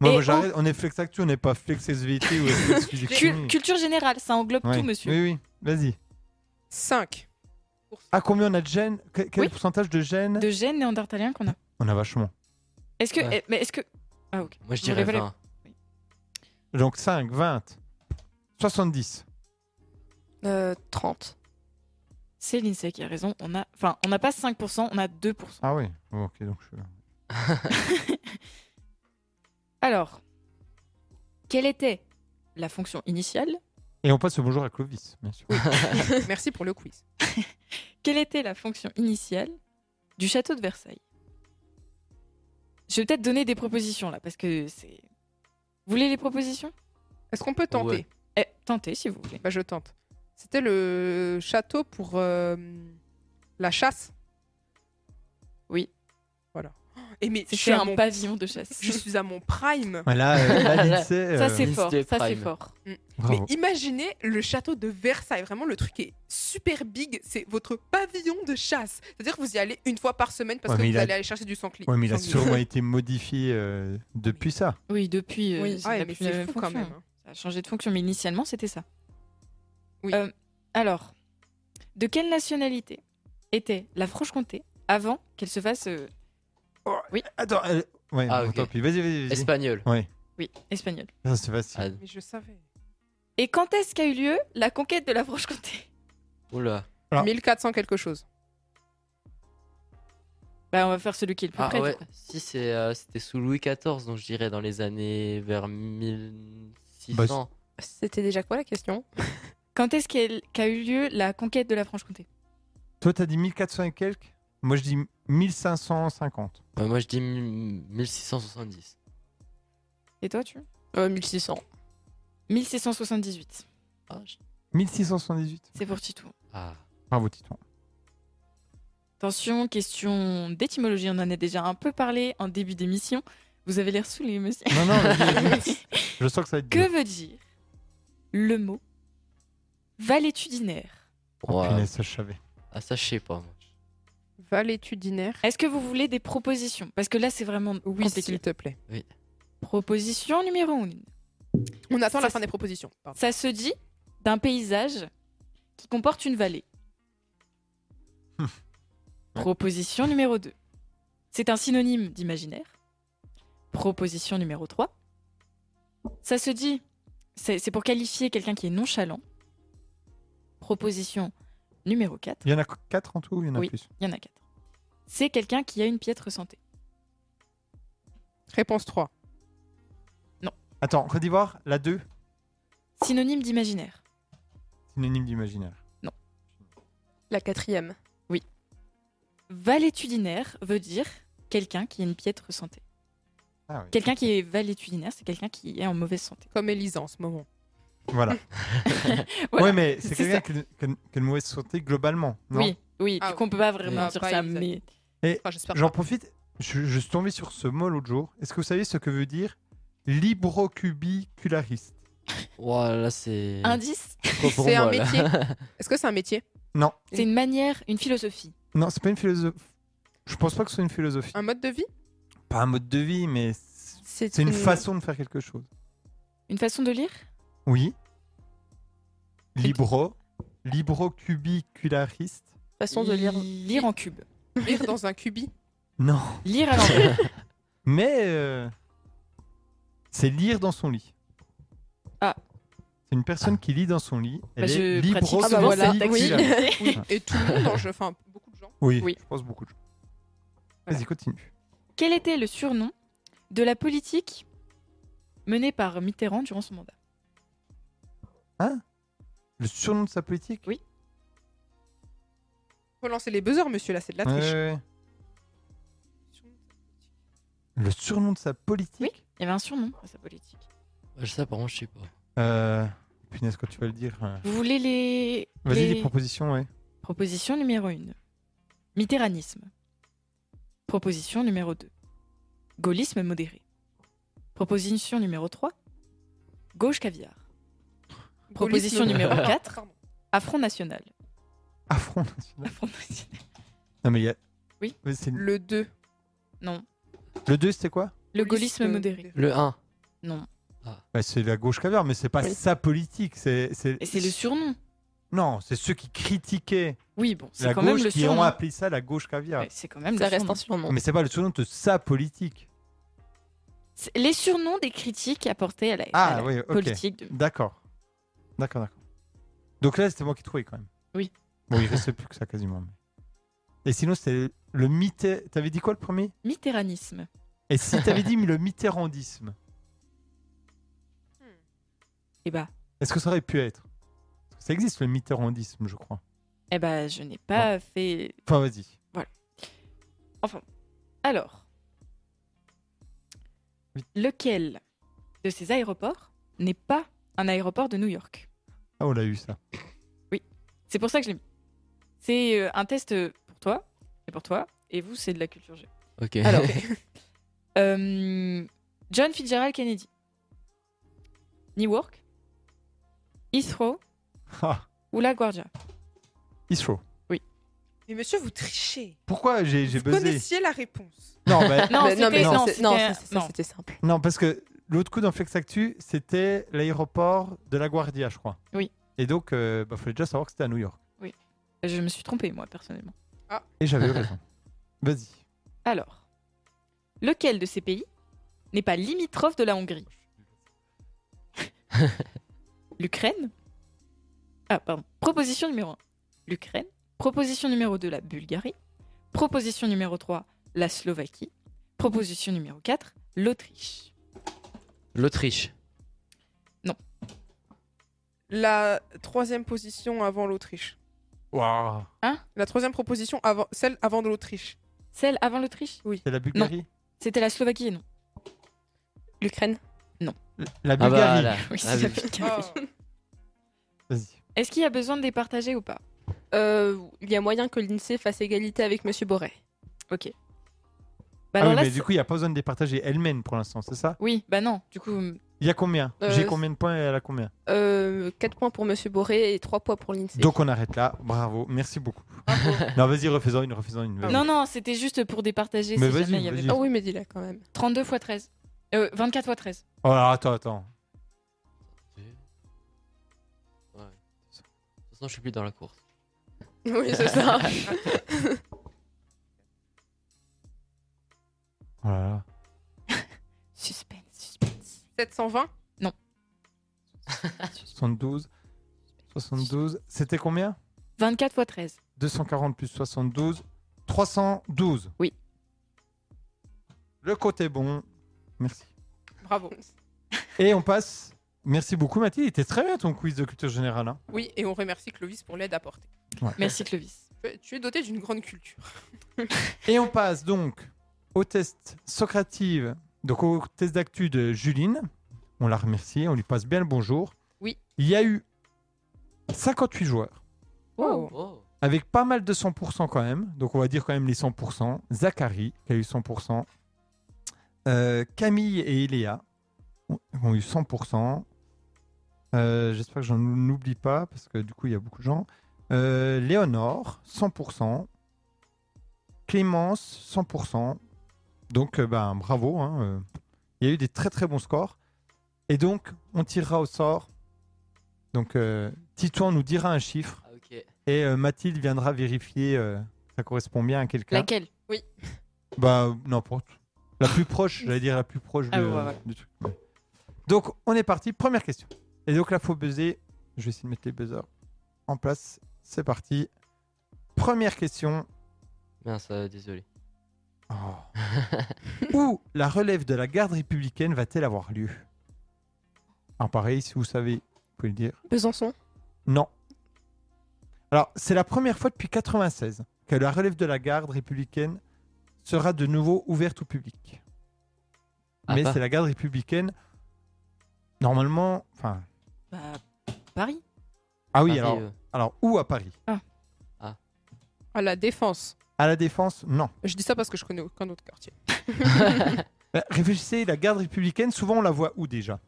Speaker 1: Moi,
Speaker 3: Et
Speaker 1: moi, j'arrête. On est flex actu, on n'est pas flex SVT ou flex physique
Speaker 3: Cul-
Speaker 1: chimie.
Speaker 3: Culture générale, ça englobe
Speaker 1: hmm. Ouais.
Speaker 3: tout, monsieur.
Speaker 1: Oui, oui. Vas-y.
Speaker 4: 5.
Speaker 1: À combien on a de gènes Que- Quel
Speaker 3: Oui.
Speaker 1: pourcentage de gènes
Speaker 3: de gènes néandertaliens qu'on a.
Speaker 1: On a vachement.
Speaker 3: Est-ce que,
Speaker 2: Ouais.
Speaker 3: eh, mais est-ce que, ah ok.
Speaker 2: Moi, je
Speaker 3: Vous
Speaker 2: dirais
Speaker 3: voulez-
Speaker 2: 20.
Speaker 1: Donc 5, 20, 70.
Speaker 5: Euh, 30.
Speaker 3: C'est l'INSEE qui a raison. On a, enfin, on n'a pas 5%, on a 2%.
Speaker 1: Ah oui. Bon, ok, donc je...
Speaker 3: Alors, quelle était la fonction initiale
Speaker 1: Et on passe le bonjour à Clovis, bien sûr.
Speaker 4: Merci pour le quiz.
Speaker 3: Quelle était la fonction initiale du château de Versailles Je vais peut-être donner des propositions là, parce que c'est. Vous voulez les propositions
Speaker 4: Est-ce qu'on peut tenter
Speaker 2: Ouais.
Speaker 3: eh, Tentez si vous voulez.
Speaker 4: Bah, je tente. C'était le château pour euh, la chasse.
Speaker 3: Oui.
Speaker 4: Voilà. Et mais je suis,
Speaker 3: C'était
Speaker 4: à
Speaker 3: un
Speaker 4: mon...
Speaker 3: pavillon de chasse.
Speaker 4: je suis à mon prime.
Speaker 1: Voilà, euh, là, l'INSEE,
Speaker 3: Ça
Speaker 1: euh,
Speaker 3: c'est
Speaker 2: Miss
Speaker 3: fort,
Speaker 2: Day
Speaker 3: ça c'est
Speaker 2: Prime.
Speaker 3: fort.
Speaker 4: Mais
Speaker 1: bravo.
Speaker 4: imaginez le château de Versailles. Vraiment, le truc est super big. C'est votre pavillon de chasse. C'est-à-dire que vous y allez une fois par semaine parce
Speaker 1: Ouais,
Speaker 4: que
Speaker 1: mais
Speaker 4: vous
Speaker 1: il a-
Speaker 4: allez aller chercher du sanglier.
Speaker 1: Ouais, mais il a
Speaker 4: Sanglier.
Speaker 1: sûrement été modifié euh, depuis ça.
Speaker 3: Oui, depuis. euh,
Speaker 5: Oui.
Speaker 3: ça
Speaker 4: Ah ouais,
Speaker 3: n'a
Speaker 4: mais
Speaker 3: plus la
Speaker 4: c'est
Speaker 3: même
Speaker 4: fou quand
Speaker 3: fonction.
Speaker 4: même. hein.
Speaker 3: Ça a changé de fonction, mais initialement, c'était ça.
Speaker 4: Oui.
Speaker 3: Euh, alors, de quelle nationalité était la Franche-Comté avant qu'elle se fasse euh,
Speaker 1: Attends, euh, ouais,
Speaker 2: Ah,
Speaker 1: bon,
Speaker 2: ok.
Speaker 1: tant pis. Vas-y, vas-y, vas-y.
Speaker 2: Espagnol.
Speaker 1: Ouais,
Speaker 3: oui, espagnole
Speaker 1: ça, c'est facile.
Speaker 2: Ah,
Speaker 4: Mais je savais.
Speaker 3: Et quand est-ce qu'a eu lieu la conquête de la Franche-Comté
Speaker 2: oula.
Speaker 1: Ah.
Speaker 4: 1400 quelque chose.
Speaker 3: Bah, on va faire celui qui est le plus
Speaker 2: Ah
Speaker 3: près. du
Speaker 2: ouais,
Speaker 3: coup.
Speaker 2: si c'est, euh, c'était sous Louis XIV, donc je dirais dans les années vers 1600.
Speaker 1: Bah, c'est-
Speaker 5: C'était déjà quoi la question
Speaker 3: Quand est-ce qu'elle- qu'a eu lieu la conquête de la Franche-Comté
Speaker 1: Toi, t'as dit 1400 et quelques Moi, je dis 1550.
Speaker 2: Bah, moi je dis 1670.
Speaker 3: Et toi, tu
Speaker 5: euh, 1600.
Speaker 3: 1678.
Speaker 2: Ah, je-
Speaker 1: 1678.
Speaker 3: C'est pour Tito.
Speaker 2: ah.
Speaker 1: Bravo, Tito.
Speaker 3: Attention, question d'étymologie. On en a déjà un peu parlé en début d'émission. Vous avez l'air saoulé, monsieur.
Speaker 1: Non, non, vas-y, vas-y. je sens que ça va être dur.
Speaker 3: Que veut dire le mot valétudinaire
Speaker 1: Oh,
Speaker 2: Ouais.
Speaker 1: punaise, ça, je savais.
Speaker 2: Ah, ça je sais pas. moi.
Speaker 4: Valétudinaire.
Speaker 3: Est-ce que vous voulez des propositions Parce que là, c'est vraiment
Speaker 4: Oui,
Speaker 3: compliqué.
Speaker 4: s'il te plaît.
Speaker 3: Proposition numéro 1.
Speaker 4: On attend
Speaker 3: Ça,
Speaker 4: la fin
Speaker 3: c'est-
Speaker 4: des propositions. Pardon.
Speaker 3: Ça se dit d'un paysage qui comporte une vallée. Proposition numéro 2. C'est un synonyme d'imaginaire. Proposition numéro 3. Ça se dit, c'est c'est pour qualifier quelqu'un qui est nonchalant. Proposition numéro 4.
Speaker 1: Il y en a 4 en tout ou il y en a
Speaker 3: Oui.
Speaker 1: plus
Speaker 3: Il y en a quatre. C'est quelqu'un qui a une piètre santé.
Speaker 4: Réponse 3.
Speaker 1: Attends, Côte d'Ivoire, la 2,
Speaker 3: Synonyme d'imaginaire.
Speaker 1: synonyme d'imaginaire.
Speaker 5: La quatrième.
Speaker 3: Valétudinaire veut dire quelqu'un qui a une piètre santé.
Speaker 1: Ah oui.
Speaker 3: Quelqu'un qui est valétudinaire, c'est quelqu'un qui est en mauvaise santé.
Speaker 4: Comme Elisa en ce moment.
Speaker 1: Voilà.
Speaker 3: Voilà,
Speaker 1: ouais, mais c'est
Speaker 3: c'est
Speaker 1: quelqu'un
Speaker 3: ça.
Speaker 1: qui qui- qui a une mauvaise santé globalement. non
Speaker 3: Oui, oui,
Speaker 4: Ah
Speaker 3: du
Speaker 4: oui.
Speaker 3: coup, on peut pas vraiment
Speaker 4: Ah,
Speaker 3: dire
Speaker 4: pas
Speaker 3: ça,
Speaker 4: Elisa.
Speaker 3: mais
Speaker 4: Enfin, j'espère
Speaker 1: J'en
Speaker 4: pas.
Speaker 1: profite, je, je suis tombé sur ce mot l'autre jour. Est-ce que vous savez ce que veut dire librocubiculariste
Speaker 2: Ouah, Oh, là, c'est.
Speaker 3: indice,
Speaker 2: trop pour
Speaker 4: C'est un
Speaker 2: moi, là.
Speaker 4: métier. Est-ce que c'est un métier
Speaker 1: Non,
Speaker 3: c'est une manière, une philosophie.
Speaker 1: non, c'est pas une philosophie. Je pense pas que ce soit une philosophie.
Speaker 4: Un mode de vie
Speaker 1: Pas un mode de vie, mais c'est- c'est une façon de faire quelque chose.
Speaker 3: Une façon de lire
Speaker 1: Oui. Libro, librocubiculariste.
Speaker 5: façon de lire.
Speaker 3: Lire en cube.
Speaker 4: Lire dans un cubi
Speaker 1: Non,
Speaker 3: Lire à l'envers.
Speaker 1: mais euh, c'est lire dans son lit.
Speaker 3: Ah.
Speaker 1: C'est une personne qui lit dans son lit. Elle
Speaker 3: Bah,
Speaker 1: est
Speaker 3: je pratique
Speaker 1: librocubiculariste.
Speaker 3: souvent
Speaker 5: Ah voilà,
Speaker 3: cette
Speaker 5: oui.
Speaker 3: activité.
Speaker 4: Oui. Et tout le monde, en- je- enfin beaucoup de gens.
Speaker 1: Oui,
Speaker 3: Oui.
Speaker 1: je pense beaucoup de gens.
Speaker 3: Voilà.
Speaker 1: Vas-y, continue.
Speaker 3: Quel était le surnom de la politique menée par Mitterrand durant son mandat
Speaker 1: Le surnom de sa politique
Speaker 4: Faut lancer les buzzers, monsieur, là, c'est de la
Speaker 1: Ouais,
Speaker 4: triche.
Speaker 1: ouais, ouais. Le surnom de sa politique
Speaker 3: Il y avait un surnom à sa politique.
Speaker 2: Je sais, par contre, je sais pas.
Speaker 1: Euh, Punaise, quand tu vas le dire. euh.
Speaker 3: Vous voulez les,
Speaker 1: Vas-y,
Speaker 3: les-
Speaker 1: des propositions, ouais.
Speaker 3: Proposition numéro 1. Mitterranisme. Proposition numéro 2. Gaullisme modéré. Proposition numéro 3. Gauche caviar. Proposition
Speaker 4: Gaullisme.
Speaker 3: numéro
Speaker 4: Ah,
Speaker 3: quatre.
Speaker 4: pardon.
Speaker 3: Affront national.
Speaker 1: Affront national.
Speaker 3: Affront national.
Speaker 1: Non, mais il y a.
Speaker 3: Oui.
Speaker 1: Mais c'est-
Speaker 4: Le 2.
Speaker 3: Non.
Speaker 1: Le 2, c'était quoi
Speaker 3: Le gaullisme modéré.
Speaker 2: Le 1.
Speaker 3: Non.
Speaker 1: Bah, C'est la gauche caviar, mais c'est pas
Speaker 5: Oui.
Speaker 1: sa politique. C'est.
Speaker 3: Et c'est le surnom.
Speaker 1: Non, c'est ceux qui critiquaient
Speaker 3: Oui, bon, c'est
Speaker 1: la
Speaker 3: quand même
Speaker 1: gauche
Speaker 3: le
Speaker 1: qui ont
Speaker 3: surnom.
Speaker 1: appelé ça la gauche caviar.
Speaker 3: Ouais, C'est quand même
Speaker 5: Ça
Speaker 3: le
Speaker 5: reste
Speaker 3: surnom.
Speaker 5: un surnom.
Speaker 1: Mais c'est pas le surnom de sa politique.
Speaker 3: C'est Les surnoms des critiques apportés à la,
Speaker 1: Ah,
Speaker 3: à la
Speaker 1: oui, ok.
Speaker 3: politique. de-
Speaker 1: D'accord. D'accord, d'accord. Donc là, c'était moi qui trouvais quand même.
Speaker 3: Oui.
Speaker 1: Bon, il restait plus que ça quasiment. mais- Et sinon, c'était le mité. T'avais dit quoi le premier
Speaker 3: Mitterranisme.
Speaker 1: Et si t'avais dit le mitterrandisme,
Speaker 3: Eh bah,
Speaker 1: est-ce que ça aurait pu être Parce que Ça existe le mitterrandisme, je crois.
Speaker 3: eh bah je n'ai pas fait
Speaker 1: Enfin, vas-y.
Speaker 3: Alors,
Speaker 1: Oui.
Speaker 3: lequel de ces aéroports n'est pas un aéroport de New York
Speaker 1: Ah, on l'a eu ça.
Speaker 3: C'est pour ça que je l'ai mis. C'est euh, un test euh, pour toi, et pour toi, et vous, c'est de la culture G.
Speaker 2: Ok.
Speaker 3: Alors, euh, John Fitzgerald Kennedy, Newark, Heathrow
Speaker 1: Ah,
Speaker 3: ou La Guardia.
Speaker 1: Isro.
Speaker 4: Mais monsieur, vous trichez.
Speaker 1: Pourquoi j'ai j'ai
Speaker 4: Vous
Speaker 1: buzzé
Speaker 4: connaissiez la réponse.
Speaker 1: Non, bah,
Speaker 3: Non,
Speaker 5: Mais Ah, non, mais
Speaker 3: c'était- non,
Speaker 5: c'est- non,
Speaker 3: c'était-
Speaker 5: c'est- ça,
Speaker 3: non.
Speaker 5: c'était simple.
Speaker 1: non, parce que l'autre coup dans Flex Actu, c'était l'aéroport de La Guardia, je crois.
Speaker 3: Oui.
Speaker 1: Et donc, il fallait déjà savoir que c'était à New York.
Speaker 3: Je me suis trompée, moi, personnellement.
Speaker 1: Et j'avais eu raison. Vas-y.
Speaker 3: Alors, lequel de ces pays n'est pas limitrophe de la Hongrie L'Ukraine Ah, pardon. Proposition numéro 1, l'Ukraine. Proposition numéro 2, la Bulgarie. Proposition numéro 3, la Slovaquie. Proposition numéro 4, l'Autriche.
Speaker 2: L'Autriche.
Speaker 4: La troisième position avant l'Autriche.
Speaker 1: Waouh.
Speaker 4: La troisième proposition avant celle avant de l'Autriche.
Speaker 3: Celle avant l'Autriche
Speaker 1: C'est la Bulgarie
Speaker 3: C'était la Slovaquie, non
Speaker 5: L'Ukraine.
Speaker 1: La
Speaker 2: Ah
Speaker 1: Bulgarie.
Speaker 2: bah là.
Speaker 3: Oui,
Speaker 2: Ah
Speaker 3: c'est la
Speaker 2: oui.
Speaker 3: Bulgarie.
Speaker 4: Oh.
Speaker 1: Vas-y.
Speaker 3: Est-ce qu'il y a besoin de les partager ou pas
Speaker 5: Euh, Il y a moyen que l'INSEE fasse égalité avec Monsieur Boré.
Speaker 3: Ok.
Speaker 1: Ah
Speaker 3: Bah alors
Speaker 1: oui,
Speaker 3: là,
Speaker 1: mais
Speaker 3: c'est-
Speaker 1: du coup, il n'y a pas besoin de les partager elles-mêmes pour l'instant, c'est ça
Speaker 3: oui, bah non, du coup,
Speaker 1: Il y a combien
Speaker 5: Euh,
Speaker 1: J'ai combien de points et elle a combien
Speaker 5: 4 Euh, points pour Monsieur Boré et 3 points pour l'INSEE.
Speaker 1: Donc on arrête là. Bravo, merci beaucoup. non, vas-y, refaisons une, refaisons une. vas-y.
Speaker 3: Non, non, c'était juste pour départager
Speaker 1: Ah Mais
Speaker 3: si
Speaker 1: vas-y,
Speaker 3: jamais il y avait
Speaker 1: vas-y.
Speaker 5: Ah
Speaker 3: pas.
Speaker 5: oui, mais dis-la quand même.
Speaker 3: 32 x 13. Euh, 24 x 13.
Speaker 1: Oh, alors, attends, attends.
Speaker 2: Ouais. De toute façon, je suis plus dans la course.
Speaker 5: Oui, c'est ça.
Speaker 1: Oh là là.
Speaker 3: Suspense, suspense.
Speaker 4: 720
Speaker 1: 72. 72. C'était combien
Speaker 3: 24 x 13.
Speaker 1: 240 plus 72. 312.
Speaker 3: Oui.
Speaker 1: Le côté bon. Merci.
Speaker 4: Bravo.
Speaker 1: Et on passe. Merci beaucoup, Mathilde. Il était très bien ton quiz de culture générale. hein.
Speaker 4: Oui, et on remercie Clovis pour l'aide apportée.
Speaker 3: Merci Clovis.
Speaker 4: peux- tu es doté d'une grande culture.
Speaker 1: Et on passe donc au test Socrative, donc au test d'actu de Juline. On la remercie, on lui passe bien le bonjour.
Speaker 4: Oui.
Speaker 1: Il y a eu 58 joueurs,
Speaker 4: Wow.
Speaker 2: Oh.
Speaker 1: avec pas mal de 100% quand même. Donc on va dire quand même les 100%. Zachary, qui a eu 100%. Euh, Camille et Eléa ont- ont eu 100%. Euh, J'espère que j'en oublie pas, parce que du coup, il y a beaucoup de gens. Euh, Léonore, 100%. Clémence, 100%. Donc, euh, ben, bravo. hein, euh. Il y a eu des très très bons scores. Et donc, on tirera au sort. Donc, euh, Titouan nous dira un chiffre
Speaker 2: Ah, ok.
Speaker 1: et euh, Mathilde viendra vérifier euh, ça correspond bien à quelqu'un.
Speaker 3: Laquelle
Speaker 1: Bah, n'importe. La plus proche, j'allais dire la plus proche
Speaker 3: Ah,
Speaker 1: de-
Speaker 3: ouais, ouais.
Speaker 1: du truc. Ouais. Donc, on est parti. Première question. Et donc là, faut buzzer. Je vais essayer de mettre les buzzers en place. C'est parti. Première question.
Speaker 2: Mince, euh, désolé.
Speaker 1: Oh. où la relève de la garde républicaine va-t-elle avoir lieu Alors, pareil, si vous savez, vous pouvez le dire.
Speaker 5: Besançon.
Speaker 1: Non. Alors, c'est la première fois depuis 96 que la relève de la garde républicaine sera de nouveau ouverte au public.
Speaker 2: Ah,
Speaker 1: Mais
Speaker 2: pas.
Speaker 1: c'est la garde républicaine. Normalement, enfin.
Speaker 3: Bah, Paris.
Speaker 1: Ah oui,
Speaker 2: Paris,
Speaker 1: alors,
Speaker 2: euh,
Speaker 1: alors où à Paris
Speaker 4: À la défense.
Speaker 1: À la Défense, non.
Speaker 4: Je dis ça parce que je connais aucun autre quartier.
Speaker 1: Euh, Réfléchissez, la garde républicaine, souvent on la voit où déjà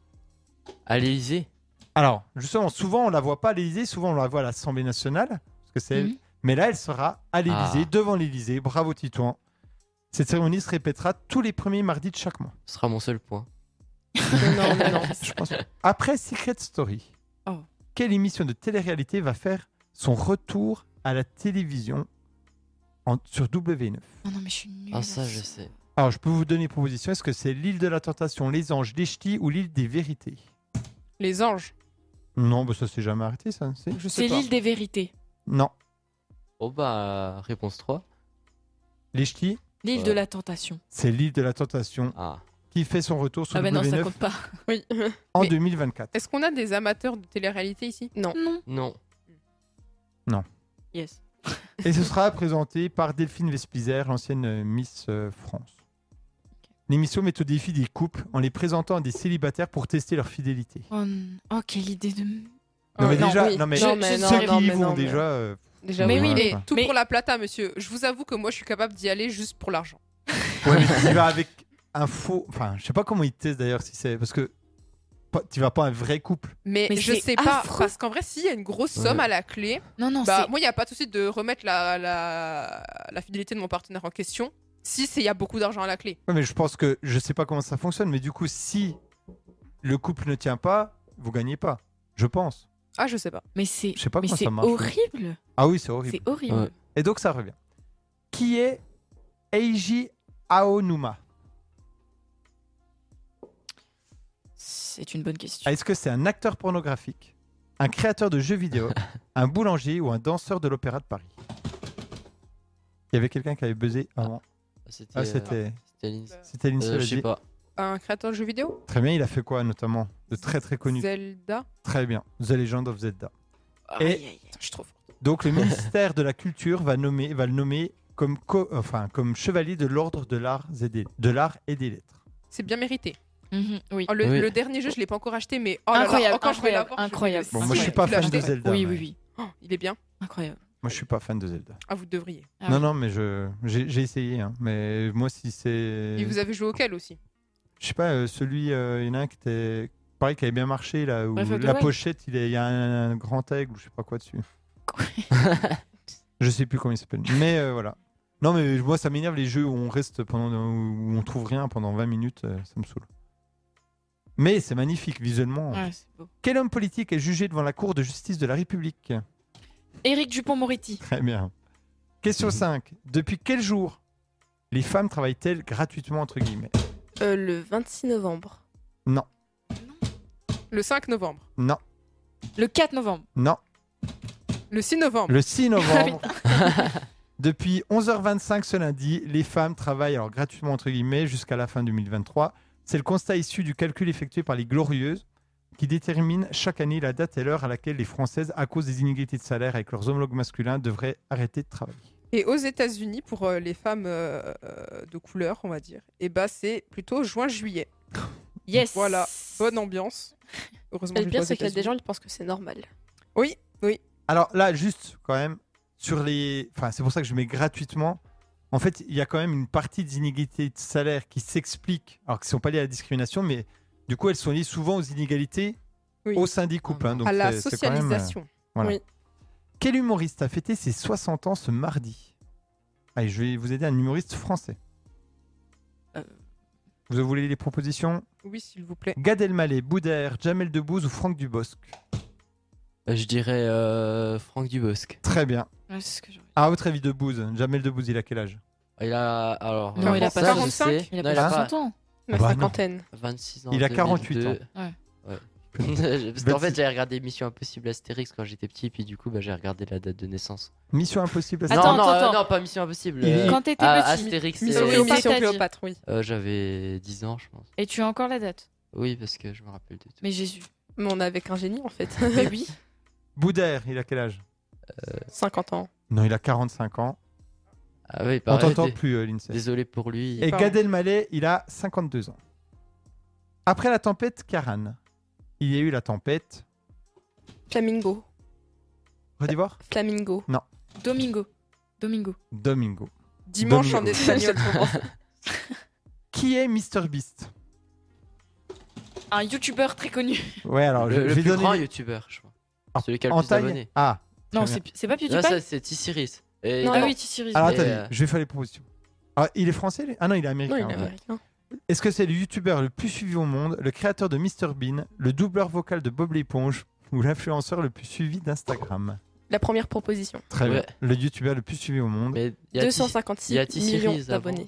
Speaker 2: À l'Élysée
Speaker 1: Alors, justement, souvent on la voit pas à l'Élysée, souvent on la voit à l'Assemblée nationale, parce que c'est elle.
Speaker 3: Mhm.
Speaker 1: Mais là, elle sera à l'Élysée,
Speaker 2: Ah.
Speaker 1: devant l'Élysée. Bravo Titouan. Cette cérémonie se répétera tous les premiers mardis de chaque mois.
Speaker 2: Ce sera mon seul point.
Speaker 4: non, mais non.
Speaker 1: Je pense pas. Après Secret Story,
Speaker 3: Oh.
Speaker 1: quelle émission de télé-réalité va faire son retour à la télévision en- sur W9
Speaker 3: Oh Non, non, mais je suis nulle.
Speaker 2: Ah,
Speaker 3: à
Speaker 2: ça, je sais.
Speaker 1: Alors, je peux vous donner une proposition. Est-ce que c'est l'île de la tentation, les anges, les ch'tis ou l'île des vérités
Speaker 4: Les anges.
Speaker 1: Non, bah, ça s'est jamais arrêté, ça. c'est-
Speaker 4: Je sais
Speaker 3: C'est
Speaker 4: pas.
Speaker 3: l'île des vérités.
Speaker 1: Non.
Speaker 2: Oh, bah, réponse 3.
Speaker 1: Les ch'tis,
Speaker 3: L'île
Speaker 2: Ouais.
Speaker 3: de la tentation.
Speaker 1: c'est l'île de la tentation
Speaker 2: Ah.
Speaker 1: qui fait son retour sur
Speaker 3: Ah, bah non, ça
Speaker 1: W9
Speaker 3: compte pas.
Speaker 5: Oui.
Speaker 1: en
Speaker 4: Mais-
Speaker 1: 2024.
Speaker 4: Est-ce qu'on a des amateurs de télé-réalité ici
Speaker 3: Non.
Speaker 2: Non.
Speaker 3: Yes.
Speaker 1: Et ce sera présenté par Delphine Vespizer, l'ancienne euh, Miss euh, France. L'émission met au défi des couples en les présentant à des célibataires pour tester leur fidélité.
Speaker 3: Oh, n- oh, quelle idée de.
Speaker 1: Non, mais
Speaker 4: non,
Speaker 1: déjà,
Speaker 5: oui.
Speaker 1: non, mais
Speaker 5: Ah, Non,
Speaker 1: ceux
Speaker 5: mais non,
Speaker 1: qui
Speaker 5: non,
Speaker 1: y
Speaker 5: mais
Speaker 1: vont
Speaker 5: non, mais-
Speaker 1: déjà. euh,
Speaker 5: Déjà,
Speaker 3: Mais oui,
Speaker 1: voilà,
Speaker 4: Mais
Speaker 1: quoi.
Speaker 4: tout
Speaker 3: Mais-
Speaker 4: pour la plata, monsieur. Je vous avoue que moi, je suis capable d'y aller juste pour l'argent.
Speaker 1: Ouais, mais tu y vas avec un faux. Enfin, je sais pas comment ils te testent d'ailleurs si c'est. Parce que pas- tu vas pas un vrai couple.
Speaker 4: Mais,
Speaker 3: Mais
Speaker 4: je
Speaker 3: c'est
Speaker 4: sais pas,
Speaker 3: affreux.
Speaker 4: parce qu'en vrai, s'il y a une grosse somme
Speaker 2: Ouais.
Speaker 4: à la clé,
Speaker 3: Non, non,
Speaker 4: bah,
Speaker 3: c'est.
Speaker 4: moi, il n'y a pas de souci de remettre la, la, la fidélité de mon partenaire en question si c'est- il y a beaucoup d'argent à la clé.
Speaker 1: Ouais, mais je pense que je sais pas comment ça fonctionne. Mais du coup, si le couple ne tient pas, vous gagnez pas. Je pense.
Speaker 4: Ah, je sais pas.
Speaker 3: Mais c'est.
Speaker 1: Je sais pas
Speaker 3: Mais
Speaker 1: comment
Speaker 3: c'est
Speaker 1: ça marche.
Speaker 3: horrible.
Speaker 1: Ah oui, c'est horrible.
Speaker 3: C'est horrible.
Speaker 2: Ouais.
Speaker 1: Et donc ça revient. Qui est Eiji Aonuma
Speaker 3: C'est une bonne question.
Speaker 1: Ah, Est-ce que c'est un acteur pornographique, un créateur de jeux vidéo, un boulanger ou un danseur de l'Opéra de Paris Il y avait quelqu'un qui avait buzzé avant.
Speaker 2: Ah, C'était.
Speaker 1: Ah,
Speaker 2: euh,
Speaker 1: c'était
Speaker 2: c'était Lindsay.
Speaker 1: c'était Lindsay,
Speaker 2: Euh,
Speaker 1: elle a
Speaker 2: Je sais
Speaker 1: dit.
Speaker 2: pas.
Speaker 4: Un créateur de jeux vidéo
Speaker 1: Très bien, il a fait quoi notamment De très très connu.
Speaker 4: Zelda
Speaker 1: Très bien. The Legend of Zelda.
Speaker 3: Aïe, aïe, aïe.
Speaker 4: Putain, je suis trop fort.
Speaker 1: Donc le ministère de la Culture va, nommer, va le nommer comme, co- enfin, comme chevalier de l'ordre de l'art et, des- de l'art et des lettres.
Speaker 4: C'est bien mérité.
Speaker 3: Mhm, oui.
Speaker 4: Oh, le,
Speaker 2: Oui.
Speaker 4: le dernier jeu, je l'ai pas encore acheté, mais oh là là,
Speaker 3: Incroyable,
Speaker 4: oh, quand je vais
Speaker 3: incroyable,
Speaker 4: l'avoir, je vais
Speaker 3: incroyable.
Speaker 4: le-
Speaker 1: Bon, moi je suis
Speaker 4: Ah, Ouais,
Speaker 1: pas
Speaker 4: tu l'as
Speaker 1: fan de
Speaker 4: acheté
Speaker 1: Zelda.
Speaker 3: Oui,
Speaker 1: mais-
Speaker 3: oui, oui.
Speaker 4: Oh, il est bien.
Speaker 3: Incroyable.
Speaker 1: Moi je suis pas fan de Zelda.
Speaker 4: Ah, vous devriez.
Speaker 3: Ah
Speaker 1: non,
Speaker 3: oui.
Speaker 1: non, mais je j'ai j'ai essayé. hein. Mais moi si c'est...
Speaker 4: Et vous avez joué auquel aussi
Speaker 1: Je sais pas, euh, celui, euh, il y en a un qui était. Pareil, qui avait bien marché, là, où
Speaker 3: Breath of the
Speaker 1: la
Speaker 3: Wild.
Speaker 1: pochette, il est- il y a un, un grand aigle ou je sais pas quoi dessus. je sais plus comment il s'appelle. Mais euh, voilà. Non, mais moi, ça m'énerve les jeux où on reste pendant. où on trouve rien pendant 20 minutes, euh, ça me saoule. Mais c'est magnifique visuellement.
Speaker 3: Ouais, c'est beau.
Speaker 1: Quel homme politique est jugé devant la Cour de justice de la République
Speaker 3: Éric Dupont-Moretti.
Speaker 1: Très bien. Question 5. Depuis quel jour les femmes travaillent-elles gratuitement, entre guillemets
Speaker 5: Euh, le 26 novembre.
Speaker 4: Le 5 novembre.
Speaker 1: Non,
Speaker 3: Le 4 novembre.
Speaker 1: non.
Speaker 4: Le 6 novembre.
Speaker 1: Le 6 novembre. Depuis 11h25 ce lundi, les femmes travaillent alors gratuitement entre guillemets jusqu'à la fin 2023. C'est le constat issu du calcul effectué par les Glorieuses qui détermine chaque année la date et l'heure à laquelle les Françaises, à cause des inégalités de salaire avec leurs homologues masculins, devraient arrêter de travailler.
Speaker 4: Et aux États-Unis, pour euh, les femmes euh, euh, de couleur, on va dire, et bah c'est plutôt juin-juillet.
Speaker 3: Yes.
Speaker 4: Voilà, bonne ambiance. Heureusement, je
Speaker 5: Et
Speaker 4: vis
Speaker 5: Euh, le
Speaker 4: pas
Speaker 5: pire,
Speaker 4: aux
Speaker 5: c'est qu'il y a des
Speaker 4: États-Unis.
Speaker 5: gens qui pensent que c'est normal.
Speaker 4: Oui, oui.
Speaker 1: Alors là, juste quand même, sur les. Enfin, c'est pour ça que je mets gratuitement. En fait, il y a quand même une partie des inégalités de salaire qui s'expliquent, alors qui ne sont pas liées à la discrimination, mais du coup, elles sont liées souvent aux inégalités
Speaker 4: Oui. Mmh.
Speaker 1: au sein des couples. hein. donc
Speaker 4: à la
Speaker 1: c'est- c'est quand même, euh,
Speaker 4: socialisation.
Speaker 1: voilà.
Speaker 5: Oui.
Speaker 1: Quel humoriste a fêté ses 60 ans ce mardi Allez, je vais vous aider un humoriste français.
Speaker 3: Euh.
Speaker 1: Vous voulez les propositions
Speaker 4: Oui, s'il vous plaît.
Speaker 1: Gad Elmaleh, Boudère, Jamel Debbouze ou Franck Dubosc
Speaker 2: Euh, Je dirais euh, Franck Dubosc.
Speaker 1: Très bien.
Speaker 3: Ouais, c'est ce que j'aurais-
Speaker 1: À votre avis, Debbouze Jamel Debbouze, il a quel âge
Speaker 2: Il a. Alors,
Speaker 3: Non, il a
Speaker 2: ça,
Speaker 3: pas
Speaker 2: je
Speaker 4: 45.
Speaker 2: sais.
Speaker 3: Il a
Speaker 2: Non,
Speaker 3: pas
Speaker 2: il a
Speaker 3: 60
Speaker 2: pas
Speaker 3: ans.
Speaker 5: La
Speaker 1: bah non.
Speaker 5: cinquantaine.
Speaker 2: 26 ans.
Speaker 1: Il a 48
Speaker 2: 2002.
Speaker 3: ans.
Speaker 2: Ouais. Parce qu'en fait, j'avais regardé Mission Impossible Astérix quand j'étais petit, puis du coup, bah, j'ai regardé la date de naissance.
Speaker 1: Mission impossible. à
Speaker 3: Attends,
Speaker 2: non, non,
Speaker 3: attends,
Speaker 2: euh,
Speaker 3: attends.
Speaker 2: non, pas Mission Impossible.
Speaker 1: Il est-
Speaker 2: euh,
Speaker 3: Quand t'étais
Speaker 2: ah,
Speaker 3: petit,
Speaker 2: Astérix,
Speaker 3: Miss
Speaker 2: c'est-
Speaker 3: Mission Cléopâtre.
Speaker 4: Mission
Speaker 3: t'as dit.
Speaker 4: Cléopâtre, oui.
Speaker 2: Euh, j'avais 10 ans, je pense.
Speaker 3: Et tu as encore la date.
Speaker 2: Oui, parce que je me rappelle de tout.
Speaker 3: Mais Jésus.
Speaker 5: Mais on avait qu'un génie, en fait.
Speaker 3: Mais oui.
Speaker 1: Boudère, il a quel âge
Speaker 5: 50 ans.
Speaker 1: Non, il a 45 ans.
Speaker 2: Ah oui,
Speaker 1: On
Speaker 2: pareil.
Speaker 1: t'entend
Speaker 2: dé-
Speaker 1: plus, euh, Lindsay.
Speaker 2: Désolé pour lui.
Speaker 1: Et
Speaker 4: Pardon.
Speaker 1: Gad Elmaleh, il a 52 ans. Après la tempête Karan, il y a eu la tempête.
Speaker 5: Flamingo.
Speaker 1: Redis voir
Speaker 5: Flamingo.
Speaker 3: Domingo. Domingo.
Speaker 1: Domingo.
Speaker 4: Dimanche en
Speaker 1: Domingo.
Speaker 4: espagnol.
Speaker 1: Qui est Mr Beast
Speaker 3: Un youtubeur très connu.
Speaker 1: Ouais, alors je,
Speaker 2: Le, le
Speaker 1: je vais
Speaker 2: plus
Speaker 1: donner
Speaker 2: grand youtubeur, je crois.
Speaker 1: Ah,
Speaker 2: Celui qui a le
Speaker 1: en
Speaker 2: plus
Speaker 1: taille.
Speaker 2: d'abonnés.
Speaker 1: Ah,
Speaker 3: Non,
Speaker 1: bien.
Speaker 3: c'est c'est pas
Speaker 2: Là,
Speaker 3: PewDiePie
Speaker 2: ça, c'est T-Series. Et-
Speaker 5: Non,
Speaker 3: Ah
Speaker 5: non.
Speaker 3: oui, Tissiri.
Speaker 1: alors
Speaker 2: Et,
Speaker 1: attendez,
Speaker 2: euh,
Speaker 1: je vais faire les propositions. Ah, il est français lui Ah non, il est
Speaker 5: Non,
Speaker 1: américain.
Speaker 5: il est
Speaker 1: ouais.
Speaker 5: américain.
Speaker 1: Est-ce que c'est le youtubeur le plus suivi au monde, le créateur de Mr Bean, le doubleur vocal de Bob l'éponge ou l'influenceur le plus suivi d'Instagram
Speaker 5: La première proposition.
Speaker 1: Très
Speaker 2: Ouais.
Speaker 1: bien. Le youtubeur le plus suivi au monde.
Speaker 2: Mais il y a T- il y a
Speaker 5: 256
Speaker 2: T-Series
Speaker 5: millions
Speaker 2: avant.
Speaker 5: d'abonnés.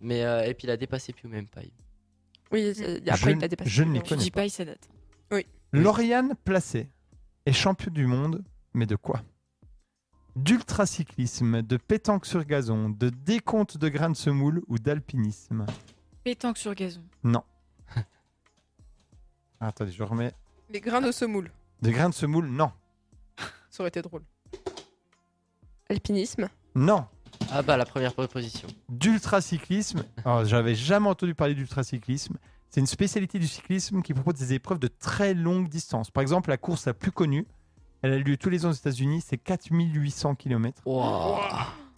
Speaker 2: Mais euh, et puis il a dépassé Pew même pas.
Speaker 5: Oui, euh, après,
Speaker 1: Je
Speaker 5: il
Speaker 1: ne-
Speaker 5: a dépassé.
Speaker 1: je ne
Speaker 5: les
Speaker 1: les
Speaker 5: millions.
Speaker 1: connais.
Speaker 3: PewDiePie, ça date.
Speaker 1: Lauriane Placé est champion du monde, mais de quoi D'ultracyclisme, de pétanque sur gazon, de décompte de grains de semoule ou d'alpinisme
Speaker 3: Pétanque sur gazon.
Speaker 1: Ah, Attendez, je remets.
Speaker 4: Les grains de semoule.
Speaker 1: De grains de semoule, non.
Speaker 4: Ça aurait été drôle.
Speaker 5: Alpinisme.
Speaker 1: Non.
Speaker 2: Ah bah la première proposition.
Speaker 1: D'ultracyclisme. Alors, j'avais jamais entendu parler d'ultracyclisme. C'est une spécialité du cyclisme qui propose des épreuves de très longue distance. Par exemple, la course la plus connue, elle a lieu tous les ans aux États-Unis, c'est 4800 km.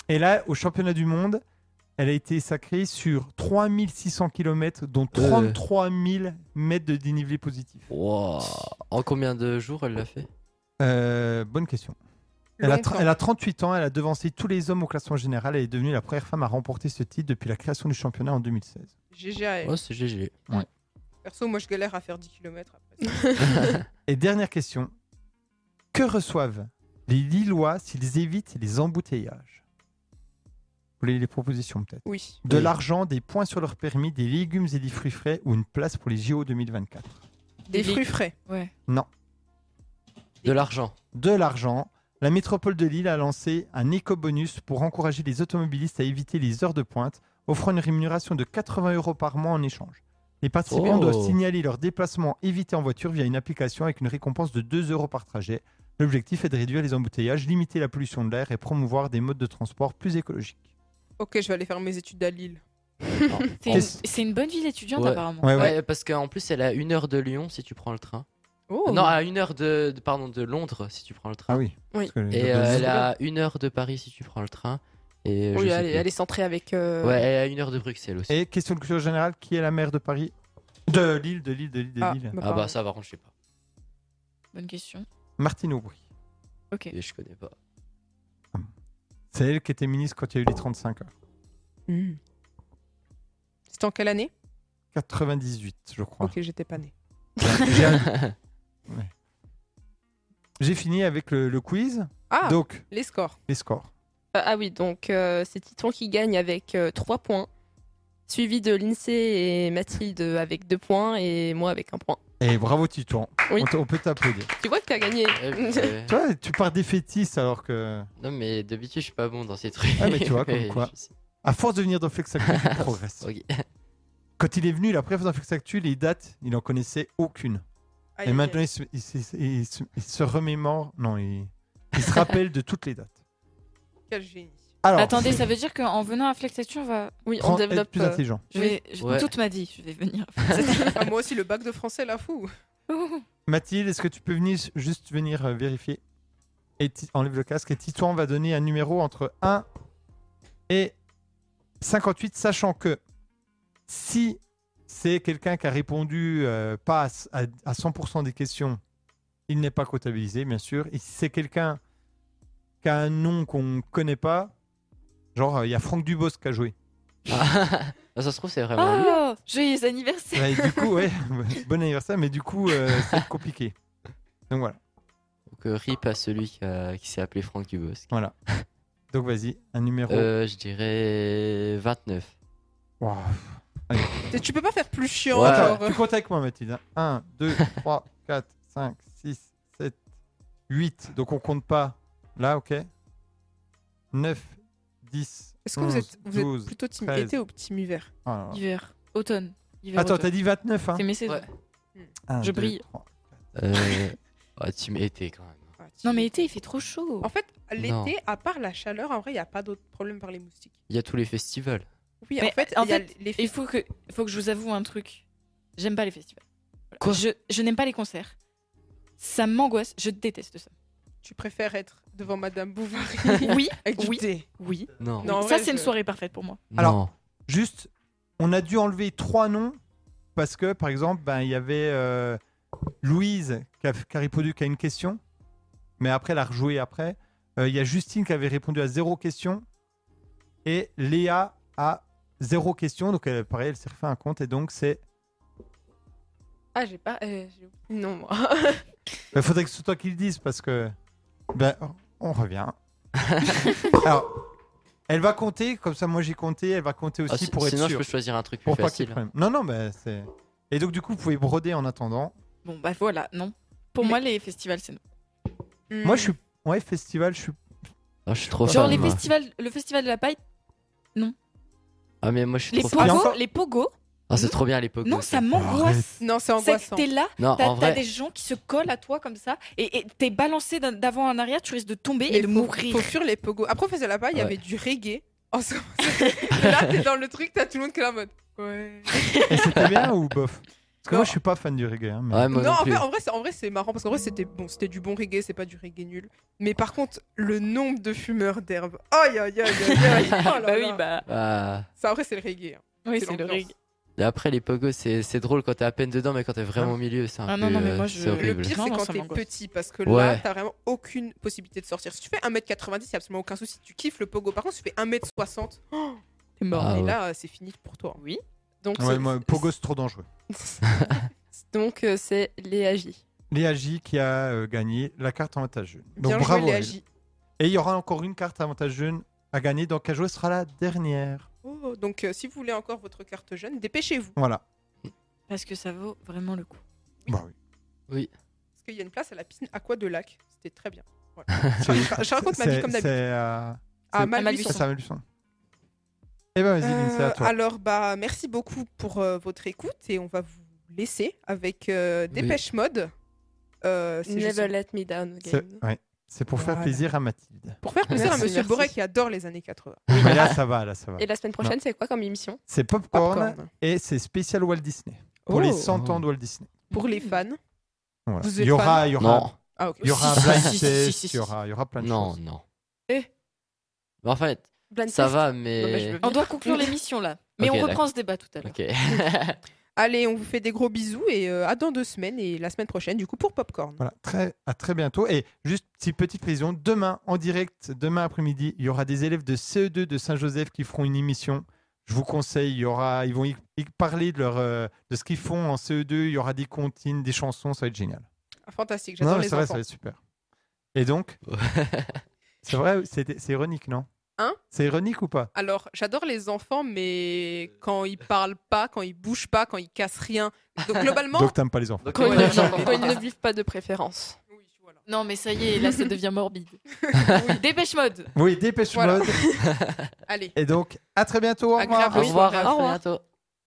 Speaker 1: Et là, au championnat du monde, elle a été sacrée sur 3600 km, dont 33 000 mètres de dénivelé positif.
Speaker 2: Wow. En combien de jours elle l'a fait
Speaker 1: Euh, bonne question. Elle a,
Speaker 4: Longtemps.
Speaker 1: tr- elle a 38 ans, elle a devancé tous les hommes au classement général et est devenue la première femme à remporter ce titre depuis la création du championnat en 2016.
Speaker 4: GG à elle.
Speaker 2: Oh c'est GG.
Speaker 4: Perso, moi je galère à faire 10 km après. ça.
Speaker 1: Et dernière question. Que reçoivent les Lillois s'ils évitent les embouteillages Vous voulez les propositions peut-être
Speaker 4: Oui.
Speaker 1: De
Speaker 2: Oui.
Speaker 1: l'argent, des points sur leur permis, des légumes et des fruits frais ou une place pour les JO 2024
Speaker 4: Des fruits frais.
Speaker 3: Ouais.
Speaker 2: De l'argent.
Speaker 1: de l'argent, la métropole de Lille a lancé un éco-bonus pour encourager les automobilistes à éviter les heures de pointe, offrant une rémunération de 80 euros par mois en échange. Les participants
Speaker 2: Oh.
Speaker 1: doivent signaler leurs déplacements évités en voiture via une application avec une récompense de 2 euros par trajet. L'objectif est de réduire les embouteillages, limiter la pollution de l'air et promouvoir des modes de transport plus écologiques.
Speaker 4: Ok, je vais aller faire mes études à Lille.
Speaker 3: C'est une-
Speaker 1: Qu'est-ce-
Speaker 3: C'est une, bonne ville étudiante,
Speaker 2: Ouais.
Speaker 3: apparemment.
Speaker 1: Ouais, ouais.
Speaker 2: Ouais, parce qu'en plus elle est à une heure de Lyon si tu prends le train.
Speaker 4: Oh.
Speaker 2: Non à une heure de, de- pardon de Londres si tu prends le train.
Speaker 1: Ah oui.
Speaker 5: Oui.
Speaker 1: Parce que les
Speaker 2: Et
Speaker 1: heures
Speaker 2: euh,
Speaker 1: de-
Speaker 2: elle est à une heure de Paris si tu prends le train. Et je
Speaker 5: Oui,
Speaker 2: sais
Speaker 5: elle, est-
Speaker 2: plus.
Speaker 5: elle est centrée avec. euh,
Speaker 2: Ouais, elle est à une heure de Bruxelles aussi.
Speaker 1: Et question de culture générale, qui est la maire de Paris De Lille, de Lille, de Lille, de
Speaker 4: Ah,
Speaker 1: Lille.
Speaker 4: bah,
Speaker 2: Ah
Speaker 4: pardon.
Speaker 2: bah ça par contre je sais pas.
Speaker 3: Bonne question.
Speaker 1: Martine Aubry.
Speaker 2: Et je connais pas.
Speaker 1: C'est elle qui était ministre quand il y a eu les 35 heures.
Speaker 4: Hmm. C'était en quelle année
Speaker 1: 98, je crois.
Speaker 4: Ok, j'étais pas née.
Speaker 1: J'ai un- Ouais. J'ai fini avec le, le quiz.
Speaker 4: Ah,
Speaker 1: Donc,
Speaker 4: les scores.
Speaker 1: les scores.
Speaker 5: Euh, ah oui, donc euh, c'est Titon qui gagne avec 3 points, suivi de Lindsay et Mathilde avec 2 points et moi avec 1 point.
Speaker 1: Et bravo Titon.
Speaker 5: Oui.
Speaker 1: On, t- on peut t'applaudir.
Speaker 5: Tu vois que t'as gagné.
Speaker 2: Eh,
Speaker 1: Euh,
Speaker 2: putain.
Speaker 1: Tu vois, tu pars défaitiste alors que.
Speaker 2: Non, mais d'habitude, je suis pas bon dans ces trucs.
Speaker 1: Ah, mais tu vois, comme
Speaker 2: Mais
Speaker 1: quoi.
Speaker 2: je sais.
Speaker 1: À force de venir dans Flex Actu, tu progresses.
Speaker 2: Ok.
Speaker 1: Quand il est venu la préf dans Flex Actu, les dates, il en connaissait aucune.
Speaker 4: Aïe,
Speaker 1: Et
Speaker 4: aïe,
Speaker 1: maintenant,
Speaker 4: aïe.
Speaker 1: il se, il se- il se- il se remémore. Non, il, il se rappelle de toutes les dates.
Speaker 4: Quel génie.
Speaker 1: Alors,
Speaker 3: Attendez, ça veut dire qu'en venant à Flectature, on va...
Speaker 5: Oui, on
Speaker 1: prends- être
Speaker 5: développe.
Speaker 1: plus
Speaker 5: euh,
Speaker 1: intelligent.
Speaker 3: je
Speaker 5: Oui.
Speaker 3: vais... je-
Speaker 2: Ouais.
Speaker 3: Toute ma vie, je vais venir.
Speaker 4: Ah, moi aussi, le bac de français, la fou.
Speaker 1: Mathilde, est-ce que tu peux venir, juste venir euh, vérifier et Ti- Enlève le casque. Et Titouan va donner un numéro entre 1 et 58, sachant que si c'est quelqu'un qui a répondu euh, pas à, s- à- à 100% des questions, il n'est pas comptabilisé, bien sûr. Et si c'est quelqu'un qui a un nom qu'on ne connaît pas, genre euh, il y a Franck Dubos qui a joué.
Speaker 2: Ah, ça se trouve, c'est
Speaker 1: Ah.
Speaker 2: vraiment lui.
Speaker 3: Oh, joyeux anniversaire
Speaker 1: Ouais, du coup, ouais, bon anniversaire, mais du coup, euh, c'est compliqué. Donc voilà.
Speaker 2: Donc, euh, rip à celui qui, a- qui s'est appelé Franck Dubosc.
Speaker 1: Voilà. Donc vas-y, un numéro.
Speaker 2: Euh, je dirais 29.
Speaker 1: Wow.
Speaker 4: Tu- Tu peux pas faire plus chiant
Speaker 2: Ouais.
Speaker 1: Attends,
Speaker 4: genre.
Speaker 1: tu comptes avec moi, Mathilde. hein. 1, 2, 3, 4, 5, 6, 7, 8. Donc on compte pas. Là, ok. 9, 10.
Speaker 4: Est-ce que vous êtes, vous êtes
Speaker 1: 12,
Speaker 4: plutôt team
Speaker 1: 13.
Speaker 4: été ou team hiver
Speaker 1: Oh là là.
Speaker 3: Hiver, automne. Hiver,
Speaker 1: Attends,
Speaker 3: automne.
Speaker 1: t'as dit 29, hein
Speaker 3: C'est mes saisons.
Speaker 2: Ouais.
Speaker 1: Un,
Speaker 3: je
Speaker 1: deux,
Speaker 3: brille.
Speaker 1: trois.
Speaker 2: Euh... ah, tu m'étais quand même.
Speaker 4: Ah, team
Speaker 3: Non mais
Speaker 4: été.
Speaker 3: été, il fait trop chaud.
Speaker 4: En fait,
Speaker 2: Non.
Speaker 4: l'été, à part la chaleur, en vrai, il n'y a pas d'autre problème par les moustiques.
Speaker 2: Il y a tous les festivals.
Speaker 4: Oui, en
Speaker 3: Mais
Speaker 4: fait,
Speaker 3: en
Speaker 4: il y a
Speaker 3: fait,
Speaker 4: les
Speaker 3: Il faut que, faut que je vous avoue un truc. J'aime pas les festivals. Voilà.
Speaker 2: Quoi
Speaker 3: je je n'aime pas les concerts. Ça m'angoisse, je déteste ça.
Speaker 4: Tu préfères être devant Madame Bovary
Speaker 3: Oui,
Speaker 4: avec du
Speaker 3: oui,
Speaker 4: thé.
Speaker 3: oui.
Speaker 2: Non.
Speaker 4: Non. en
Speaker 3: ça,
Speaker 4: vrai,
Speaker 3: c'est une
Speaker 4: je-
Speaker 3: soirée parfaite pour moi.
Speaker 1: Alors- Juste, on a dû enlever trois noms parce que, par exemple, ben, il y avait euh, Louise qui a, qui a répondu qu'à une question, mais après, elle a rejoué après. Euh, Il y a Justine qui avait répondu à zéro question et Léa à zéro question. Donc, elle, pareil, elle s'est refait un compte et donc c'est.
Speaker 5: Ah, j'ai pas. euh, j'ai oublié le nom, moi.
Speaker 1: Il ben, faudrait que ce soit toi qui le dise parce que. Ben, on revient. Alors, elle va compter, comme ça, moi j'ai compté, elle va compter
Speaker 2: Ah,
Speaker 1: aussi
Speaker 2: si-
Speaker 1: pour être
Speaker 2: sinon,
Speaker 1: sûr.
Speaker 2: je peux choisir un truc plus
Speaker 1: Pour pas qu'il y ait
Speaker 2: facile.
Speaker 1: de problème. Non, non, mais c'est. Et donc, du coup, vous pouvez broder en attendant.
Speaker 3: Bon, bah voilà, non. Pour
Speaker 4: Mais-
Speaker 3: moi, les festivals, c'est non.
Speaker 4: Hmm.
Speaker 1: Moi, je suis. Ouais, festival, je suis.
Speaker 2: Ah, je suis trop
Speaker 3: Genre
Speaker 2: fan,
Speaker 3: les
Speaker 2: moi.
Speaker 3: festivals, le festival de la paille,
Speaker 2: Ah, mais moi, je suis
Speaker 3: les
Speaker 2: trop
Speaker 1: Il y a
Speaker 2: fan.
Speaker 1: encore-
Speaker 3: pogos, les pogos.
Speaker 2: Ah, c'est trop bien à l'époque.
Speaker 3: Non,
Speaker 2: aussi.
Speaker 3: ça m'angoisse.
Speaker 4: Hmm. Non, c'est
Speaker 3: C'est que
Speaker 4: angoissant.
Speaker 3: t'es là,
Speaker 2: Non,
Speaker 3: t'as
Speaker 2: en vrai.
Speaker 3: t'as des gens qui se collent à toi comme ça, et et t'es balancé d'un- d'avant en arrière, tu risques de tomber
Speaker 4: Mais
Speaker 3: et de
Speaker 4: faut-
Speaker 3: mourir.
Speaker 4: Faut fuir les pogos. Après, on faisait là-bas, il y
Speaker 2: Ouais.
Speaker 4: avait du reggae. En ce moment, c'est- là, t'es dans le truc, t'as tout le monde qui est là en mode. Ouais.
Speaker 1: Et c'était bien ou bof Parce que
Speaker 4: Non.
Speaker 1: moi, je suis pas fan du reggae. hein, mais-
Speaker 2: Ouais, moi
Speaker 4: non,
Speaker 2: non
Speaker 4: en
Speaker 2: plus.
Speaker 4: fait, en vrai, c'est- en vrai, c'est marrant parce qu'en vrai, c'était bon, c'était du bon reggae, c'est pas du reggae nul. Mais par contre, le nombre de fumeurs d'herbe. Aïe, aïe, aïe, aïe, aïe. Oh là
Speaker 3: Bah oui,
Speaker 4: là.
Speaker 3: bah
Speaker 2: Ah.
Speaker 4: Ça, après, c'est le reggae. hein.
Speaker 3: oui,
Speaker 4: c'est
Speaker 3: c'est le
Speaker 4: l'ambiance.
Speaker 3: rig.
Speaker 2: Et après, les pogos, c'est c'est drôle quand t'es à peine dedans, mais quand t'es vraiment au milieu, c'est un
Speaker 3: Ah
Speaker 2: peu.
Speaker 3: non, non, mais
Speaker 2: euh,
Speaker 3: moi, je-
Speaker 2: c'est
Speaker 3: le
Speaker 4: Le
Speaker 2: horrible.
Speaker 4: pire,
Speaker 3: Non,
Speaker 4: c'est
Speaker 3: non,
Speaker 4: quand
Speaker 3: ça
Speaker 4: t'es
Speaker 3: m'angoisse.
Speaker 4: petit parce que là,
Speaker 2: Ouais.
Speaker 4: t'as vraiment aucune possibilité de sortir. Si tu fais 1m90, y a absolument aucun souci. Tu kiffes le pogo. Par contre, si tu fais 1m60,
Speaker 3: T'es mort.
Speaker 2: Ah
Speaker 4: et
Speaker 2: ouais.
Speaker 4: là, euh, c'est fini pour toi.
Speaker 3: Oui.
Speaker 5: Donc,
Speaker 1: Ouais,
Speaker 5: c'est-
Speaker 1: moi, Pogo, c'est trop dangereux.
Speaker 5: donc euh, c'est les AJ.
Speaker 1: Léa J qui a euh, gagné la carte avantage jeune. Donc,
Speaker 4: Bien
Speaker 1: bravo.
Speaker 4: joué,
Speaker 1: à
Speaker 4: les
Speaker 1: elle.
Speaker 4: AJ.
Speaker 1: Et il y aura encore une carte avantage jeune à gagner. Donc, à jouer sera la dernière.
Speaker 4: Oh, donc, euh, si vous voulez encore votre carte jeune, dépêchez-vous.
Speaker 1: Voilà.
Speaker 3: Parce que ça vaut vraiment le coup.
Speaker 1: Bah oui.
Speaker 4: Parce qu'il y a une place à la piscine Aqua de Lac. C'était très bien. Voilà.
Speaker 1: C'est-
Speaker 4: je- je raconte ma vie
Speaker 1: c'est-
Speaker 4: comme d'habitude.
Speaker 1: C'est. euh,
Speaker 4: À
Speaker 1: c'est-
Speaker 4: Malbuisson.
Speaker 1: Ah, c'est à Malbuisson. Eh ben, vas-y, Lynn, c'est à
Speaker 4: Euh,
Speaker 1: toi.
Speaker 4: alors, bah, merci beaucoup pour euh, votre écoute et on va vous laisser avec euh,
Speaker 2: Oui.
Speaker 4: Dépêche Mode. Euh, c'est juste
Speaker 5: Never let me down again.
Speaker 1: C'est ouais. C'est pour faire
Speaker 4: Voilà.
Speaker 1: plaisir à Mathilde.
Speaker 4: Pour faire plaisir
Speaker 5: Merci,
Speaker 4: à Monsieur
Speaker 5: merci.
Speaker 4: Boré qui adore les années 80.
Speaker 1: Mais là, ça va, là, ça va.
Speaker 5: Et la semaine prochaine, c'est quoi comme émission
Speaker 1: C'est popcorn, et c'est spécial Walt Disney. Pour
Speaker 3: Oh.
Speaker 1: les 100 ans de Walt Disney.
Speaker 4: Oh, Pour les fans.
Speaker 1: Voilà.
Speaker 4: Vous
Speaker 1: Il
Speaker 4: êtes
Speaker 1: y aura, il y aura,
Speaker 2: Non,
Speaker 4: Ah, ok.
Speaker 1: il y aura un
Speaker 3: Si,
Speaker 1: blind
Speaker 3: si, si, si, si,
Speaker 1: test,
Speaker 3: si.
Speaker 1: il y aura, il y aura plein de
Speaker 2: non,
Speaker 1: choses.
Speaker 2: non.
Speaker 3: Eh.
Speaker 2: Bah, en fait,
Speaker 5: Blind
Speaker 2: ça
Speaker 5: test
Speaker 2: va,
Speaker 4: bah,
Speaker 5: Non, mais je
Speaker 2: mais.
Speaker 5: veux
Speaker 3: On
Speaker 5: bien.
Speaker 3: doit conclure l'émission là. Mais
Speaker 2: Ok,
Speaker 3: on reprend
Speaker 2: d'accord.
Speaker 3: ce débat tout à l'heure.
Speaker 2: Ok.
Speaker 4: Allez, on vous fait des gros bisous et euh, à dans deux semaines et la semaine prochaine, du coup, pour Popcorn.
Speaker 1: Voilà, très, à très bientôt. Et juste petite, petite précision, demain en direct, demain après-midi, il y aura des élèves de CE2 de Saint-Joseph qui feront une émission. Je vous conseille, il y aura, ils vont y, y parler de leur, euh, de ce qu'ils font en CE2. Il y aura des comptines, des chansons, ça va être génial.
Speaker 4: Ah, Fantastique,
Speaker 1: Non,
Speaker 4: j'adore
Speaker 1: mais
Speaker 4: les
Speaker 1: c'est vrai, ça
Speaker 4: enfants.
Speaker 1: va être super. Et donc, c'est vrai, c'est c'est ironique, non
Speaker 4: Hein
Speaker 1: C'est ironique ou pas
Speaker 4: Alors, j'adore les enfants, mais quand ils parlent pas, quand ils bougent pas, quand ils cassent rien. Donc, globalement.
Speaker 1: Donc t'aimes pas les enfants.
Speaker 2: Donc,
Speaker 5: Quand,
Speaker 2: ouais,
Speaker 5: ils ne-
Speaker 2: les gens-
Speaker 5: quand ils ne vivent pas de préférence.
Speaker 4: Oui, voilà.
Speaker 3: Non, mais ça y est, là, ça devient morbide. Dépêche mode.
Speaker 1: Oui, dépêche-moi.
Speaker 4: Voilà. Allez.
Speaker 1: Et donc, à très bientôt. Au
Speaker 4: Agréable
Speaker 1: revoir.
Speaker 2: Au revoir,
Speaker 4: soirée.
Speaker 2: à
Speaker 5: Au revoir.
Speaker 2: bientôt.